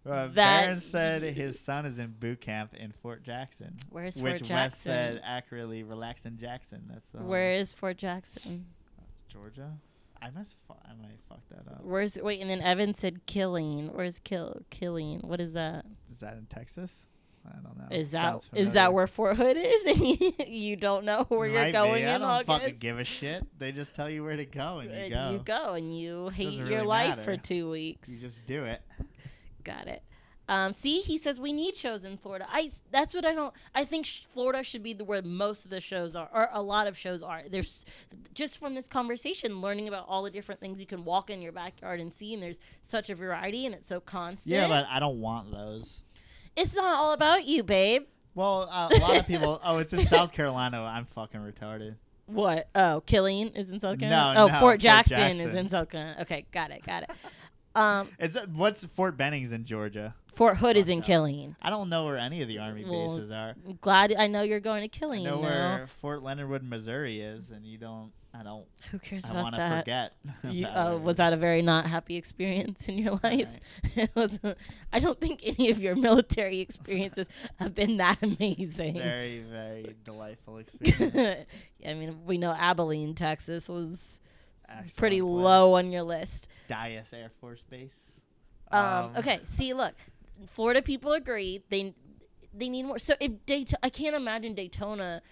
S3: Uh,
S2: That-
S3: Barron said his son is in boot camp in Fort Jackson.
S2: Where's Fort
S3: which West
S2: Jackson?
S3: said um, accurately, relaxing Jackson. That's the whole-
S2: Where is Fort Jackson?
S3: Georgia. I must. Fu- I might fuck that up.
S2: Where's wait? And then Evan said Killeen. Where's Kill Killeen? What is that?
S3: Is that in Texas? I don't know.
S2: Is that
S3: Oh, Sounds
S2: is
S3: familiar.
S2: that where Fort Hood is? And you, you don't know where
S3: Might
S2: you're
S3: be.
S2: going
S3: I
S2: in
S3: don't fucking
S2: August.
S3: give a shit. They just tell you where to go and you
S2: and
S3: go.
S2: you go and you hate
S3: Doesn't
S2: your
S3: really
S2: life
S3: matter.
S2: for two weeks.
S3: You just do it.
S2: Got it. Um, see, he says we need shows in Florida. I that's what I don't. I think sh- Florida should be the where most of the shows are, or a lot of shows are. There's just from this conversation, learning about all the different things you can walk in your backyard and see, and there's such a variety, and it's so constant.
S3: Yeah, but I don't want those.
S2: it's not all about you, babe.
S3: Well, uh, a lot of people. Oh, it's in South Carolina. I'm fucking retarded.
S2: What? Oh, Killeen is in South
S3: No,
S2: Carolina.
S3: no,
S2: oh, Fort
S3: Fort
S2: Jackson, is
S3: Jackson.
S2: in South Carolina. Okay, got it, got it. Um,
S3: It's uh, what's Fort Benning's in Georgia.
S2: Fort Hood is in
S3: Fuck
S2: Killeen.
S3: I don't know where any of the army
S2: Well,
S3: bases are.
S2: I'm glad I know you're going to
S3: I
S2: Killeen.
S3: know
S2: now.
S3: where Fort Leonard Wood, Missouri is, and you don't. I don't.
S2: Who cares
S3: I
S2: about
S3: want to
S2: that?
S3: forget.
S2: You,
S3: about
S2: uh,
S3: it.
S2: was that a very not happy experience in your life? It was, I don't think any of your military experiences have been that amazing.
S3: very very delightful experience?
S2: I mean, we know Abilene, Texas was is
S3: Excellent
S2: pretty
S3: place.
S2: low on your list.
S3: Dias Air Force Base.
S2: Um, okay, see, look, Florida people agree they they need more. So if Dayto- I can't imagine Daytona.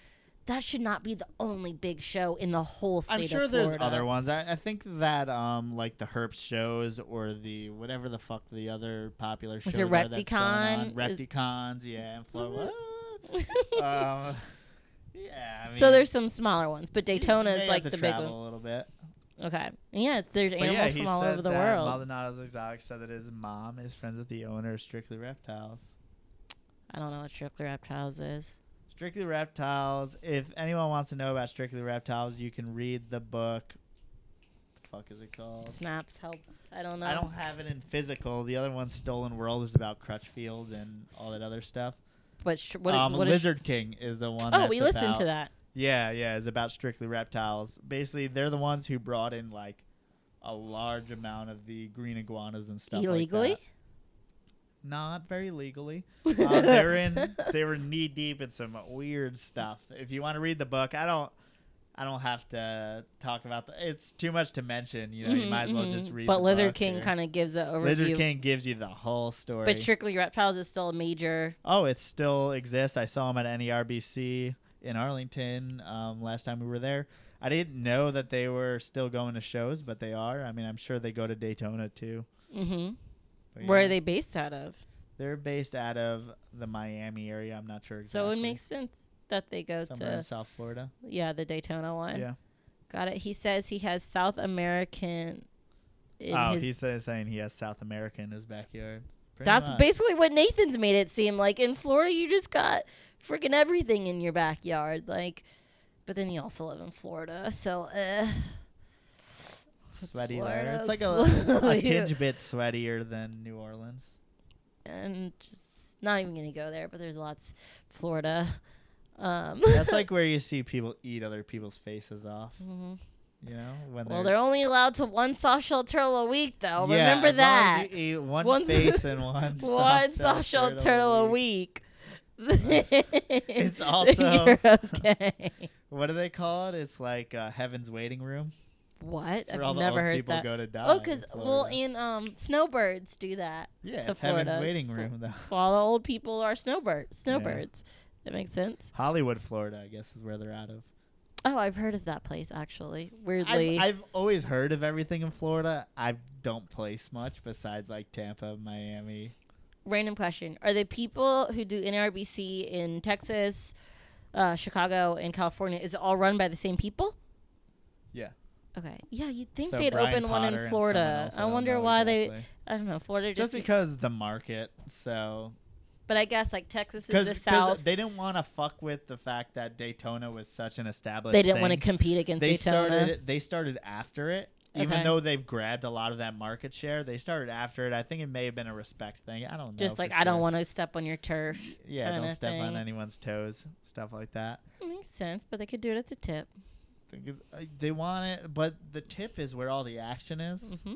S2: That should not be the only big show in the whole state.
S3: I'm sure
S2: of Florida.
S3: there's other ones. I, I think that um like the Herps shows or the whatever the fuck the other popular shows
S2: there
S3: are that's going
S2: Repticon?
S3: on.
S2: Is-
S3: Repticons, yeah, and Flo-
S2: um,
S3: um, yeah. I mean,
S2: so there's some smaller ones, but
S3: you- you
S2: Daytona
S3: may
S2: is
S3: have
S2: like
S3: to
S2: the big
S3: travel
S2: one.
S3: a little bit.
S2: Okay. And yes, there's
S3: But yeah,
S2: animals
S3: he
S2: from all
S3: said
S2: over the
S3: that
S2: world.
S3: Maldonado's Exotic said that his mom is friends with the owner of Strictly Reptiles.
S2: I don't know what Strictly Reptiles is.
S3: Strictly Reptiles. If anyone wants to know about Strictly Reptiles, you can read the book. The fuck is it called?
S2: Snaps help. I don't know.
S3: I don't have it in physical. The other one, Stolen World, is about Crutchfield and all that other stuff.
S2: But sh- what is
S3: um,
S2: what is?
S3: Lizard King is the one.
S2: oh, we
S3: that's
S2: listened to
S3: about-
S2: that.
S3: Yeah, yeah, it's about strictly reptiles. Basically, they're the ones who brought in like a large amount of the green iguanas and stuff like
S2: Illegally?
S3: that. Not very legally. um, they were in. They were knee deep in some weird stuff. If you want to read the book, I don't. I don't have to talk about the. It's too much to mention. You know, you
S2: Mhm,
S3: might as well
S2: mhm.
S3: just read.
S2: But
S3: the
S2: Lizard
S3: book
S2: King
S3: or-
S2: kind of gives an overview.
S3: Lizard King gives you the whole story.
S2: But Strictly Reptiles is still a major.
S3: oh, it still exists. I saw him at E NERBC in Arlington um, last time we were there. I didn't know that they were still going to shows, but they are. I mean, I'm sure they go to Daytona too.
S2: Mm-hmm.
S3: But
S2: Where
S3: yeah.
S2: are they based out of?
S3: They're based out of the Miami area. I'm not sure exactly.
S2: So it makes sense that they go
S3: somewhere in
S2: to
S3: South Florida.
S2: yeah the Daytona one.
S3: Yeah.
S2: Got it. He says he has South American. In
S3: oh,
S2: his
S3: he's uh, saying he has South America in his backyard. Pretty
S2: That's
S3: much.
S2: basically what Nathan's made it seem like. In Florida, you just got freaking everything in your backyard. Like, but then you also live in Florida, so uh,
S3: sweaty there. It's like a,
S2: Florida, so
S3: a
S2: you-
S3: tinge bit sweatier than New Orleans.
S2: and just not even gonna go there. But there's lots Florida. Um,
S3: That's like where you see people eat other people's faces off.
S2: Mhm.
S3: You know, when
S2: well,
S3: they're,
S2: they're only allowed to one soft shell turtle a week, though.
S3: Yeah,
S2: Remember
S3: as long as
S2: that.
S3: you eat one
S2: Once-
S3: face and one
S2: One soft
S3: soft
S2: shell turtle a week. it's
S3: also-
S2: you're okay.
S3: What do they call it? It's like uh, heaven's waiting room.
S2: What?
S3: It's where all
S2: I've
S3: the
S2: never
S3: old
S2: heard
S3: people
S2: that.
S3: go to die.
S2: Oh,
S3: in
S2: because well,
S3: Florida.
S2: and um, snowbirds do that.
S3: yeah,
S2: to
S3: it's heaven's
S2: Florida,
S3: waiting
S2: so-
S3: room though.
S2: All the old people are snowbirds. Snowbirds. That makes sense.
S3: Hollywood, Florida, I guess is where they're out of.
S2: Oh, I've heard of that place actually. Weirdly,
S3: I've, I've always heard of everything in Florida. I don't place much besides like Tampa, Miami.
S2: random question: Are the people who do NRBC in Texas, uh, Chicago, and California is it all run by the same people?
S3: Yeah.
S2: Okay. Yeah, you'd think
S3: So
S2: they'd
S3: Brian
S2: open one
S3: Potter
S2: in
S3: and
S2: Florida.
S3: someone else, I
S2: I
S3: don't
S2: wonder
S3: know
S2: why they.
S3: exactly.
S2: I don't know. Florida
S3: Just
S2: just.
S3: because the market, so
S2: but I guess like Texas is
S3: because
S2: the South.
S3: they didn't want to fuck with the fact that Daytona was such an established.
S2: They didn't want to
S3: thing.
S2: compete against
S3: They
S2: Daytona.
S3: started. They started after it, even
S2: Okay.
S3: though they've grabbed a lot of that market share. They started after it. I think it may have been a respect thing. I don't know.
S2: just like
S3: for
S2: I don't
S3: sure.
S2: want to step on your turf.
S3: Yeah,
S2: kinda
S3: don't step on
S2: thing.
S3: anyone's toes, stuff like that.
S2: Makes sense, but they could do it at the tip.
S3: Think of- uh, They want it, but the tip is where all the action is.
S2: Mm-hmm.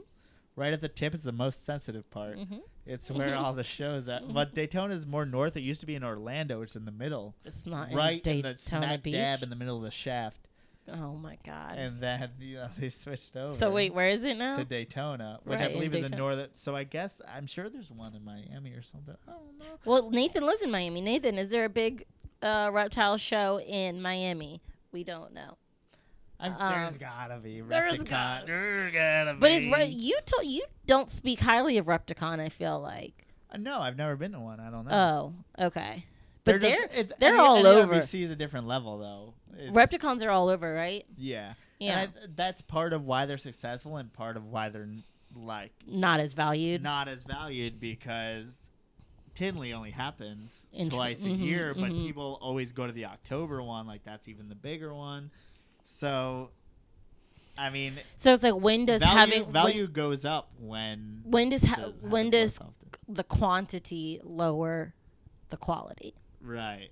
S3: Right at the tip is the most sensitive part.
S2: Mm-hmm.
S3: It's where all the shows are.
S2: Mm.
S3: But Daytona is more north. It used to be in Orlando, which is in the middle,
S2: It's not
S3: right
S2: Uh, in
S3: in the
S2: Daytona
S3: smack
S2: Beach.
S3: dab in the middle of the shaft.
S2: oh my god.
S3: And then you know they switched over.
S2: so wait, where is it now?
S3: to Daytona, which
S2: Right,
S3: I
S2: in
S3: believe is in
S2: Daytona.
S3: northern. So I guess I'm sure there's one in Miami or something. I don't know.
S2: Well, Nathan lives in Miami. Nathan, is there a big uh, reptile show in Miami? We don't know.
S3: I'm,
S2: Um,
S3: there's gotta be.
S2: there's
S3: Repticon.
S2: gotta-
S3: There's gotta
S2: But it's right.
S3: be.
S2: You told you don't speak highly of Repticon. I feel like.
S3: Uh, No, I've never been to one. I don't know.
S2: Oh, okay. But they're,
S3: just- it's,
S2: they're
S3: any-
S2: all
S3: any
S2: over.
S3: NBC is a different level though. It's-
S2: Repticons are all over, right?
S3: Yeah.
S2: Yeah.
S3: And I, that's part of why they're successful and part of why they're n- like
S2: Not as valued.
S3: not as valued because Tinley only happens
S2: In tr-
S3: twice a
S2: mhm,
S3: year, but
S2: mhm.
S3: people always go to the October one. Like that's even the bigger one. So, I mean,
S2: So it's like when does
S3: value,
S2: having when-
S3: value goes up when
S2: When, does
S3: the-
S2: ha-
S3: how
S2: when
S3: the
S2: does
S3: growth often-
S2: the quantity lower the quality?
S3: right?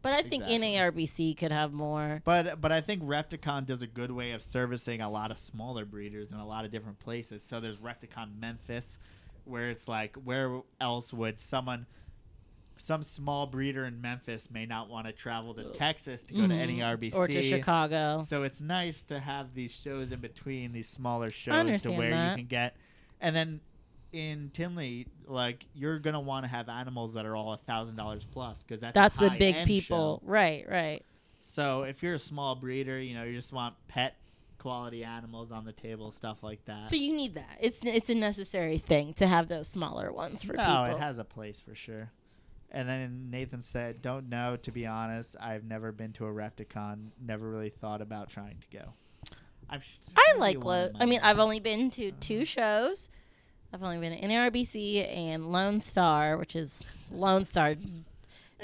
S2: But I think
S3: Exactly.
S2: NARBC could have more.
S3: But but I think Repticon does a good way of servicing a lot of smaller breeders in a lot of different places. So there's Repticon Memphis, where it's like where else would someone some small breeder in Memphis may not want to travel to Texas to go to
S2: Mhm.
S3: any RBC
S2: or to Chicago.
S3: So it's nice to have these shows in between these smaller shows to
S2: understand
S3: where
S2: that.
S3: you can get and then in Tinley, like you're gonna want to have animals that are all a thousand dollars plus because that's a
S2: That's the big
S3: high-end show.
S2: people. Right, right.
S3: So if you're a small breeder, you know you just want pet quality animals on the table, stuff like that.
S2: So you need that. It's it's a necessary thing to have those smaller ones for
S3: no,
S2: people.
S3: it has a place for sure. And then Nathan said, "Don't know. To be honest, I've never been to a Repticon. Never really thought about trying to go. I'm sh-
S2: I
S3: maybe
S2: like
S3: one Uh-huh.
S2: lo-
S3: in
S2: I
S3: Miami.
S2: mean, I've only been to two shows. I've only been to NRBC and Lone Star, which is Lone Star
S3: it's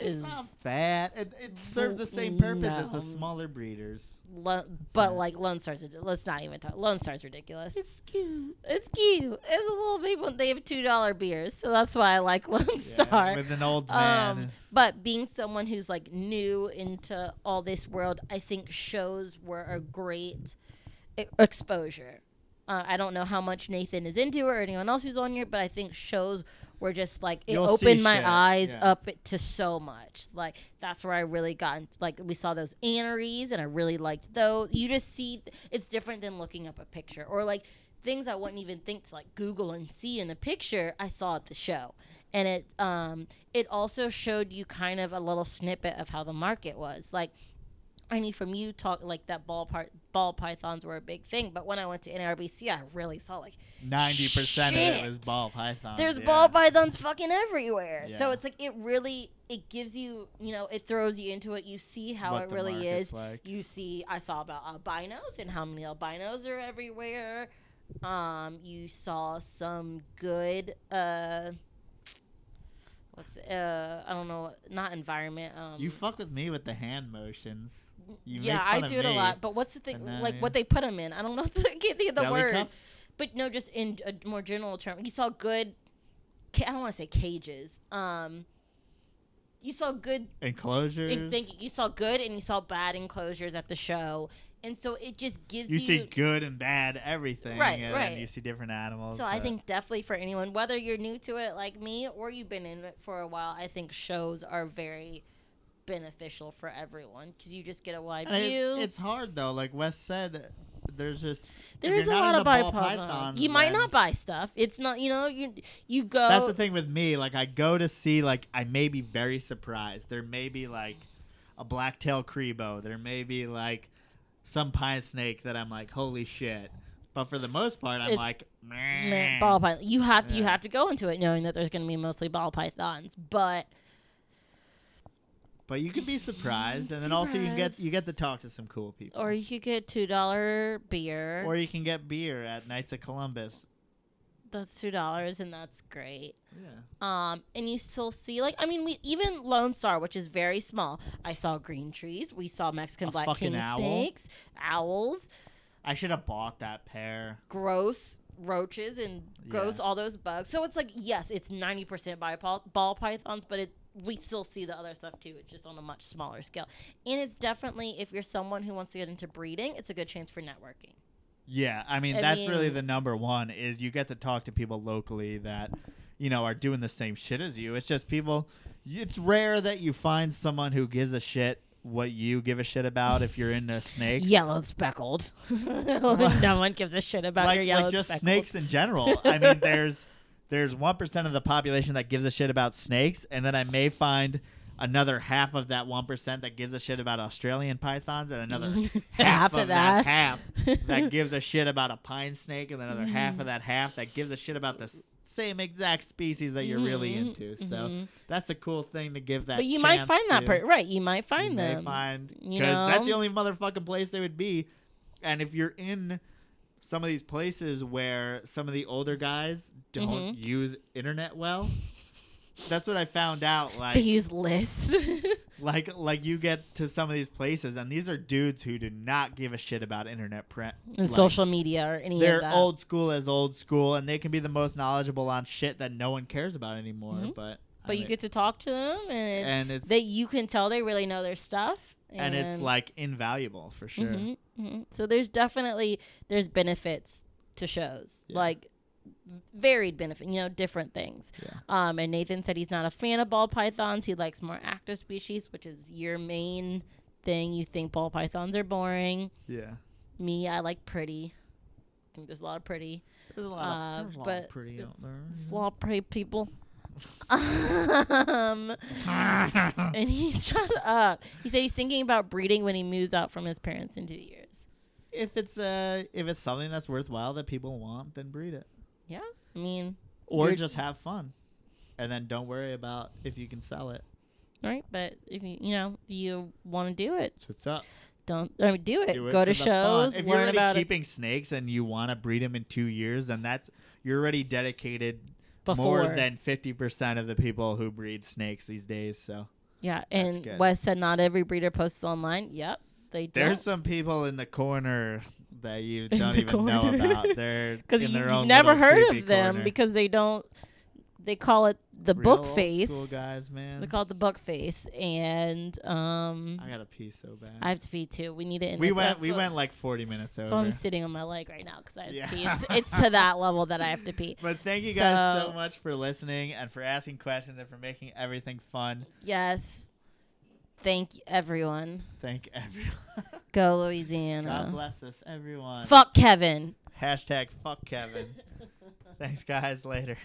S2: is
S3: not fat. It, it serves the same
S2: Well,
S3: purpose as the
S2: no.
S3: smaller breeders.
S2: Lo- but
S3: not-
S2: like Lone Star's. ridi- Let's not even talk. Lone Star's ridiculous.
S3: It's cute.
S2: It's cute. It's a little people. They have two dollar beers, so that's why I like Lone
S3: Yeah,
S2: Star.
S3: with an old man.
S2: Um, but being someone who's like new into all this world, I think shows were a great e- exposure. Uh, I don't know how much Nathan is into or anyone else who's on here, but I think shows were just like it
S3: You'll see
S2: opened my
S3: shit,
S2: eyes
S3: yeah.
S2: up to so much. Like that's where I really got into, like we saw those anneries and I really liked those. You just see it's different than looking up a picture or like things I wouldn't even think to like Google and see in a picture. I saw at the show and it um it also showed you kind of a little snippet of how the market was like I knew from you talk like that ball part ball pythons were a big thing, but when I went to NRBC, I really saw like
S3: Ninety percent of it was
S2: shit.
S3: ball python.
S2: there's
S3: Oh, yeah.
S2: ball pythons fucking everywhere. So
S3: Yeah.
S2: it's like it really it gives you you know it throws you into it. You see how
S3: What
S2: it
S3: the
S2: really
S3: market's
S2: is.
S3: like.
S2: You see I saw about albinos and how many albinos are everywhere. Um, you saw some good uh. What's uh I don't know not environment um
S3: You fuck with me with the hand motions. You
S2: yeah,
S3: make
S2: I
S3: fun of
S2: do it a
S3: me.
S2: lot. But what's the thing?
S3: And then,
S2: like
S3: yeah.
S2: what they put them in? I don't know. I can't think of the
S3: Jelly
S2: word.
S3: cups?
S2: But no, just in a more general term, you saw good. ca- I don't want to say cages. Um, you saw good.
S3: enclosures.
S2: And thank you. You saw good and you saw bad enclosures at the show, and so it just gives
S3: you
S2: you.
S3: see good and bad everything,
S2: Right,
S3: and
S2: right.
S3: then you see different animals.
S2: so I
S3: but-
S2: think definitely for anyone, whether you're new to it like me or you've been in it for a while, I think shows are very beneficial for everyone because you just get a wide
S3: And it's,
S2: view.
S3: it's hard though. Like Wes said, there's just if
S2: There's a
S3: you're not
S2: lot of
S3: into ball
S2: bipod pythons. You
S3: pythons,
S2: might
S3: then-
S2: not buy stuff. It's not you know you you go.
S3: That's the thing with me. Like I go to see, like I may be very surprised. There may be like a blacktail crebo. There may be like some pine snake that I'm like, holy shit. But for the most part, I'm
S2: It's-
S3: like,
S2: Meh,
S3: meh.
S2: ball python. You have you
S3: Yeah.
S2: have to go into it knowing that there's going to be mostly ball pythons, but
S3: But you could be surprised, and then also you can get you get to talk to some cool people,
S2: Or you could get two dollar beer.
S3: or you can get beer at Knights of Columbus.
S2: that's two dollars, and that's great.
S3: Yeah.
S2: Um, and you still see like I mean, we even Lone Star, which is very small. I saw green trees. We saw Mexican
S3: A
S2: black
S3: fucking
S2: king
S3: owl.
S2: snakes, owls,
S3: I should have bought that pair.
S2: gross roaches, and gross
S3: Yeah.
S2: all those bugs. So it's like yes, it's ninety percent by pol- ball pythons, but it we still see the other stuff too. It's just on a much smaller scale, and it's definitely if you're someone who wants to get into breeding, it's a good chance for networking.
S3: Yeah, I mean
S2: I
S3: that's really
S2: mean-
S3: the number one is you get to talk to people locally that you know are doing the same shit as you. It's just people. It's rare that you find someone who gives a shit what you give a shit about if you're into snakes.
S2: Yellow speckled. no one gives a shit about
S3: like,
S2: your
S3: like
S2: yellow
S3: just
S2: speckled.
S3: snakes in general. I mean, there's there's one percent of the population that gives a shit about snakes, and then I may find another half of that one percent that gives a shit about Australian pythons, and another half, of, that. half that gives a shit about a pine snake, and another half
S2: Mm-hmm.
S3: of that half that gives a shit about the s- same exact species that you're really into. So that's a cool thing to give that.
S2: Mm-hmm. But you might
S3: chance
S2: find that
S3: to.
S2: part right. You might find
S3: They
S2: them.
S3: find because
S2: you
S3: that's the
S2: know?
S3: only motherfucking place they would be. And if you're in some of these places where some of the older guys don't
S2: Mm-hmm.
S3: use internet well, that's what I found out. Like,
S2: they use list.
S3: like, like you get to some of these places, and these are dudes who do not give a shit about internet print
S2: and social media or any
S3: They're
S2: of that.
S3: old school as old school, and they can be the most knowledgeable on shit that no one cares about anymore. But I
S2: Mm-hmm. but you
S3: mean-
S2: get to talk to them, and, it's,
S3: and it's
S2: they you can tell they really know their stuff.
S3: and it's like invaluable for sure.
S2: Mhm, mhm. so. There's definitely there's benefits to shows
S3: Yeah.
S2: like varied benefit, you know, different things.
S3: Yeah.
S2: Um, and Nathan said he's not a fan of ball pythons. He likes more active species, which is your main thing. You think ball pythons are boring.
S3: Yeah.
S2: Me, I like pretty. I think there's a lot of pretty.
S3: There's a
S2: lot of- Uh, there's a lot of but-
S3: pretty out
S2: There's a lot of pretty people. um,
S3: there.
S2: and he shut up. He said he's thinking about breeding when he moves out from his parents in two years.
S3: if it's uh if it's something that's worthwhile that people want, then breed it.
S2: Yeah, I mean,
S3: Or
S2: You're-
S3: just have fun. And then don't worry about if you can sell it.
S2: right? But if you you know you want to do it,
S3: That's what's up.
S2: don't I mean, do it.
S3: Do it
S2: Go
S3: for
S2: to
S3: the fun.
S2: shows,
S3: If you're
S2: learn
S3: already
S2: about it
S3: keeping snakes and you want to breed them in two years, then that's you're already dedicated
S2: before.
S3: more than fifty percent of the people who breed snakes these days. So
S2: yeah,
S3: That's
S2: and
S3: good.
S2: Wes said not every breeder posts online. Yep, they do.
S3: there's some people in the corner that you
S2: In
S3: don't
S2: the
S3: even know
S2: corner.
S3: about. They're
S2: because
S3: in
S2: you,
S3: their
S2: have
S3: own
S2: never
S3: little
S2: heard
S3: creepy
S2: of them
S3: corner.
S2: because they don't. They call it the
S3: Real
S2: book
S3: old school
S2: face.
S3: guys, man.
S2: They call it the book face, and um,
S3: I gotta pee so bad.
S2: I have to pee too. We need it. In
S3: we
S2: this
S3: went.
S2: episode.
S3: We went like 40 minutes over.
S2: So I'm sitting on my leg right now because I have
S3: Yeah.
S2: to pee. It's, it's to that level that I have to pee.
S3: but thank you guys so
S2: So-
S3: much for listening and for asking questions and for making everything fun.
S2: Yes. Thank you, everyone.
S3: Thank everyone.
S2: Go
S3: God
S2: Louisiana.
S3: bless us, everyone.
S2: Fuck Kevin.
S3: Hashtag fuck Kevin. Thanks, guys. Later.